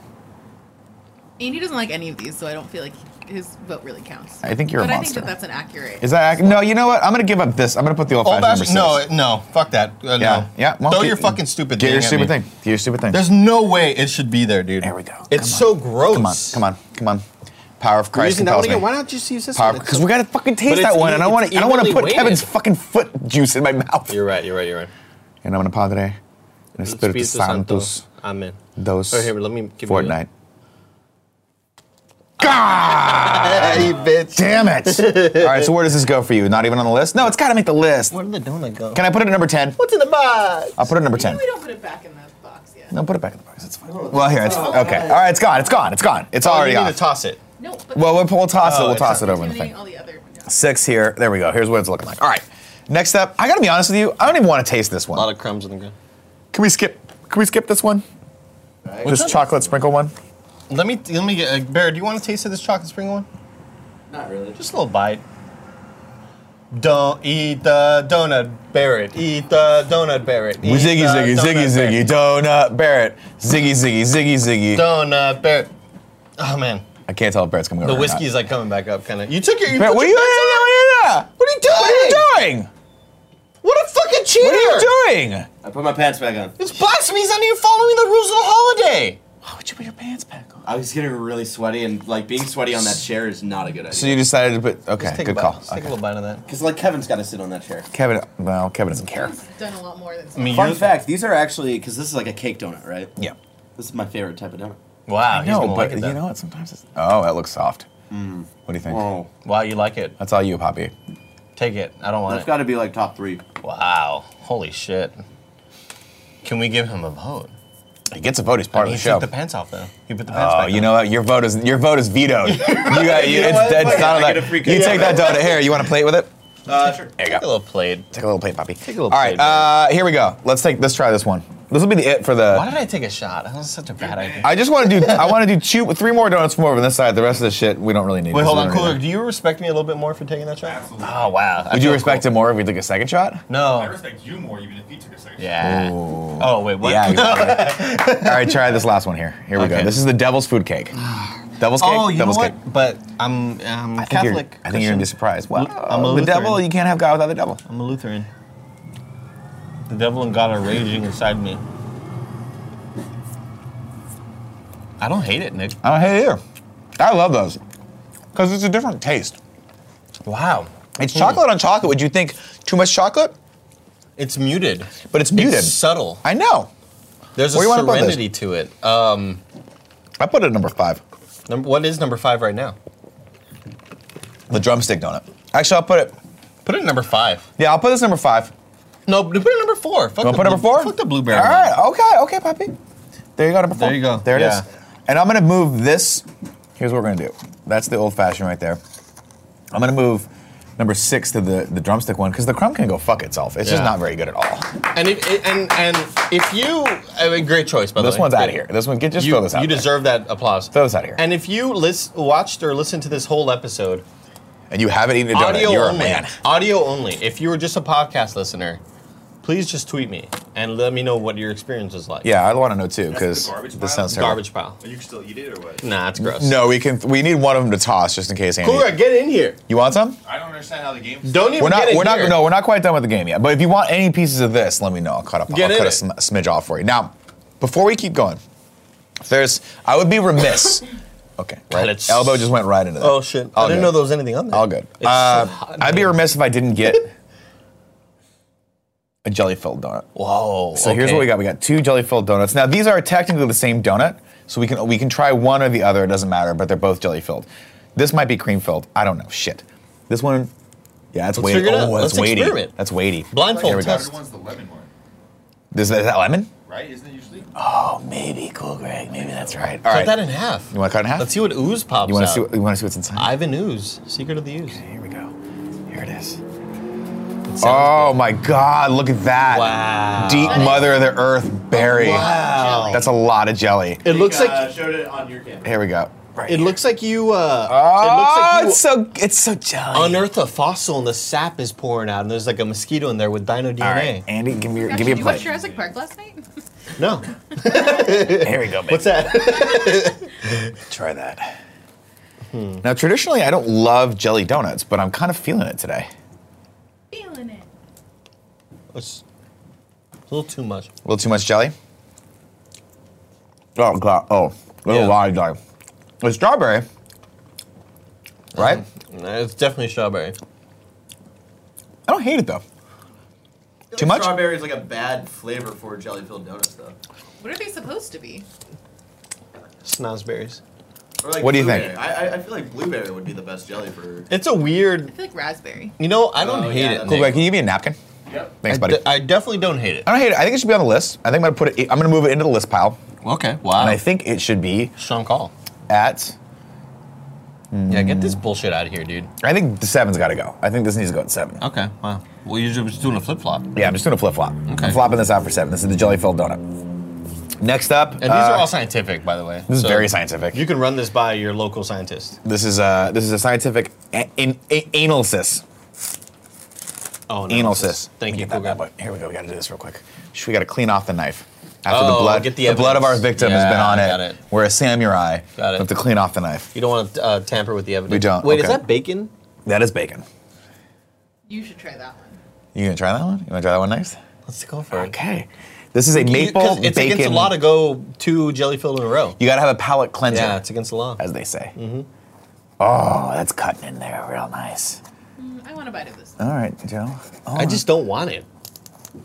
Speaker 4: Andy doesn't like any of these, so I don't feel like his vote really counts.
Speaker 1: I think you're a
Speaker 4: but
Speaker 1: monster.
Speaker 4: I think that that's an accurate.
Speaker 1: Is that ac- no? You know what? I'm gonna give up this. I'm gonna put the old
Speaker 2: Old
Speaker 1: fashioned. number
Speaker 2: fashioned?
Speaker 1: six.
Speaker 2: No, no. Fuck that. Uh,
Speaker 1: Yeah,
Speaker 2: No.
Speaker 1: yeah. well,
Speaker 2: Throw
Speaker 1: get-
Speaker 2: your fucking stupid.
Speaker 1: Get your
Speaker 2: thing at
Speaker 1: stupid
Speaker 2: me.
Speaker 1: thing. Get your stupid thing.
Speaker 2: There's no way it should be there, dude.
Speaker 1: there we go.
Speaker 2: It's
Speaker 1: Come
Speaker 2: so
Speaker 1: on.
Speaker 2: gross.
Speaker 1: Come on, come on, come on. Power of Christ
Speaker 11: Using that one
Speaker 1: compels me.
Speaker 11: again. Why don't you just use this
Speaker 1: Power
Speaker 11: one? It's
Speaker 1: because
Speaker 11: so-
Speaker 1: we gotta fucking taste
Speaker 11: But
Speaker 1: that
Speaker 11: it's
Speaker 1: one,
Speaker 11: e-
Speaker 1: and I want
Speaker 11: it's
Speaker 1: to. I don't want to
Speaker 11: evenly
Speaker 1: put
Speaker 11: weighted.
Speaker 1: Kevin's fucking foot juice in my mouth.
Speaker 2: You're right. You're right. You're right.
Speaker 1: In nombre Padre, en Espíritu
Speaker 2: Espíritu Santo.
Speaker 1: Santos,
Speaker 2: Amen.
Speaker 1: dos.
Speaker 2: Oh, here, let me give you.
Speaker 1: Fortnite. God, Damn it! All right, so where does this go for you? Not even on the list? No, it's got to make the list.
Speaker 2: Where did the donut go?
Speaker 1: Can I put it at number ten?
Speaker 2: What's in the box?
Speaker 1: I'll put it at number
Speaker 4: Maybe
Speaker 1: ten.
Speaker 4: we don't put it back in the box yet.
Speaker 1: No, put it back in the box. It's fine. Well, here, it's okay. All right, it's gone. It's gone. It's gone. It's
Speaker 2: Oh, you
Speaker 1: already
Speaker 2: need to
Speaker 1: off.
Speaker 2: toss it.
Speaker 4: No, but
Speaker 1: Well, we'll, we'll toss it.
Speaker 2: Oh,
Speaker 1: We'll
Speaker 2: it's
Speaker 1: toss it
Speaker 2: not
Speaker 1: over in the
Speaker 4: eliminating
Speaker 1: thing.
Speaker 4: all the other yeah.
Speaker 1: Six here. There we go. Here's what it's looking like. All right. Next up, I gotta be honest with you. I don't even want to taste this
Speaker 2: A lot
Speaker 1: one.
Speaker 2: of crumbs in the gun.
Speaker 1: Can we skip? Can we skip this one? This chocolate sprinkle one.
Speaker 2: Let me let me get uh, Bear. Do you want to taste of this chocolate spring one?
Speaker 12: Not really.
Speaker 2: Just a little bite. Don't eat the donut, Barrett. Eat the donut, Barrett. Eat
Speaker 1: Ziggy, ziggy,
Speaker 2: the donut,
Speaker 1: ziggy, ziggy,
Speaker 2: Barrett.
Speaker 1: donut, Barrett. Ziggy, ziggy, ziggy, ziggy.
Speaker 2: Donut, Barrett. Oh man,
Speaker 1: I can't tell if Barrett's coming over.
Speaker 2: the
Speaker 1: or not.
Speaker 2: whiskey's like coming back up, kind of. You took your. You
Speaker 1: Barrett,
Speaker 2: put
Speaker 1: what are
Speaker 2: your
Speaker 1: you?
Speaker 2: pants on?
Speaker 1: What are you doing? What are you doing?
Speaker 2: What a fucking
Speaker 1: cheating? What are you doing?
Speaker 3: I put my pants back on.
Speaker 2: It's blasphemy. He's not even following the rules of the holiday.
Speaker 1: Why would you put your pants back on?
Speaker 3: I was Oh, getting really sweaty, and like being sweaty on that chair is not a good
Speaker 1: So
Speaker 3: idea.
Speaker 1: you decided to put. Okay,
Speaker 2: Let's take a
Speaker 1: good
Speaker 2: bite.
Speaker 1: call.
Speaker 2: Let's
Speaker 1: Okay.
Speaker 2: take a little bite of that.
Speaker 3: Because like Kevin's got to sit on that chair.
Speaker 1: Kevin, well, Kevin doesn't care.
Speaker 4: He's done a lot more than
Speaker 2: I mean,
Speaker 3: Fun
Speaker 2: you-
Speaker 3: fact: These are actually because this is like a cake donut, right?
Speaker 1: Yeah.
Speaker 3: This is my favorite type of donut.
Speaker 2: Wow, he's
Speaker 1: No,
Speaker 2: gonna like
Speaker 1: but
Speaker 2: it.
Speaker 1: you
Speaker 2: then.
Speaker 1: know what? Sometimes it's. Oh, that looks soft. What do you think?
Speaker 3: Oh,
Speaker 2: Wow, you like it.
Speaker 1: That's all you, Poppy.
Speaker 2: Take it. I don't want
Speaker 3: that's
Speaker 2: it.
Speaker 3: got to be like top three.
Speaker 2: Wow. Holy shit. Can we give him a vote?
Speaker 1: He gets a vote. He's part
Speaker 2: he
Speaker 1: of the show.
Speaker 2: took the pants off though. He put the pants
Speaker 1: Oh,
Speaker 2: back
Speaker 1: you
Speaker 2: on.
Speaker 1: know what? Your vote is your vote is vetoed. you got you.
Speaker 3: know
Speaker 1: it's
Speaker 3: what?
Speaker 1: it's
Speaker 3: Fuck it,
Speaker 1: not
Speaker 3: I
Speaker 1: like
Speaker 3: get a free
Speaker 1: you
Speaker 3: kick.
Speaker 1: take that donut here. You want to play it with it?
Speaker 3: Uh, sure.
Speaker 1: There you
Speaker 2: Take a
Speaker 1: go.
Speaker 2: little plate.
Speaker 1: Take a little plate, Poppy. Take
Speaker 2: a little
Speaker 1: All
Speaker 2: plate,
Speaker 1: right, uh, here we go. Let's take. Let's try this one. This will be the it for the.
Speaker 2: Why did I take a shot? That was such a bad idea.
Speaker 1: I just want to do. I want to do two, three more donuts from over on this side. The rest of the shit we don't really need.
Speaker 2: Wait,
Speaker 1: This
Speaker 2: hold
Speaker 1: is
Speaker 2: on,
Speaker 1: what we
Speaker 2: Cooler.
Speaker 1: need.
Speaker 2: Do you respect me a little bit more for taking that shot?
Speaker 8: Absolutely.
Speaker 2: Oh wow. I
Speaker 1: Would you
Speaker 2: feel
Speaker 1: respect it more if we took a second shot?
Speaker 2: cool. No.
Speaker 8: I respect you more even if he took a second.
Speaker 2: yeah. Oh wait, what?
Speaker 1: Yeah. exactly. All right, try this last one here. Here we go.
Speaker 2: Okay.
Speaker 1: This is the devil's food cake. Devil's cake.
Speaker 2: Oh, you know
Speaker 1: devil's
Speaker 2: what?
Speaker 1: cake.
Speaker 2: But I'm, I'm
Speaker 1: I think you're-
Speaker 2: Catholic.
Speaker 1: I think you're gonna be
Speaker 2: Christian.
Speaker 1: surprised. Wow.
Speaker 2: I'm a
Speaker 1: the
Speaker 2: Lutheran.
Speaker 1: devil. You can't have God without the devil.
Speaker 2: I'm a Lutheran. The devil and God are raging inside me. I don't hate it, Nick.
Speaker 1: I don't hate it either. Uh, I love those because it's a different taste.
Speaker 2: Wow.
Speaker 1: It's chocolate on chocolate. Would you think too much chocolate?
Speaker 2: It's muted.
Speaker 1: But it's muted.
Speaker 2: It's subtle.
Speaker 1: I know.
Speaker 2: There's a
Speaker 1: Where do you wanna put this?
Speaker 2: serenity to it. Um,
Speaker 1: I put it at number five.
Speaker 2: number, what is number five right now?
Speaker 1: The drumstick donut. Actually, I'll put it.
Speaker 2: Put it at number five.
Speaker 1: Yeah, I'll put this number five.
Speaker 2: No, put it at number four. Fuck
Speaker 1: You
Speaker 2: the
Speaker 1: want to put number
Speaker 2: blue-
Speaker 1: four?
Speaker 2: Fuck the blueberry.
Speaker 1: All
Speaker 2: one.
Speaker 1: right. Okay. Okay, Poppy. There you go. Number four.
Speaker 2: There you go.
Speaker 1: There it is.
Speaker 2: Yeah.
Speaker 1: And I'm gonna move this. Here's what we're gonna do. That's the old fashioned right there. I'm gonna move number six to the, the drumstick one because the crumb can go fuck itself. It's just
Speaker 2: Yeah.
Speaker 1: not very good at all.
Speaker 2: And if and and if you, I mean, great choice by the way.
Speaker 1: This one's out of here. This one, get just
Speaker 2: you,
Speaker 1: throw this out.
Speaker 2: you
Speaker 1: there.
Speaker 2: deserve that applause.
Speaker 1: Throw this out of here.
Speaker 2: And if you list, watched or listened to this whole episode,
Speaker 1: And you haven't eaten a donut.
Speaker 2: audio
Speaker 1: You're
Speaker 2: only,
Speaker 1: a man.
Speaker 2: audio only. If you were just a podcast listener, please just tweet me and let me know what your experience was like.
Speaker 1: Yeah, I want to know too because
Speaker 8: the garbage
Speaker 1: this
Speaker 8: pile?
Speaker 1: sounds terrible.
Speaker 2: Garbage pile.
Speaker 8: But you can still eat it or what?
Speaker 2: Nah, it's gross.
Speaker 1: No, we can. We need one of them to toss just in case. Andy.
Speaker 2: Cooler, get in here.
Speaker 1: You want some?
Speaker 8: I don't understand how the game.
Speaker 2: Don't even
Speaker 1: We're not.
Speaker 2: get in
Speaker 1: We're not.
Speaker 2: here.
Speaker 1: No, we're not quite done with the game yet. But if you want any pieces of this, let me know. I'll cut up.
Speaker 2: Get
Speaker 1: I'll
Speaker 2: in
Speaker 1: cut a
Speaker 2: it.
Speaker 1: sm- smidge off for you. Now, before we keep going, there's. I would be remiss. okay. Right.
Speaker 2: God, it's-
Speaker 1: Elbow just went right into that.
Speaker 2: Oh shit!
Speaker 1: All
Speaker 2: I didn't
Speaker 1: good.
Speaker 2: know there was anything on there.
Speaker 1: All good.
Speaker 2: It's so
Speaker 1: Uh,
Speaker 2: hot.
Speaker 1: I'd be remiss if I didn't get a jelly filled donut.
Speaker 2: Whoa.
Speaker 1: So here's what we got. We got two jelly filled donuts. Now these are technically the same donut, so we can we can try one or the other. It doesn't matter, but they're both jelly filled. This might be cream filled. I don't know. Shit. This one, yeah, it's
Speaker 2: Let's
Speaker 1: weighty.
Speaker 2: figure it out.
Speaker 1: Oh, that's
Speaker 2: Let's
Speaker 1: weighty.
Speaker 2: experiment.
Speaker 1: That's weighty.
Speaker 2: Blindfold
Speaker 1: Here we go.
Speaker 2: test.
Speaker 8: The one's the lemon one,
Speaker 1: Is that, is that lemon?
Speaker 8: right? Isn't it usually?
Speaker 1: Oh, maybe. Cool, Greg. Maybe that's right. All
Speaker 2: Cut
Speaker 1: right.
Speaker 2: that in half.
Speaker 1: you want to cut it in half?
Speaker 2: Let's see what ooze pops
Speaker 1: You want
Speaker 2: out.
Speaker 1: to see? What, you want to see what's inside?
Speaker 2: Ivan ooze. Secret of the ooze.
Speaker 1: Here we go. Here it is.
Speaker 2: It sounds
Speaker 1: Oh my God! Look at that.
Speaker 2: Wow.
Speaker 1: Deep
Speaker 4: That is-
Speaker 1: mother of the earth berry.
Speaker 2: Wow.
Speaker 1: That's a lot of jelly.
Speaker 2: It looks like
Speaker 3: uh,
Speaker 13: showed it on your camera.
Speaker 1: Here we go. Right.
Speaker 2: it looks like you. Uh,
Speaker 1: Oh,
Speaker 2: it looks like you
Speaker 1: it's so it's so jelly.
Speaker 2: unearth a fossil and the sap is pouring out, and there's like a mosquito in there with dino DNA.
Speaker 1: All right, Andy, give me your, give me a
Speaker 4: you watch
Speaker 1: plate.
Speaker 4: Jurassic Park last night?
Speaker 2: No.
Speaker 1: Here we go, man.
Speaker 2: What's that?
Speaker 1: Try that. Now, traditionally, I don't love jelly donuts, but I'm kind of feeling it today.
Speaker 4: Feeling it.
Speaker 2: it's a little too much.
Speaker 1: A little too much jelly. Oh god. Oh, a little
Speaker 2: Yeah.
Speaker 1: lot of jelly. It's strawberry, right?
Speaker 2: Nah, It's definitely strawberry.
Speaker 1: I don't hate it though. Too much?
Speaker 3: Strawberry is like a bad flavor for jelly filled donuts, though.
Speaker 4: What are they supposed to be?
Speaker 2: Snozberries.
Speaker 3: Or like
Speaker 1: What do you think?
Speaker 3: blueberry. I, I I feel like blueberry would be the best jelly for.
Speaker 2: It's a weird.
Speaker 4: I feel like raspberry.
Speaker 2: You know, I don't
Speaker 3: Oh,
Speaker 2: hate
Speaker 3: yeah,
Speaker 2: it.
Speaker 3: that's-
Speaker 1: Cool,
Speaker 2: Nick.
Speaker 1: Greg, can you give me a napkin?
Speaker 8: Yep.
Speaker 1: Thanks,
Speaker 2: I
Speaker 1: buddy.
Speaker 2: de- I definitely don't hate it.
Speaker 1: I don't hate it. I think it should be on the list. I think I'm gonna put it. I'm gonna move it into the list pile,
Speaker 2: Okay. Wow.
Speaker 1: and I think it should be
Speaker 2: Strong call.
Speaker 1: at.
Speaker 2: Yeah, get this bullshit out of here, dude.
Speaker 1: I think the seven's got to go. I think this needs to go at seven.
Speaker 2: Okay. Wow. Well, you're just doing a flip flop. And
Speaker 1: Yeah, I'm just doing a flip flop.
Speaker 2: Okay.
Speaker 1: I'm flopping this out for seven. This is the jelly filled donut. Next up,
Speaker 2: these
Speaker 1: uh,
Speaker 2: are all scientific, by the way.
Speaker 1: this is
Speaker 2: So
Speaker 1: very scientific.
Speaker 2: You can run this by your local scientist.
Speaker 1: this is uh, this is a scientific a- in- a- analysis.
Speaker 2: Oh, no.
Speaker 1: Analysis.
Speaker 2: Thank you.
Speaker 1: Get that
Speaker 2: Cool
Speaker 1: bad
Speaker 2: guy.
Speaker 1: boy. Here we go. We got to do this real quick. Sh- We got to clean off the knife. After
Speaker 2: Oh,
Speaker 1: the blood,
Speaker 2: get the
Speaker 1: blood of our
Speaker 2: evidence.
Speaker 1: victim has
Speaker 2: Yeah,
Speaker 1: been on
Speaker 2: got
Speaker 1: it.
Speaker 2: it.
Speaker 1: We're a samurai.
Speaker 2: Got it.
Speaker 1: We have to clean off the knife.
Speaker 2: You don't want to uh, tamper with the evidence.
Speaker 1: We don't,
Speaker 2: Wait, is
Speaker 1: okay.
Speaker 2: that bacon?
Speaker 1: That is bacon.
Speaker 4: You should try that one.
Speaker 1: You gonna try that one? You wanna try that one next?
Speaker 2: Let's go for it.
Speaker 1: Okay. This is a
Speaker 2: You- 'cause
Speaker 1: maple
Speaker 2: it's
Speaker 1: bacon.
Speaker 2: against the law to go two jelly filled in a row.
Speaker 1: You gotta have a palate cleanser,
Speaker 2: Yeah, it's Mm-hmm. against the law.
Speaker 1: as they say. Oh, that's cutting in there real nice.
Speaker 4: Mm, I want a bite of this.
Speaker 1: All right, Joe. Oh,
Speaker 2: I just don't want it.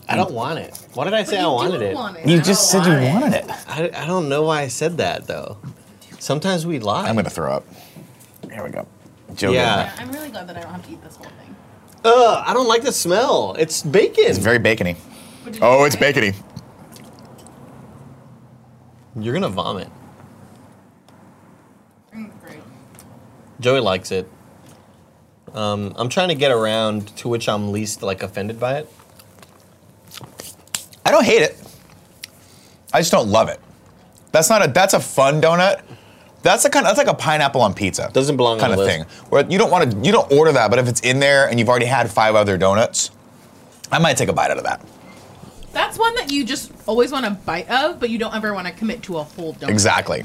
Speaker 2: I don't want it. Why did I say
Speaker 4: But
Speaker 2: I
Speaker 4: you
Speaker 2: wanted
Speaker 4: do
Speaker 2: it?
Speaker 4: want it.
Speaker 1: you
Speaker 4: I
Speaker 1: just said
Speaker 4: don't
Speaker 1: you
Speaker 4: want it.
Speaker 1: wanted it.
Speaker 2: I, I don't know why I said that though. Sometimes we lie.
Speaker 1: I'm gonna throw up. Here we go. Joe.
Speaker 2: Yeah.
Speaker 4: Yeah, I'm really glad that I don't have to eat this whole thing.
Speaker 2: Ugh, I don't like the smell. It's bacon.
Speaker 1: It's very bacony.
Speaker 4: But did you
Speaker 1: Oh,
Speaker 4: try
Speaker 1: it's
Speaker 4: it?
Speaker 1: bacony.
Speaker 2: You're gonna vomit.
Speaker 4: Mm, great.
Speaker 2: Joey likes it. Um, I'm trying to get around to which I'm least like offended by it.
Speaker 1: I don't hate it. I just don't love it. That's not a. That's a fun donut. That's a kind. That's like a pineapple on pizza.
Speaker 2: Doesn't belong on
Speaker 1: kind
Speaker 2: the
Speaker 1: of
Speaker 2: list.
Speaker 1: thing. Where you don't want to. You don't order that, but if it's in there and you've already had five other donuts, I might take a bite out of that.
Speaker 4: That's one that you just always want a bite of, but you don't ever want to commit to a whole donut.
Speaker 1: Exactly.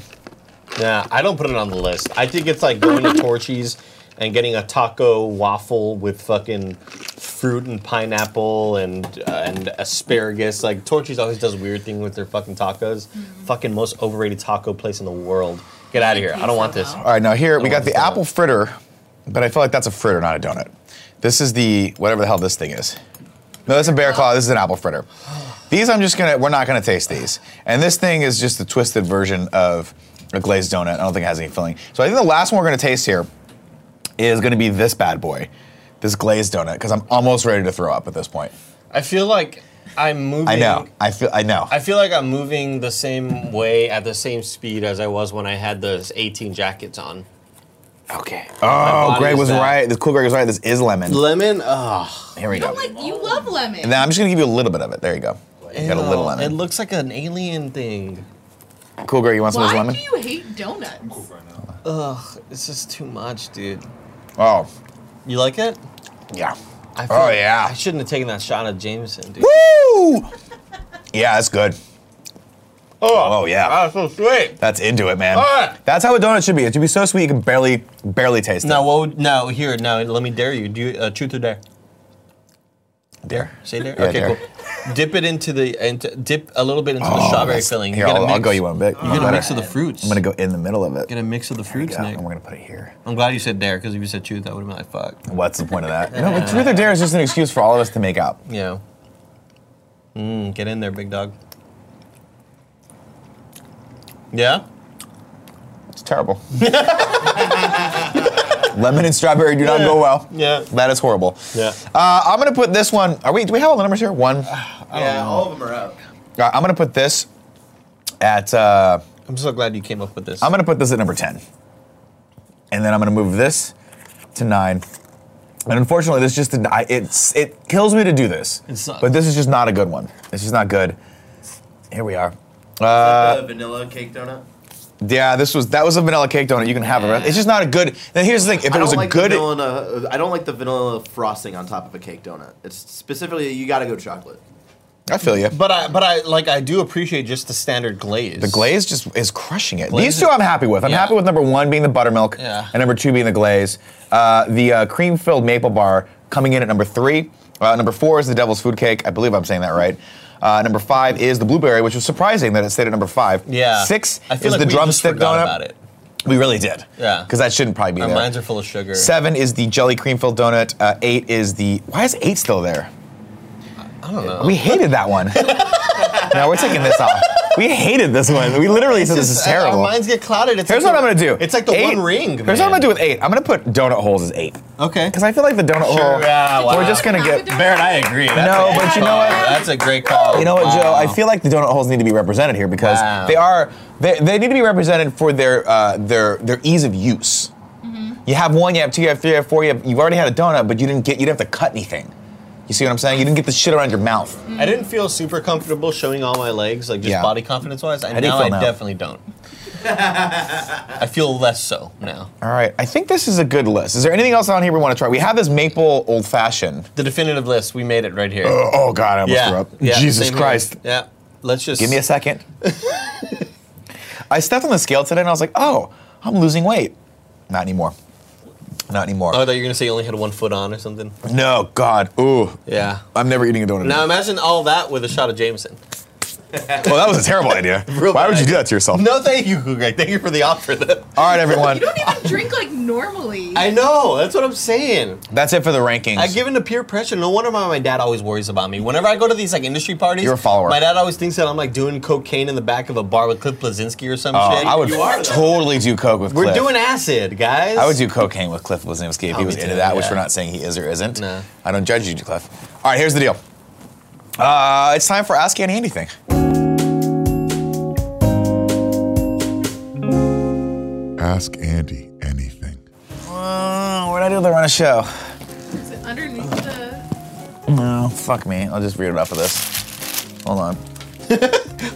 Speaker 2: Nah, I don't put it on the list. I think it's like going to Torchy's and getting a taco waffle with fucking fruit and pineapple and uh, and asparagus. Like Torchy's always does weird thing with their fucking tacos. Fucking most overrated taco place in the world. Get out of here. I don't want this.
Speaker 1: All right, now here we
Speaker 2: want
Speaker 1: got the
Speaker 2: this donut.
Speaker 1: apple fritter, but I feel like that's a fritter, not a donut. This is the whatever the hell this thing is. No, that's a bear claw. This is an apple fritter. These I'm just gonna. We're not gonna taste these. And this thing is just a twisted version of a glazed donut. I don't think it has any filling. So I think the last one we're gonna taste here is gonna be this bad boy, this glazed donut, because I'm almost ready to throw up at this point.
Speaker 2: I feel like I'm moving.
Speaker 1: I know. I feel. I know.
Speaker 2: I feel like I'm moving the same way at the same speed as I was when I had those 18 jackets on.
Speaker 1: Okay.
Speaker 2: My
Speaker 1: Oh,
Speaker 2: body's
Speaker 1: Greg was
Speaker 2: back.
Speaker 1: right. The cool Greg was right. This is lemon.
Speaker 14: Lemon? Ugh.
Speaker 1: Here we
Speaker 4: You
Speaker 1: go.
Speaker 4: don't like you love lemon.
Speaker 1: And then I'm just gonna give you a little bit of it. There you go. You got a little
Speaker 2: Ew,
Speaker 1: lemon.
Speaker 2: It looks like an alien thing.
Speaker 1: Cool girl, you want some of
Speaker 4: Why
Speaker 1: this lemon?
Speaker 4: do you hate donuts?
Speaker 2: Ugh, it's just too much, dude.
Speaker 1: oh,
Speaker 2: You like it?
Speaker 1: yeah.
Speaker 2: I
Speaker 1: Oh,
Speaker 2: feel-
Speaker 1: yeah.
Speaker 2: I shouldn't have taken that shot of Jameson, dude.
Speaker 1: Woo! Yeah, that's good. Oh, yeah.
Speaker 2: That's so sweet.
Speaker 1: That's into it, man.
Speaker 2: Ah!
Speaker 1: That's how a donut should be. It should be so sweet you can barely, barely taste
Speaker 2: No, what would, no, here, no, let me dare you. Do you, uh, truth or dare?
Speaker 1: it. There.
Speaker 2: Say dare.
Speaker 1: Yeah,
Speaker 2: okay,
Speaker 1: dare. Oh,
Speaker 2: cool. Dip it into the into, dip a little bit into the strawberry filling.
Speaker 1: Here,
Speaker 2: you
Speaker 1: I'll,
Speaker 2: gotta
Speaker 1: I'll
Speaker 2: mix,
Speaker 1: go you one bit.
Speaker 2: You get a mix of the fruits.
Speaker 1: I'm gonna go in the middle of it.
Speaker 2: get a mix of the fruits,
Speaker 1: Yeah,
Speaker 2: Nick.
Speaker 1: and we're gonna put it here.
Speaker 2: I'm glad you said dare because if you said truth, I would have been like, fuck.
Speaker 1: What's the point of that? no, but truth or dare is just an excuse for all of us to make out.
Speaker 2: You know. Mm, get in there, big dog. Yeah?
Speaker 1: It's terrible. Lemon and strawberry do not go well.
Speaker 2: Yeah.
Speaker 1: That is horrible.
Speaker 2: Yeah.
Speaker 1: Uh, I'm gonna put this one. Are we? Do we have all the numbers here? One.
Speaker 3: Yeah, all of them are out.
Speaker 1: Uh, I'm gonna put this at. Uh,
Speaker 2: I'm so glad you came up with this.
Speaker 1: I'm gonna put this at number ten, and then I'm gonna move this to nine. And unfortunately, this just did I, it's it kills me to do this.
Speaker 2: It sucks.
Speaker 1: But this is just not a good one. This is not good. Here we are. Uh,
Speaker 3: the vanilla cake donut.
Speaker 1: Yeah, this was that was a vanilla cake donut. You can have it. right? It's just not a good. Now here's the thing. If
Speaker 3: I
Speaker 1: it was
Speaker 3: don't
Speaker 1: a
Speaker 3: like
Speaker 1: good,
Speaker 3: the vanilla. uh, I don't like the vanilla frosting on top of a cake donut. It's specifically you got to go chocolate.
Speaker 1: I feel you.
Speaker 2: but I, but I, like, I do appreciate just the standard glaze.
Speaker 1: The glaze just is crushing it.
Speaker 2: Glaze
Speaker 1: These two I'm happy with. I'm
Speaker 2: Yeah.
Speaker 1: happy with number one being the buttermilk,
Speaker 2: Yeah.
Speaker 1: and number two being the glaze. Uh, the uh, cream filled maple bar coming in at number three. Uh, number four is the devil's food cake. I believe I'm saying that right. Uh, number five is the blueberry, which was surprising that it stayed at number five.
Speaker 2: Yeah.
Speaker 1: Six
Speaker 2: I feel
Speaker 1: is
Speaker 2: like
Speaker 1: the
Speaker 2: we just
Speaker 1: drumstick
Speaker 2: forgot
Speaker 1: donut.
Speaker 2: about it.
Speaker 1: We really did.
Speaker 2: Yeah.
Speaker 1: Because that shouldn't probably be
Speaker 2: Our
Speaker 1: there.
Speaker 2: minds are full of sugar.
Speaker 1: Seven is the jelly cream filled donut. Uh, eight is the. Why is eight still there?
Speaker 2: I don't know.
Speaker 1: We hated that one. no, we're taking this off. We hated this one. We literally said this is
Speaker 2: Our-
Speaker 1: terrible.
Speaker 2: Our minds get clouded. It's
Speaker 1: Here's
Speaker 2: like
Speaker 1: what I'm
Speaker 2: the-
Speaker 1: gonna do.
Speaker 2: It's like the
Speaker 1: Eight-
Speaker 2: one ring.
Speaker 1: Here's what I'm gonna do with eight. I'm gonna put donut holes as eight
Speaker 2: Okay.
Speaker 1: because I feel like the donut hole.
Speaker 2: yeah, wow.
Speaker 1: We're just gonna
Speaker 4: Have a
Speaker 1: get.
Speaker 4: donut?
Speaker 2: Barrett, I agree. That's
Speaker 1: No,
Speaker 2: a
Speaker 1: but
Speaker 2: great
Speaker 1: you know
Speaker 2: call.
Speaker 1: what?
Speaker 2: That's a great call.
Speaker 1: You know what, Joe?
Speaker 2: Wow.
Speaker 1: I feel like the donut holes need to be represented here because
Speaker 2: Wow.
Speaker 1: they are. They, they need to be represented for their uh, their their ease of use.
Speaker 2: Mm-hmm.
Speaker 1: You have one, you have two, you have three, you have four. You have, you've already had a donut, but you didn't get. You didn't have to cut anything. You see what I'm saying? You didn't get the shit around your mouth.
Speaker 2: I didn't feel super comfortable showing all my legs, like just
Speaker 1: Yeah.
Speaker 2: body confidence wise. And
Speaker 1: do you
Speaker 2: now
Speaker 1: feel
Speaker 2: I
Speaker 1: now?
Speaker 2: definitely don't. I feel less so now.
Speaker 1: All right, I think this is a good list. Is there anything else on here we want to try? We have this maple old fashioned.
Speaker 2: The definitive list, we made it right here.
Speaker 1: Oh, oh God, I almost threw up. Jesus
Speaker 2: same here.
Speaker 1: Christ.
Speaker 2: Yeah. Let's just
Speaker 1: Give me a second. I stepped on the scale today and I was like, oh, I'm losing weight. Not anymore. Not anymore.
Speaker 2: Oh, I thought you were gonna say you only had one foot on or something.
Speaker 1: no, God. Ooh.
Speaker 2: Yeah.
Speaker 1: I'm never eating a donut.
Speaker 2: Now
Speaker 1: again.
Speaker 2: imagine all that with a shot of Jameson.
Speaker 1: well, that was a terrible idea.
Speaker 2: Real
Speaker 1: Why would
Speaker 2: bad
Speaker 1: you do that to yourself?
Speaker 2: No, thank you, Greg. Thank you for the offer. Though.
Speaker 1: All right, everyone.
Speaker 4: You don't even drink like normally.
Speaker 2: I know. That's what I'm saying.
Speaker 1: That's it for the rankings.
Speaker 2: I give in to peer pressure. No wonder my, my dad always worries about me. Whenever I go to these like industry parties,
Speaker 1: You're a follower.
Speaker 2: My dad always thinks that I'm like doing cocaine in the back of a bar with Cliff Blazinski or some
Speaker 1: Oh,
Speaker 2: shit.
Speaker 1: I would totally do coke with
Speaker 2: We're
Speaker 1: Cliff.
Speaker 2: doing acid, guys.
Speaker 1: I would do cocaine with Cliff Blazinski if
Speaker 2: Oh,
Speaker 1: he was
Speaker 2: me
Speaker 1: into
Speaker 2: too,
Speaker 1: that, which
Speaker 2: yeah.
Speaker 1: we're not saying he is or isn't.
Speaker 2: No.
Speaker 1: I don't judge you, Cliff. All right, here's the deal. Uh, it's time for Ask Annie Anything.
Speaker 15: Ask Andy anything.
Speaker 1: Oh, what did I do to run a show?
Speaker 4: Is it underneath the?
Speaker 1: No, fuck me. I'll just read it off of this. Hold on.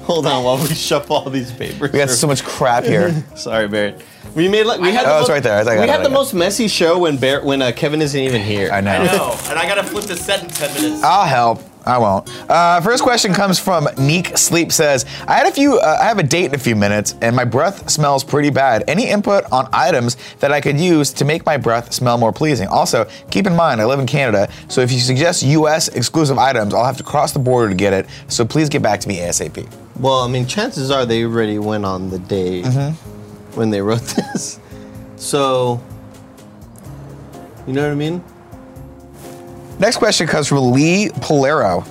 Speaker 2: Hold on while we shuffle all these papers.
Speaker 1: We got so much crap here.
Speaker 2: Sorry, Barrett. We made like we had.
Speaker 1: Oh,
Speaker 2: the
Speaker 1: it's
Speaker 2: most-
Speaker 1: right there. I think I
Speaker 2: we
Speaker 1: got it,
Speaker 2: had
Speaker 1: I
Speaker 2: the
Speaker 1: got it.
Speaker 2: most messy show when Barrett when uh, Kevin isn't even here.
Speaker 1: I know.
Speaker 8: No, and I gotta flip the set in ten minutes.
Speaker 1: I'll help. I won't. Uh, first question comes from Neek Sleep says, I had a few. Uh, I have a date in a few minutes, and my breath smells pretty bad. Any input on items that I could use to make my breath smell more pleasing? Also, keep in mind I live in Canada, so if you suggest U.S. exclusive items, I'll have to cross the border to get it. So please get back to me ASAP.
Speaker 2: Well, I mean, chances are they already went on the date
Speaker 1: Mm-hmm.
Speaker 2: when they wrote this. So, you know what I mean?
Speaker 1: Next question comes from Lee Polero.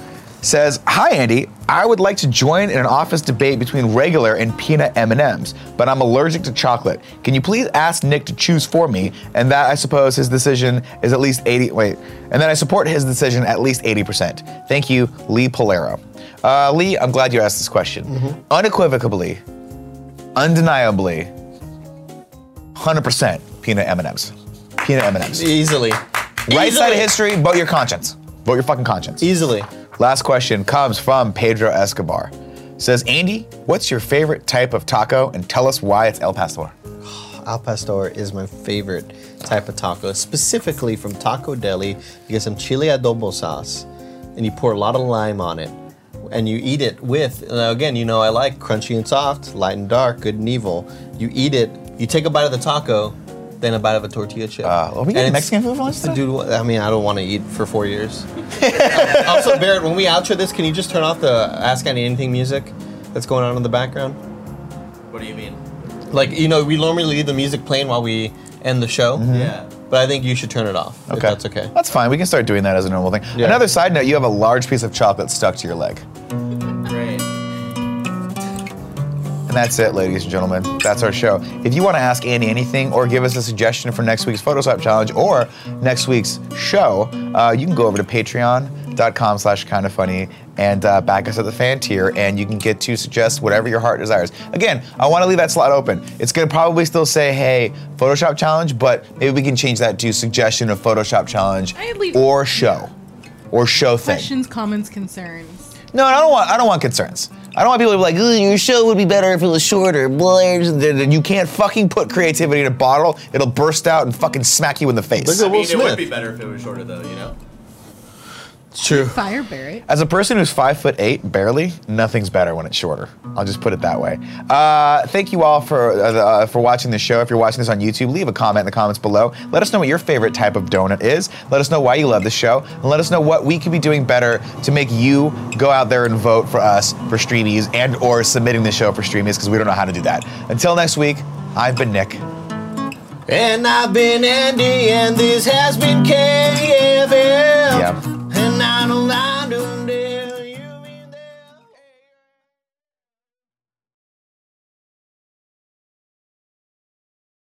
Speaker 1: Says, "Hi Andy, I would like to join in an office debate between regular and peanut M&Ms, but I'm allergic to chocolate. Can you please ask Nick to choose for me? And that I suppose his decision is at least 80 wait, and then I support his decision at least 80%. Thank you, Lee Polero. Uh, Lee, I'm glad you asked this question. Unequivocally, undeniably, 100% peanut M&Ms. Peanut M&Ms.
Speaker 2: Easily.
Speaker 1: Right side of
Speaker 2: Easily.
Speaker 1: history, vote your conscience. Vote your fucking conscience.
Speaker 2: Easily.
Speaker 1: Last question comes from Pedro Escobar. Says, Andy, what's your favorite type of taco and tell us why it's El Pastor?
Speaker 2: Al pastor is my favorite type of taco, specifically from Taco Deli. You get some chile adobo sauce, and you pour a lot of lime on it, and you eat it with. Now again, you know I like crunchy and soft, light and dark, good and evil. You eat it. You take a bite of the taco, then a bite of a tortilla chip.
Speaker 1: Uh, are we
Speaker 2: And
Speaker 1: getting
Speaker 2: it's-
Speaker 1: Mexican food for lunch today?
Speaker 2: Dude, wha- I mean, I don't want to eat for four years. Uh, also, Barrett, when we outro this, can you just turn off the Ask Annie Anything music that's going on in the background?
Speaker 8: What do you mean?
Speaker 2: Like, you know, we normally leave the music playing while we end the show.
Speaker 8: Yeah.
Speaker 2: But I think you should turn it off. Okay. If that's okay.
Speaker 1: That's fine. We can start doing that as a normal thing.
Speaker 2: Yeah.
Speaker 1: Another side note, you have a large piece of chocolate stuck to your leg.
Speaker 8: Great.
Speaker 1: And that's it, ladies and gentlemen. That's our show. If you want to ask Andy anything or give us a suggestion for next week's Photoshop challenge or next week's show, uh, you can go over to patreon.com slash kind of funny and uh, back us at the fan tier and you can get to suggest whatever your heart desires. Again, I want to leave that slot open. It's going to probably still say, hey, Photoshop challenge, but maybe we can change that to suggestion of Photoshop challenge
Speaker 4: I'd leave-
Speaker 1: or show or show thing.
Speaker 4: Questions, comments, concerns.
Speaker 1: No, I don't want. I don't want concerns. I don't want people to be like, "Ooh, your show would be better if it was shorter." Blah, blah, blah, blah. You can't fucking put creativity in a bottle. It'll burst out and fucking smack you in the face.
Speaker 2: Look
Speaker 8: I
Speaker 2: at Will
Speaker 8: mean, it
Speaker 2: Smith.
Speaker 8: would be better if it was shorter, though. You know.
Speaker 2: It's true.
Speaker 4: Fire Barrett.
Speaker 1: As a person who's five foot eight, barely, nothing's better when it's shorter. I'll just put it that way. Uh, thank you all for uh, uh, for watching the show. If you're watching this on YouTube, leave a comment in the comments below. Let us know what your favorite type of donut is. Let us know why you love the show, and let us know what we could be doing better to make you go out there and vote for us for Streamies and or submitting the show for Streamies because we don't know how to do that. Until next week, I've been Nick.
Speaker 2: And I've been Andy, and this has been KFM.
Speaker 1: Yeah.